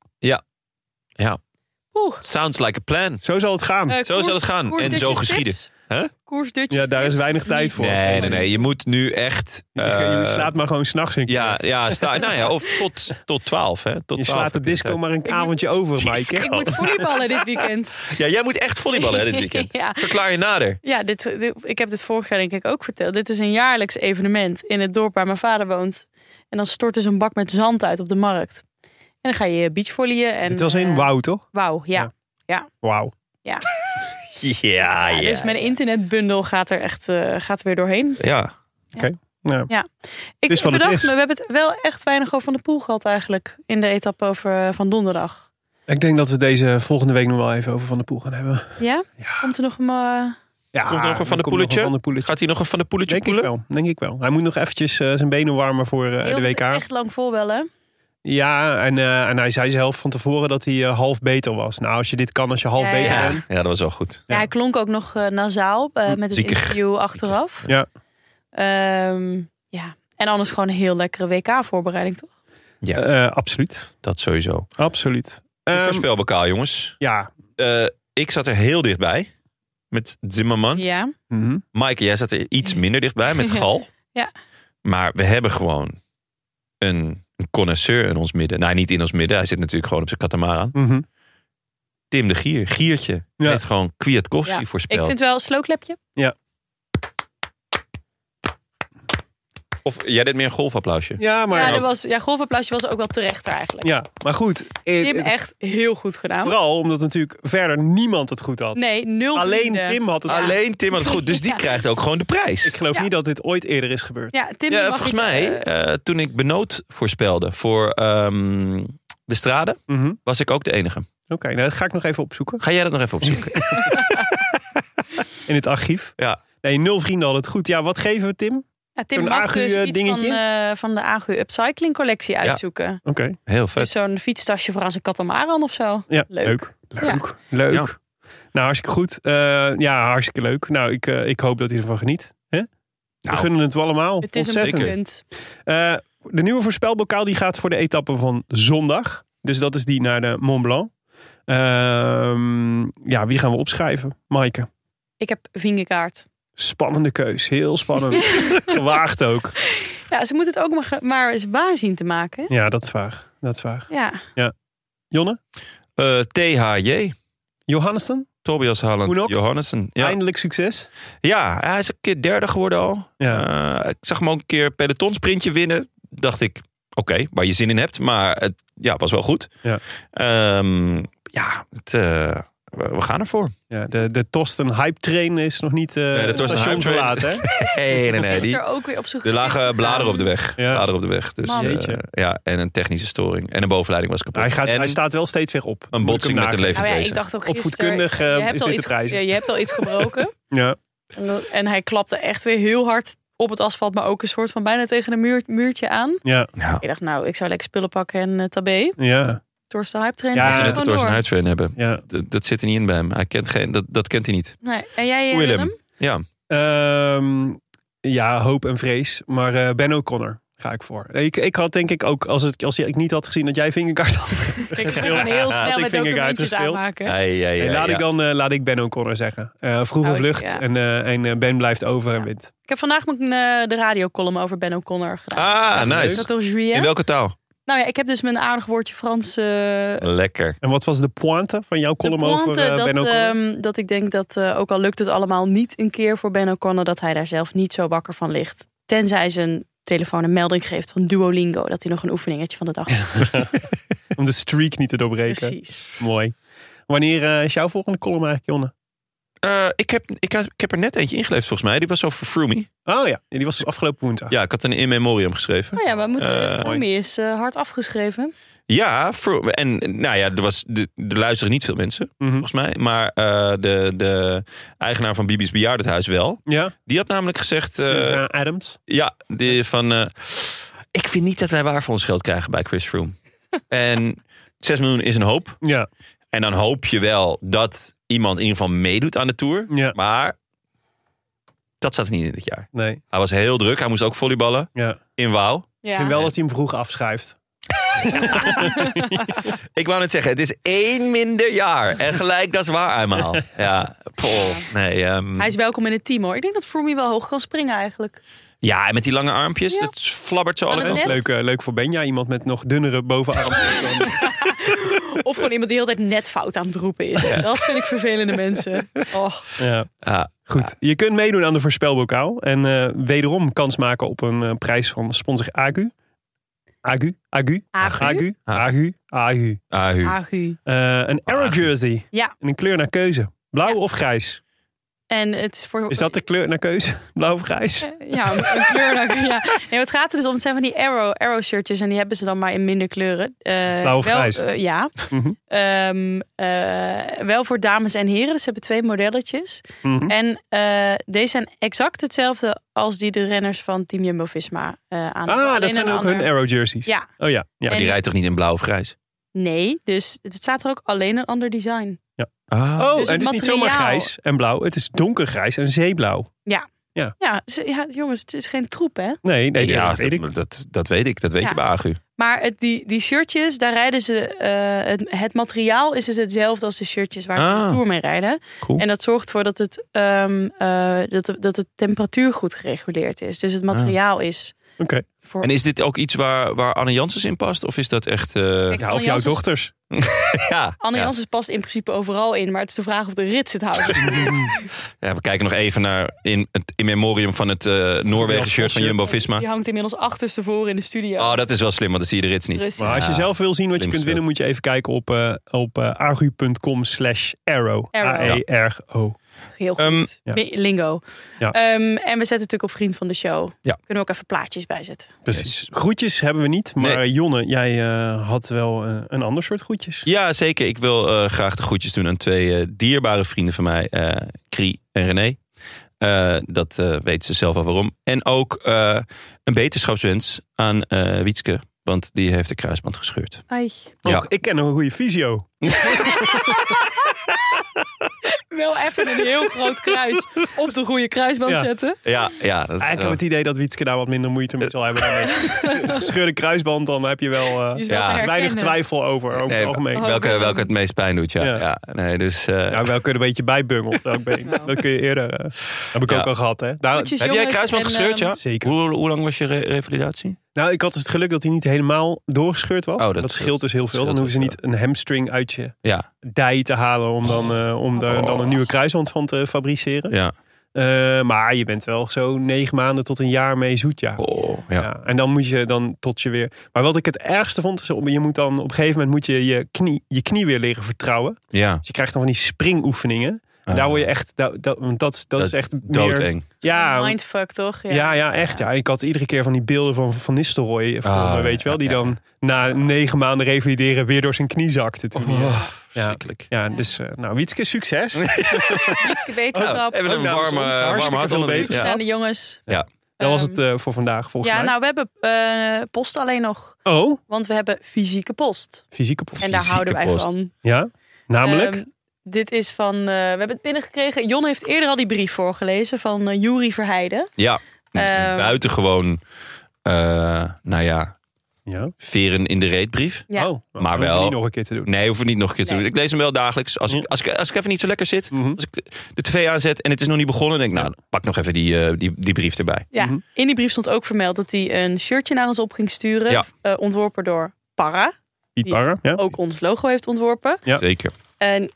Speaker 3: Oeh.
Speaker 1: sounds like a plan.
Speaker 2: Zo zal het gaan.
Speaker 3: Eh,
Speaker 1: Zo zal het gaan.
Speaker 3: koersdutjes
Speaker 1: En zo
Speaker 3: tips?
Speaker 1: geschieden. Huh?
Speaker 3: Koersdutjes
Speaker 2: Ja, daar is
Speaker 3: tips?
Speaker 2: weinig tijd
Speaker 3: Niet.
Speaker 2: voor.
Speaker 1: Nee, nee, nee. Je moet nu echt...
Speaker 2: Je-
Speaker 1: eh,
Speaker 2: je slaat maar gewoon s'nachts in.
Speaker 1: ja, ja, sta, nou ja, of tot, tot 12. Hè, tot
Speaker 2: je
Speaker 1: 12
Speaker 2: slaat de
Speaker 1: heb je
Speaker 2: disco
Speaker 1: tijd.
Speaker 2: maar een avondje over, Maaike.
Speaker 3: Ik moet volleyballen dit weekend.
Speaker 1: Ja, jij moet echt volleyballen hè, dit weekend.
Speaker 3: Ja.
Speaker 1: Verklaar je nader.
Speaker 3: Ja, dit, dit- ik heb dit vorig jaar denk ik ook verteld. Dit is een jaarlijks evenement in het dorp waar mijn vader woont. En dan stort dus een bak met zand uit op de markt. En dan ga je beachvolleyen. En,
Speaker 2: Dit was in
Speaker 3: eh,
Speaker 2: Wauw, toch?
Speaker 3: Wauw, ja.
Speaker 2: Ja. Wauw.
Speaker 1: Ja,
Speaker 3: Ja,
Speaker 1: Ah, ja.
Speaker 3: Dus mijn internetbundel gaat er echt eh, gaat er weer doorheen.
Speaker 1: Ja,
Speaker 2: Ja.
Speaker 3: Ik
Speaker 2: is
Speaker 3: ik
Speaker 2: wat het
Speaker 3: bedacht
Speaker 2: is.
Speaker 3: me, we hebben het wel echt weinig over Van de Poel gehad eigenlijk. In de etappe over, eh, van donderdag.
Speaker 2: Ik denk dat we deze volgende week nog wel even over Van der Poel gaan hebben.
Speaker 3: Ja?
Speaker 2: Ja.
Speaker 3: Komt er nog een... eh,
Speaker 2: Ja,
Speaker 1: Komt er nog een Van der
Speaker 2: dan komt
Speaker 1: Poeletje?
Speaker 2: nog een Van der Poeletje.
Speaker 1: gaat hij nog een van de poeletje
Speaker 2: Denk ik
Speaker 1: poelen?
Speaker 2: wel, denk ik wel. Hij moet nog eventjes eh, zijn benen warmen voor eh,
Speaker 3: hield
Speaker 2: de
Speaker 3: het
Speaker 2: WK.
Speaker 3: echt lang vol wel, hè?
Speaker 2: Ja, en, eh, en hij zei zelf van tevoren dat hij eh, half beter was. Nou, als je dit kan als je half
Speaker 3: Ja,
Speaker 2: beter
Speaker 1: Ja,
Speaker 2: bent.
Speaker 1: ja, dat was wel goed.
Speaker 3: Ja, hij klonk ook nog eh, nasaal eh, met het
Speaker 1: ziekig.
Speaker 3: interview achteraf.
Speaker 2: Hm, Ja.
Speaker 3: Ehm, ja. En anders gewoon een heel lekkere WK-voorbereiding, toch?
Speaker 2: Eh, absoluut,
Speaker 1: Dat sowieso.
Speaker 2: absoluut.
Speaker 1: Het
Speaker 2: Ehm,
Speaker 1: voorspelbokaal, jongens.
Speaker 2: ja.
Speaker 1: Eh, ik zat er heel dichtbij met Zimmerman.
Speaker 3: Ja.
Speaker 2: Mhm.
Speaker 1: Maaike, jij zat er iets minder dichtbij met
Speaker 3: Ja.
Speaker 1: Gal.
Speaker 3: Ja. Maar
Speaker 1: Maar we hebben gewoon een, een connoisseur in ons midden. Nou, niet in ons midden. Hij zit natuurlijk gewoon op zijn katamaran.
Speaker 2: Mhm.
Speaker 1: Tim de Gier, Giertje.
Speaker 2: Ja.
Speaker 1: Heeft gewoon Kwiatkowski
Speaker 3: Ja,
Speaker 1: voorspeld.
Speaker 3: ik vind wel een slowclapje.
Speaker 1: Of jij deed meer een golfapplausje.
Speaker 2: Ja, maar...
Speaker 3: ja,
Speaker 2: Ja,
Speaker 3: dat was, ja, golfapplausje was ook wel terecht daar eigenlijk.
Speaker 2: maar goed. eh,
Speaker 3: Tim
Speaker 2: het is
Speaker 3: echt heel goed gedaan.
Speaker 2: Vooral omdat natuurlijk verder niemand het goed had.
Speaker 3: Nee, nul
Speaker 2: Alleen
Speaker 3: vrienden.
Speaker 2: Tim had het goed.
Speaker 1: Alleen Tim had het goed. Dus die krijgt ook gewoon de prijs.
Speaker 2: Ik geloof
Speaker 3: Ja.
Speaker 2: niet dat dit ooit eerder is gebeurd.
Speaker 3: Ja, Tim
Speaker 1: ja,
Speaker 3: mag
Speaker 1: volgens
Speaker 3: iets,
Speaker 1: mij,
Speaker 3: eh,
Speaker 1: eh, toen ik Benoot voorspelde voor ehm, de straden,
Speaker 2: Mhm.
Speaker 1: was ik ook de enige.
Speaker 2: Oké, nou, dat ga ik nog even opzoeken.
Speaker 1: Ga jij dat nog even opzoeken?
Speaker 2: In het archief.
Speaker 1: ja.
Speaker 2: Nee, nul vrienden hadden het goed. Ja, wat geven we Tim? Oké,
Speaker 3: ja, Tim
Speaker 2: een
Speaker 3: mag
Speaker 2: Agu,
Speaker 3: dus
Speaker 2: eh,
Speaker 3: iets van,
Speaker 2: dingetje?
Speaker 3: eh, van de Agu Upcycling collectie uitzoeken.
Speaker 1: Heel
Speaker 3: Dus
Speaker 1: vet.
Speaker 3: zo'n fietstasje voor aan zijn katamaran of zo.
Speaker 2: ja,
Speaker 3: Leuk.
Speaker 2: leuk. Leuk. Leuk. Nou, hartstikke goed. Eh, ja, hartstikke leuk. Nou, ik, eh, ik hoop dat hij ervan geniet. Hè?
Speaker 1: Nou.
Speaker 2: we gunnen het wel allemaal.
Speaker 3: Het is
Speaker 2: Ontzettend.
Speaker 3: een punt.
Speaker 2: Eh, de nieuwe voorspelbokaal die gaat voor de etappe van zondag. Dus dat is die naar de Mont Blanc. Ehm, ja, wie gaan we opschrijven? Maaike.
Speaker 3: Ik heb vingekaart.
Speaker 2: Spannende keus. Heel spannend. Gewaagd ook.
Speaker 3: Ja, ze moet het ook maar, maar eens waar zien te maken.
Speaker 2: Ja, dat is waar. Dat is waar.
Speaker 3: Ja,
Speaker 2: Jonne?
Speaker 1: Eh, THJ,
Speaker 2: Johannessen?
Speaker 1: Tobias Haaland
Speaker 2: Hoenoks?
Speaker 1: Johannessen. Ja.
Speaker 2: Eindelijk succes.
Speaker 1: ja, hij is een keer derde geworden al.
Speaker 2: Ja.
Speaker 1: Eh, ik zag hem ook een keer pelotonsprintje winnen. Dacht ik, oké, waar je zin in hebt. Maar het ja, was wel goed.
Speaker 2: Ja.
Speaker 1: Ehm, ja het, eh, we, we gaan ervoor.
Speaker 2: Ja, de, de Torsten hype train is nog niet eh
Speaker 1: de
Speaker 2: het
Speaker 1: Torsten
Speaker 2: station
Speaker 1: hype train.
Speaker 2: verlaten. Hè?
Speaker 1: Nee, nee, nee.
Speaker 3: is
Speaker 1: Die,
Speaker 3: er ook weer op zijn
Speaker 1: er
Speaker 3: gezicht
Speaker 1: lagen
Speaker 3: gegaan.
Speaker 1: bladeren op de weg.
Speaker 2: Ja.
Speaker 1: Bladeren op de weg. Dus,
Speaker 3: Man.
Speaker 1: eh,
Speaker 2: Jeetje.
Speaker 1: ja, en een technische storing. En een bovenleiding was kapot.
Speaker 2: Hij, gaat,
Speaker 1: en
Speaker 2: hij staat wel steeds weer op.
Speaker 1: een
Speaker 2: Moet ik hem
Speaker 1: botsing met een
Speaker 2: nagaan.
Speaker 3: Nou ja,
Speaker 1: levend
Speaker 3: ik dacht ook gisteren,
Speaker 2: Opvoedkundig, eh,
Speaker 3: je
Speaker 2: is
Speaker 3: hebt, al
Speaker 2: dit
Speaker 3: iets,
Speaker 2: te prijzen.
Speaker 3: ja, je hebt al iets gebroken.
Speaker 2: Ja.
Speaker 3: En, dat- en hij klapte echt weer heel hard op het asfalt, maar ook een soort van bijna tegen een muur, muurtje aan.
Speaker 2: Ja,
Speaker 1: Nou,
Speaker 3: Ik dacht, nou, ik zou lekker spullen pakken en eh, tabé.
Speaker 2: ja,
Speaker 3: Door de hype train.
Speaker 2: Ja,
Speaker 3: en
Speaker 1: je moet
Speaker 2: dat
Speaker 3: gewoon
Speaker 1: het door zijn
Speaker 3: door.
Speaker 1: huidveen hebben.
Speaker 2: ja.
Speaker 1: Dat, dat zit er niet in bij hem. Hij kent geen, dat, dat kent hij niet.
Speaker 3: Nee. En jij, eh,
Speaker 1: Willem.
Speaker 3: Willem?
Speaker 1: Ja,
Speaker 2: Ehm, ja, hoop en vrees. Maar eh, Ben O'Connor ga ik voor. Ik, ik had denk ik ook, als, het, als ik niet had gezien dat jij vingerkaart had.
Speaker 3: Ik
Speaker 2: gespeeld,
Speaker 3: gewoon heel
Speaker 2: had ik
Speaker 3: snel met
Speaker 2: Vingegaard
Speaker 3: documentjes
Speaker 2: gespeeld.
Speaker 3: aanmaken.
Speaker 1: ja, ja, ja,
Speaker 2: Nee, laat,
Speaker 1: ja.
Speaker 2: Ik dan, eh, laat ik Ben O'Connor zeggen. Eh vroeg
Speaker 3: Nou,
Speaker 2: of
Speaker 3: ik-
Speaker 2: lucht
Speaker 3: ja.
Speaker 2: en, eh, en eh, Ben blijft over en wint.
Speaker 3: Ik heb vandaag mijn, eh, de radiocolumn over Ben O'Connor gedaan.
Speaker 1: Ah,
Speaker 3: Is
Speaker 1: nice.
Speaker 3: dat door Julien?
Speaker 1: In welke taal?
Speaker 3: Nou ja, ik heb dus mijn aardig woordje Frans eh,
Speaker 1: Lekker.
Speaker 2: En wat was de pointe van jouw column
Speaker 3: de
Speaker 2: over
Speaker 3: pointe
Speaker 2: eh, Ben
Speaker 3: dat,
Speaker 2: O'Connor?
Speaker 3: ehm, dat ik denk dat, eh, ook al lukt het allemaal niet een keer voor Ben O'Connor, dat hij daar zelf niet zo wakker van ligt. Tenzij zijn telefoon een melding geeft van Duolingo, dat hij nog een oefeningetje van de dag heeft.
Speaker 2: Om de streak niet te doorbreken.
Speaker 3: ehm, Precies.
Speaker 2: Mooi. Wanneer eh, is jouw volgende column eigenlijk, Jonne?
Speaker 1: Eh, ik, heb, ik, heb- ik heb er net eentje ingeleverd volgens mij. Die was over Froomey.
Speaker 2: Oh ja, ja, die was dus afgelopen woensdag.
Speaker 1: Ja, ik had een in memoriam geschreven.
Speaker 3: Nou ja, maar moeten
Speaker 1: Eh,
Speaker 3: uh, is eh, hard afgeschreven.
Speaker 1: Ja, Fro- en nou ja, er, was, er, er luisteren niet veel mensen,
Speaker 2: Mhm.
Speaker 1: volgens mij. Maar eh, de, de eigenaar van Bibi's Bejaardenhuis wel.
Speaker 2: ja?
Speaker 1: Die had namelijk gezegd... eh,
Speaker 2: Sylvain Adams.
Speaker 1: ja, die van... eh, ik vind niet dat wij waar voor ons geld krijgen bij Chris Froome. en 6 miljoen is een hoop.
Speaker 2: Ja,
Speaker 1: En dan hoop je wel dat iemand in ieder geval meedoet aan de Tour.
Speaker 2: ja.
Speaker 1: Maar dat zat er niet in dit jaar.
Speaker 2: Nee,
Speaker 1: Hij was heel druk. Hij moest ook volleyballen
Speaker 2: ja.
Speaker 1: in Wauw.
Speaker 3: Ja.
Speaker 2: Ik vind wel dat hij hem vroeg afschrijft.
Speaker 1: Ik wou net zeggen, het is één minder jaar. En gelijk, dat is waar eenmaal. Ja, Paul. Nee, ehm,
Speaker 3: Hij is welkom in het team hoor. Ik denk dat Froomey wel hoog kan springen eigenlijk.
Speaker 1: ja, en met die lange armpjes,
Speaker 3: Ja.
Speaker 1: dat flabbert zo alle
Speaker 3: Maar
Speaker 2: Dat is
Speaker 1: kanten.
Speaker 3: net-
Speaker 2: leuk, eh, leuk voor Benja. Iemand met nog dunnere bovenarm.
Speaker 3: Of gewoon iemand die de hele tijd net fout aan het roepen is. Dat vind ik vervelende mensen. Oh.
Speaker 2: ja.
Speaker 1: Ja,
Speaker 2: Goed, je kunt meedoen aan de voorspelbokaal. En eh, wederom kans maken op een eh, prijs van sponsor Agu. Agu? Agu?
Speaker 3: Agu?
Speaker 2: Agu? Agu? Agu.
Speaker 1: ah, hu.
Speaker 3: Agu.
Speaker 2: Eh, een Arrow
Speaker 1: Agu.
Speaker 2: jersey.
Speaker 3: Ja.
Speaker 2: In een kleur naar keuze. Blauw
Speaker 3: Ja.
Speaker 2: of grijs?
Speaker 3: En het is voor...
Speaker 2: Is dat de kleur naar keuze? Blauw of grijs?
Speaker 3: Eh, Ja, een kleur. dan- Ja. Nee, maar het gaat er dus om. Het zijn van die arrow, arrow shirtjes. En die hebben ze dan maar in minder kleuren. Eh,
Speaker 2: Blauw of
Speaker 3: wel,
Speaker 2: grijs?
Speaker 3: eh, ja.
Speaker 2: Mhm.
Speaker 3: Ehm, eh, wel voor dames en heren. Dus ze hebben twee modelletjes.
Speaker 2: Mhm.
Speaker 3: En eh, deze zijn exact hetzelfde als die de renners van Team Jumbo-Visma eh aan.
Speaker 2: Ah, dat zijn ook hun
Speaker 3: arrow.
Speaker 2: Arrow jerseys.
Speaker 3: Ja,
Speaker 2: Oh ja. ja.
Speaker 1: Maar die rijdt toch niet in blauw of grijs?
Speaker 3: nee. Dus het staat er ook alleen een ander design.
Speaker 1: Ah.
Speaker 2: Oh,
Speaker 3: Dus
Speaker 2: en
Speaker 3: het
Speaker 2: het is niet
Speaker 3: materiaal-
Speaker 2: zomaar grijs en blauw. Het is donkergrijs en zeeblauw.
Speaker 3: Ja, ze- ja jongens, het is geen troep, hè?
Speaker 2: Nee, nee,
Speaker 1: ja,
Speaker 2: dat weet ik.
Speaker 1: Dat, dat, dat weet ik. Dat weet
Speaker 3: Ja.
Speaker 1: je bij Agu.
Speaker 3: Maar het, die, die shirtjes, daar rijden ze. eh, het, het materiaal is dus hetzelfde als de shirtjes waar ze
Speaker 1: Ah.
Speaker 3: de tour mee rijden.
Speaker 1: Cool.
Speaker 3: En dat zorgt ervoor dat, het, ehm, eh, dat, de- dat de temperatuur goed gereguleerd is. Dus het materiaal is.
Speaker 2: Ah. Oké.
Speaker 3: Voor...
Speaker 1: En is dit ook iets waar, waar Anne Janssens in past? Of is dat echt... eh,
Speaker 3: Kijk,
Speaker 2: Ja, of
Speaker 3: Anne
Speaker 2: jouw
Speaker 3: Janssens-
Speaker 2: dochters.
Speaker 1: Ja,
Speaker 3: Anne
Speaker 1: ja.
Speaker 3: Janssens past in principe overal in, maar het is de vraag of de rits het houdt.
Speaker 1: Ja, we kijken nog even naar in het in memoriam van het eh Noorwegen shirt van Jumbo
Speaker 3: Die
Speaker 1: Visma.
Speaker 3: hangt inmiddels achterstevoren in de studio. Dus
Speaker 1: Oh, dat is wel slim, want dan zie je de rits niet.
Speaker 3: Precies.
Speaker 2: Maar als je
Speaker 1: Ja,
Speaker 2: zelf wil zien wat je
Speaker 1: slim
Speaker 2: kunt winnen, moet je even kijken op, eh op eh, agu.com slash arrow. E
Speaker 3: Arrow.
Speaker 2: A-E-R-O.
Speaker 3: Heel goed.
Speaker 1: Ehm,
Speaker 2: ja.
Speaker 3: Bi- Lingo.
Speaker 2: Ja.
Speaker 3: Ehm, en we zetten natuurlijk op vriend van de show.
Speaker 2: Ja.
Speaker 3: Kunnen we ook even plaatjes bijzetten.
Speaker 2: Precies. Groetjes hebben we niet, maar
Speaker 1: Nee.
Speaker 2: Jonne, jij eh, had wel eh, een ander soort groetjes.
Speaker 1: Ja, zeker. Ik wil eh, graag de groetjes doen aan twee eh, dierbare vrienden van mij, eh Cri en René. Eh, dat eh weten ze zelf al waarom. En ook eh, een beterschapswens aan eh, Wietske, want die heeft de kruisband gescheurd.
Speaker 3: Ai.
Speaker 1: Ja.
Speaker 2: Och, ik ken nog een goede visio.
Speaker 3: Wel even een heel groot kruis op de goede kruisband
Speaker 2: Ja.
Speaker 3: zetten.
Speaker 1: Ja, ja. Dat,
Speaker 2: Eigenlijk heb Ah, ik het idee dat Wietske daar wat minder moeite mee zal hebben. Daarmee. Gescheurde kruisband, dan heb je wel eh,
Speaker 3: Die is wel
Speaker 1: Ja.
Speaker 3: te herkennen.
Speaker 2: weinig twijfel over, over
Speaker 1: Nee,
Speaker 2: het algemeen. Nou,
Speaker 3: Oh.
Speaker 1: welke, welke het meest pijn doet, ja.
Speaker 2: Ja.
Speaker 1: ja. nee, dus, eh,
Speaker 2: Ja, welke er een beetje bijbungelt. Welk been.
Speaker 3: Nou.
Speaker 2: Dat kun je eerder. eh, Nou, heb ik
Speaker 1: Ja.
Speaker 2: ook al gehad, hè? Daar-
Speaker 3: Groetjes,
Speaker 1: heb jij
Speaker 3: jongens,
Speaker 1: kruisband
Speaker 3: en,
Speaker 1: gescheurd,
Speaker 3: ehm,
Speaker 1: ja?
Speaker 2: Zeker.
Speaker 1: Hoe, hoe lang was je re- revalidatie?
Speaker 2: Nou, ik had dus het geluk dat hij niet helemaal doorgescheurd
Speaker 1: Oh,
Speaker 2: was.
Speaker 1: dat
Speaker 2: dat, scheelt
Speaker 1: scheelt.
Speaker 2: dus heel veel. Dan
Speaker 1: Scheelt
Speaker 2: hoeven
Speaker 1: wel.
Speaker 2: ze niet een hamstring uit je
Speaker 1: Ja,
Speaker 2: dij te halen om dan, eh, om daar dan een
Speaker 1: Oh.
Speaker 2: nieuwe kruisband van te fabriceren.
Speaker 1: ja.
Speaker 2: Eh, maar je bent wel zo negen maanden tot een jaar mee zoet, ja.
Speaker 1: Oh,
Speaker 2: Ja.
Speaker 1: ja.
Speaker 2: en dan moet je dan tot je weer. Maar wat ik het ergste vond, is om- je moet dan op een gegeven moment moet je, je, knie, je knie weer leren vertrouwen.
Speaker 1: ja.
Speaker 2: Dus je krijgt dan van die springoefeningen. En daar word je echt, da- da- want dat, dat, is echt Meer,
Speaker 1: Ah. doodeng.
Speaker 2: ja,
Speaker 3: Mindfuck, toch?
Speaker 2: ja, ja, echt. Ja. Ik had iedere keer van die beelden van Van Nistelrooy. Voor
Speaker 1: Ah,
Speaker 2: me, weet je wel,
Speaker 1: ja,
Speaker 2: die
Speaker 1: ja,
Speaker 2: dan na negen maanden revalideren weer door zijn knie zakte. Toen hij, eh, ja.
Speaker 1: Oh, verschrikkelijk.
Speaker 2: ja, dus eh, nou, Wietske, succes.
Speaker 3: Ietske
Speaker 2: Oh.
Speaker 3: wetenschap.
Speaker 1: Even een
Speaker 2: Ook namens
Speaker 1: warme,
Speaker 2: ons, hartstikke
Speaker 1: warme hand
Speaker 2: veel
Speaker 1: onder de-
Speaker 2: beter.
Speaker 1: ja.
Speaker 3: Oh, zijn de jongens.
Speaker 1: Ja.
Speaker 2: Dat was
Speaker 3: Ehm,
Speaker 2: het eh, voor vandaag, volgens
Speaker 3: ja,
Speaker 2: mij.
Speaker 3: nou, we hebben eh, post alleen nog.
Speaker 2: Oh,
Speaker 3: Want we hebben fysieke post.
Speaker 2: fysieke post.
Speaker 3: En daar
Speaker 1: Fysieke
Speaker 3: houden wij
Speaker 1: post.
Speaker 3: van.
Speaker 2: Ja, namelijk.
Speaker 3: Ehm, dit is van, eh, we hebben het binnengekregen. Jon heeft eerder al die brief voorgelezen van eh Juri Verheijden.
Speaker 1: Ja,
Speaker 3: Ehm.
Speaker 1: buitengewoon, eh, nou ja,
Speaker 2: ja.
Speaker 1: veren in de reetbrief.
Speaker 3: Ja.
Speaker 2: Oh,
Speaker 1: Maar
Speaker 2: dan hoef je
Speaker 1: wel-
Speaker 2: niet nog een keer te doen.
Speaker 1: Nee, hoef het niet nog een keer te
Speaker 3: Nee.
Speaker 1: doen. Ik lees hem wel dagelijks. Als,
Speaker 2: Ja.
Speaker 1: ik, als, ik, als ik even niet zo lekker zit,
Speaker 2: Mhm.
Speaker 1: als ik de tv aanzet en het is nog niet begonnen, denk ik, nou, dan pak nog even die, eh, die, die brief erbij.
Speaker 3: Ja,
Speaker 2: Mhm.
Speaker 3: in die brief stond ook vermeld dat hij een shirtje naar ons op ging sturen.
Speaker 1: Ja.
Speaker 3: eh, ontworpen door Para,
Speaker 2: Die parren, ja. Oh,
Speaker 3: ook ons logo heeft ontworpen.
Speaker 2: Ja.
Speaker 1: Zeker.
Speaker 3: En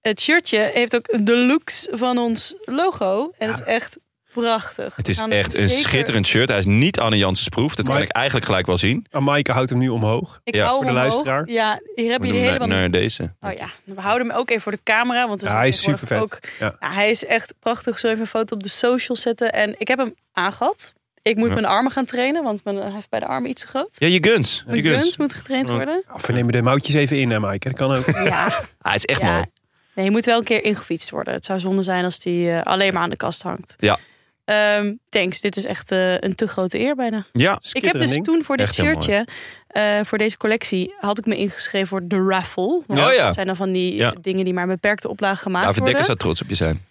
Speaker 3: het shirtje heeft ook de looks van ons logo. En het is echt prachtig.
Speaker 1: Het
Speaker 3: We
Speaker 1: is
Speaker 3: gaan
Speaker 1: echt een
Speaker 3: zeker-
Speaker 1: schitterend shirt. Hij is niet Anne Janssens proef. Dat
Speaker 2: Maar-
Speaker 1: kan ik eigenlijk gelijk wel zien.
Speaker 2: Amaike houdt hem nu omhoog.
Speaker 3: Ik
Speaker 1: Ja,
Speaker 3: hou
Speaker 2: voor de
Speaker 3: hem omhoog.
Speaker 2: luisteraar.
Speaker 3: Ja, hier heb
Speaker 1: We
Speaker 3: je de
Speaker 1: doen
Speaker 3: hele
Speaker 1: naar, naar deze.
Speaker 3: Oh ja, we houden hem ook even voor de camera. Want we
Speaker 2: Ja,
Speaker 3: zijn
Speaker 2: hij is super
Speaker 3: tegenwoordig
Speaker 2: vet.
Speaker 3: Ook,
Speaker 2: Ja.
Speaker 3: Ja, hij is echt prachtig. Zo even een foto op de social zetten. En ik heb hem aangehad. Ik moet
Speaker 1: Ja.
Speaker 3: mijn armen gaan trainen, want mijn, hij heeft bij de armen iets te groot.
Speaker 1: Ja, je guns.
Speaker 3: Mijn
Speaker 1: Je guns.
Speaker 3: guns moeten getraind
Speaker 1: Ja.
Speaker 3: worden.
Speaker 2: Of we nemen de moutjes even in, hè, Maaike. Dat kan ook.
Speaker 3: Ja,
Speaker 1: Ah, Hij is echt
Speaker 3: Ja.
Speaker 1: mooi.
Speaker 3: nee, je moet wel een keer ingefietst worden. Het zou zonde zijn als die eh, alleen maar aan de kast hangt.
Speaker 1: Ja.
Speaker 3: Ehm, thanks, dit is echt eh, een te grote eer bijna.
Speaker 1: Ja,
Speaker 3: Ik heb
Speaker 2: Schitterend
Speaker 3: dus
Speaker 2: ding.
Speaker 3: toen voor dit
Speaker 1: Echt heel
Speaker 3: shirtje, eh, voor deze collectie, had ik me ingeschreven voor de raffle. Want
Speaker 1: Oh ja.
Speaker 3: Dat zijn dan van die
Speaker 1: Ja.
Speaker 3: dingen die maar een beperkte oplage gemaakt
Speaker 1: David
Speaker 3: worden.
Speaker 1: Dekker zou trots op je zijn.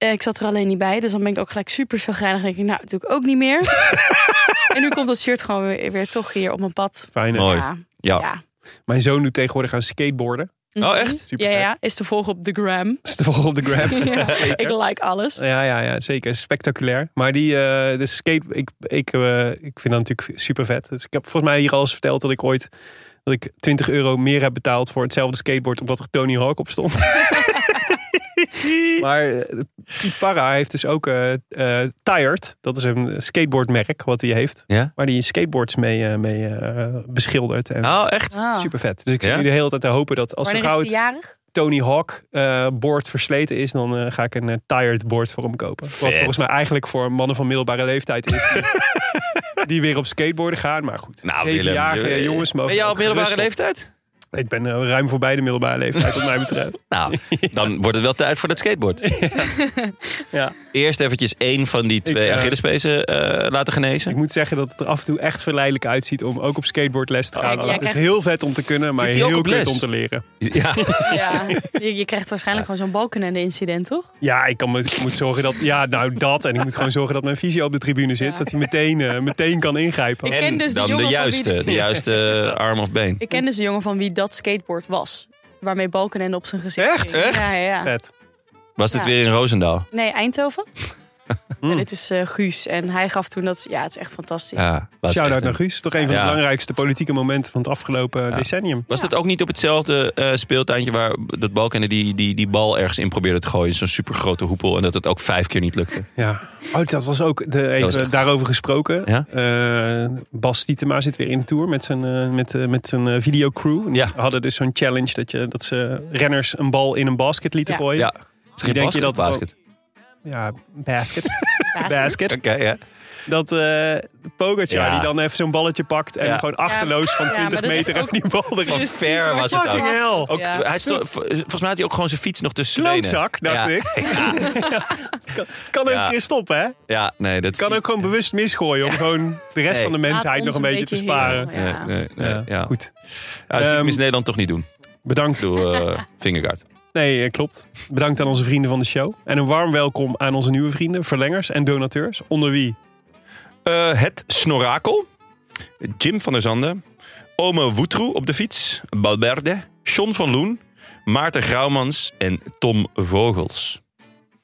Speaker 3: Eh, ik zat er alleen niet bij, dus dan ben ik ook gelijk super chagrijnig. Dan denk ik, nou, dat doe ik ook niet meer. en nu komt dat shirt gewoon weer, weer toch hier op mijn pad.
Speaker 2: Fijn, hè?
Speaker 1: Mooi.
Speaker 3: Ja.
Speaker 1: Ja.
Speaker 3: ja.
Speaker 2: Mijn zoon doet tegenwoordig aan skateboarden.
Speaker 1: Oh, echt?
Speaker 2: Super
Speaker 3: ja,
Speaker 2: vet.
Speaker 3: ja, is te volgen op de gram.
Speaker 2: Dat is te volgen op de grab.
Speaker 3: Ja,
Speaker 2: Zeker.
Speaker 3: ik like alles.
Speaker 2: Ja, ja, ja, zeker. Spectaculair. Maar die eh, de skate, ik, ik, eh, ik vind dat natuurlijk super vet. Dus ik heb volgens mij hier al eens verteld dat ik ooit dat ik 20 euro meer heb betaald voor hetzelfde skateboard omdat er Tony Hawk op stond. maar eh, Piet Parra heeft dus ook eh eh, Tired. Dat is een skateboardmerk wat hij heeft.
Speaker 3: Mhm.
Speaker 1: Ja?
Speaker 2: Waar hij skateboards mee, eh, mee eh, beschildert. En
Speaker 1: Oh, echt?
Speaker 3: Ah.
Speaker 2: Super vet. Dus ik zit
Speaker 1: Ja?
Speaker 2: nu de hele tijd te hopen dat als er
Speaker 3: Wanneer is
Speaker 2: gauw
Speaker 3: die
Speaker 2: het
Speaker 3: jarig?
Speaker 2: Tony Hawk eh board versleten is, dan eh, ga ik een eh, tired board voor hem kopen. Wat
Speaker 1: Vet.
Speaker 2: volgens mij eigenlijk voor mannen van middelbare leeftijd is. Die, die weer op skateboarden gaan. Maar goed,
Speaker 1: Nou,
Speaker 2: zevenjarige
Speaker 1: Willem, je-
Speaker 2: jongens mogen.
Speaker 1: Ben jij op
Speaker 2: ook
Speaker 1: middelbare
Speaker 2: gerust op-
Speaker 1: leeftijd?
Speaker 2: Ik ben eh, ruim voorbij de middelbare leeftijd, wat mij betreft.
Speaker 1: Nou, dan wordt het wel tijd voor dat skateboard.
Speaker 2: Ja.
Speaker 1: Eerst eventjes één van die twee
Speaker 2: eh,
Speaker 1: Achillespezen eh, laten
Speaker 2: Ik
Speaker 1: genezen.
Speaker 2: moet zeggen dat het er af en toe echt verleidelijk uitziet om ook op skateboardles te gaan.
Speaker 3: jij
Speaker 2: Want het is
Speaker 3: krijgt-
Speaker 2: heel vet om te kunnen, maar
Speaker 1: Oh, Zit die ook
Speaker 2: heel
Speaker 1: op les?
Speaker 2: kut om te leren.
Speaker 1: Ja,
Speaker 3: Ja. Je, je krijgt waarschijnlijk gewoon zo'n balkenende incident, toch?
Speaker 2: Ja, ik, kan, me- ik moet zorgen dat. Ja, nou dat. En ik moet gewoon zorgen dat mijn visio op de tribune zit,
Speaker 3: Ja.
Speaker 2: zodat hij meteen, eh, meteen kan ingrijpen.
Speaker 3: Ik ken dus die
Speaker 1: dan de
Speaker 3: jongen van
Speaker 1: juiste,
Speaker 3: wie-
Speaker 1: de juiste eh, arm of been.
Speaker 3: Ik ken dus een jongen van wie dat skateboard was. Waarmee balkenende op zijn gezicht
Speaker 2: Echt?
Speaker 3: ging.
Speaker 1: Echt?
Speaker 3: Ja, ja, ja.
Speaker 2: Vet.
Speaker 1: Was dit
Speaker 3: Ja.
Speaker 1: weer in Roosendaal?
Speaker 3: Nee, Eindhoven?
Speaker 2: Mm.
Speaker 3: En het is eh, Guus. En hij gaf toen dat... Ja, het is echt fantastisch.
Speaker 1: Ja, was echt
Speaker 2: Shout-out
Speaker 1: een-
Speaker 2: naar Guus. Toch een van
Speaker 1: Ja.
Speaker 2: de belangrijkste politieke momenten van het afgelopen eh,
Speaker 1: Ja.
Speaker 2: decennium.
Speaker 1: Was dat ook niet op hetzelfde eh, speeltuintje waar dat Balkenende die, die, die bal ergens in probeerde te gooien? Zo'n supergrote hoepel en dat het ook vijf keer niet lukte.
Speaker 2: Ja. Oh, dat was ook de,
Speaker 1: was
Speaker 2: even
Speaker 1: echt-
Speaker 2: daarover gesproken.
Speaker 1: Ja?
Speaker 2: Eh, Bas Tietema zit weer in de tour met zijn, eh, met, eh, met zijn eh, videocrew. Die
Speaker 1: Ja.
Speaker 2: hadden dus zo'n challenge dat, je, dat ze renners een bal in een basket lieten
Speaker 3: Ja.
Speaker 2: gooien.
Speaker 1: Ja. Het
Speaker 2: Wie
Speaker 1: ging
Speaker 2: denk je
Speaker 1: basket
Speaker 2: dat
Speaker 1: of basket.
Speaker 2: Ja, basket.
Speaker 3: Basket.
Speaker 2: basket.
Speaker 1: Oké, ja.
Speaker 2: Dat eh Pogacar
Speaker 1: Ja.
Speaker 2: die dan even zo'n balletje pakt en
Speaker 1: Ja.
Speaker 2: gewoon achterloos van
Speaker 3: Ja,
Speaker 2: 20
Speaker 3: maar dat is
Speaker 2: meter
Speaker 3: ook-
Speaker 2: even die bal erin.
Speaker 3: Precies
Speaker 1: ver
Speaker 3: waar
Speaker 1: was
Speaker 3: ik
Speaker 1: het
Speaker 3: van
Speaker 1: ook.
Speaker 3: af-
Speaker 2: Hel.
Speaker 1: Ook,
Speaker 3: Ja.
Speaker 1: hij stond, v- volgens mij had hij ook gewoon zijn fiets nog tussen de benen.
Speaker 2: Klootzak, dacht
Speaker 1: ja.
Speaker 2: ik. kan, kan ook
Speaker 1: Ja.
Speaker 2: een keer stoppen, hè?
Speaker 1: Ja, nee, dat
Speaker 2: Kan ook gewoon bewust misgooien om gewoon de rest
Speaker 1: Nee.
Speaker 2: van de
Speaker 3: Laat
Speaker 2: mensheid
Speaker 3: ons
Speaker 2: nog een beetje te sparen.
Speaker 3: heel,
Speaker 1: Nee,
Speaker 3: ja.
Speaker 1: nee, nee, ja. ja.
Speaker 2: Goed,
Speaker 1: dat zie ik
Speaker 2: Ehm,
Speaker 1: Miss Nederland toch niet doen.
Speaker 2: bedankt.
Speaker 1: Ik bedoel, eh, vingerkaart.
Speaker 2: Nee, eh, klopt. Bedankt aan onze vrienden van de show. En een warm welkom aan onze nieuwe vrienden, verlengers en donateurs. Onder wie?
Speaker 1: Eh, het Snorakel. Jim van der Zanden. Ome Woetroe op de fiets. Balberde. John van Loen. Maarten Grauwmans en Tom Vogels.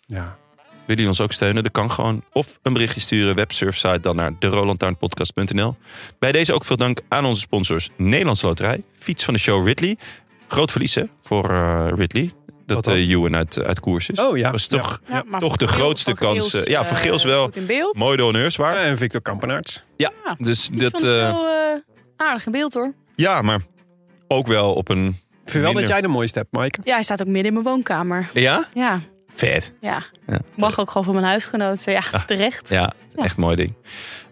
Speaker 2: Ja.
Speaker 1: Willen jullie ons ook steunen? Dat kan gewoon. Of een berichtje sturen, websurfsite dan naar derolantaarnpodcast.nl. Bij deze ook veel dank aan onze sponsors Nederlands Loterij, Fiets van de Show Ridley. Groot verlies hè, voor eh, Ridley.
Speaker 2: Wat
Speaker 1: Dat
Speaker 2: dan?
Speaker 1: de Ewan uit, uit koers is.
Speaker 2: Oh ja.
Speaker 1: was toch
Speaker 3: Ja, maar
Speaker 1: Toch de
Speaker 3: Van Geel-
Speaker 1: grootste
Speaker 3: Van Geels,
Speaker 1: kansen. Ja, Van
Speaker 3: eh,
Speaker 1: Geels wel.
Speaker 3: Goed in beeld.
Speaker 1: mooi de honneurs waar.
Speaker 2: En Victor Kampenaerts.
Speaker 1: Dus
Speaker 3: Dat
Speaker 1: dat,
Speaker 3: vond ik
Speaker 1: eh,
Speaker 3: wel eh, aardig in beeld hoor.
Speaker 1: ja, maar ook wel op een...
Speaker 2: Ik vind wel dat
Speaker 1: Minder.
Speaker 2: jij de mooiste hebt, Maaike.
Speaker 3: Ja, hij staat ook midden in mijn woonkamer.
Speaker 1: Ja?
Speaker 3: Ja,
Speaker 1: Vet.
Speaker 3: ja.
Speaker 1: Ja.
Speaker 3: Mag ook gewoon van mijn huisgenoot. Ja, het is terecht.
Speaker 1: Ja, echt mooi ding.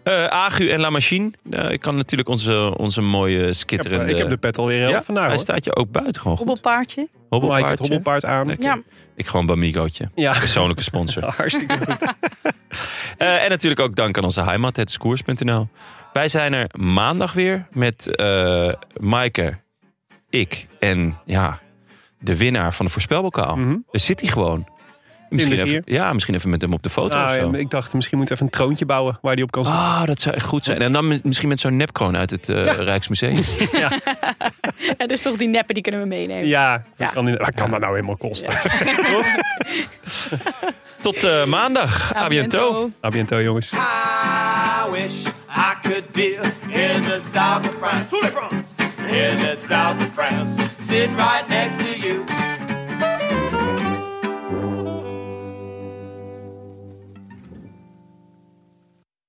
Speaker 1: Eh, Agu en La Machine. Eh, ik kan natuurlijk onze, onze mooie
Speaker 2: Ik heb, eh,
Speaker 1: skitterende...
Speaker 2: ik heb de pet alweer heel
Speaker 1: ja,
Speaker 2: vandaag.
Speaker 1: hij
Speaker 2: hoor.
Speaker 1: staat je ook buiten gewoon goed.
Speaker 3: Hobbelpaardje.
Speaker 2: Maaike,
Speaker 1: Hobbelpaardje.
Speaker 2: het hobbelpaard aan.
Speaker 1: Lekker.
Speaker 3: Ja.
Speaker 1: Ik gewoon Bamigootje.
Speaker 2: Ja.
Speaker 1: Persoonlijke sponsor.
Speaker 2: Hartstikke goed.
Speaker 1: Eh, en natuurlijk ook dank aan onze heimat, het Skoers.nl. Wij zijn er maandag weer met eh Maaike, ik en ja, de winnaar van de voorspelbokaal.
Speaker 2: Mhm.
Speaker 1: Daar zit hij gewoon. Misschien
Speaker 2: de
Speaker 1: even, ja, misschien even met hem op de foto of zo.
Speaker 2: Nou, en ik dacht, misschien moeten we even een troontje bouwen waar die op kan zitten.
Speaker 1: Ah, dat zou echt goed zijn. En dan mi- misschien met zo'n nepkroon uit het eh, Rijksmuseum.
Speaker 3: En dus toch die neppen, die kunnen we meenemen.
Speaker 2: Oh. Ja, dat
Speaker 3: Ja.
Speaker 2: Kan, in- wat kan dat nou helemaal kosten?
Speaker 1: Tot eh, maandag. A bientôt.
Speaker 2: A bientôt, jongens.
Speaker 4: I wish I could be in the south of France. In the south of France. Sitting right next to you.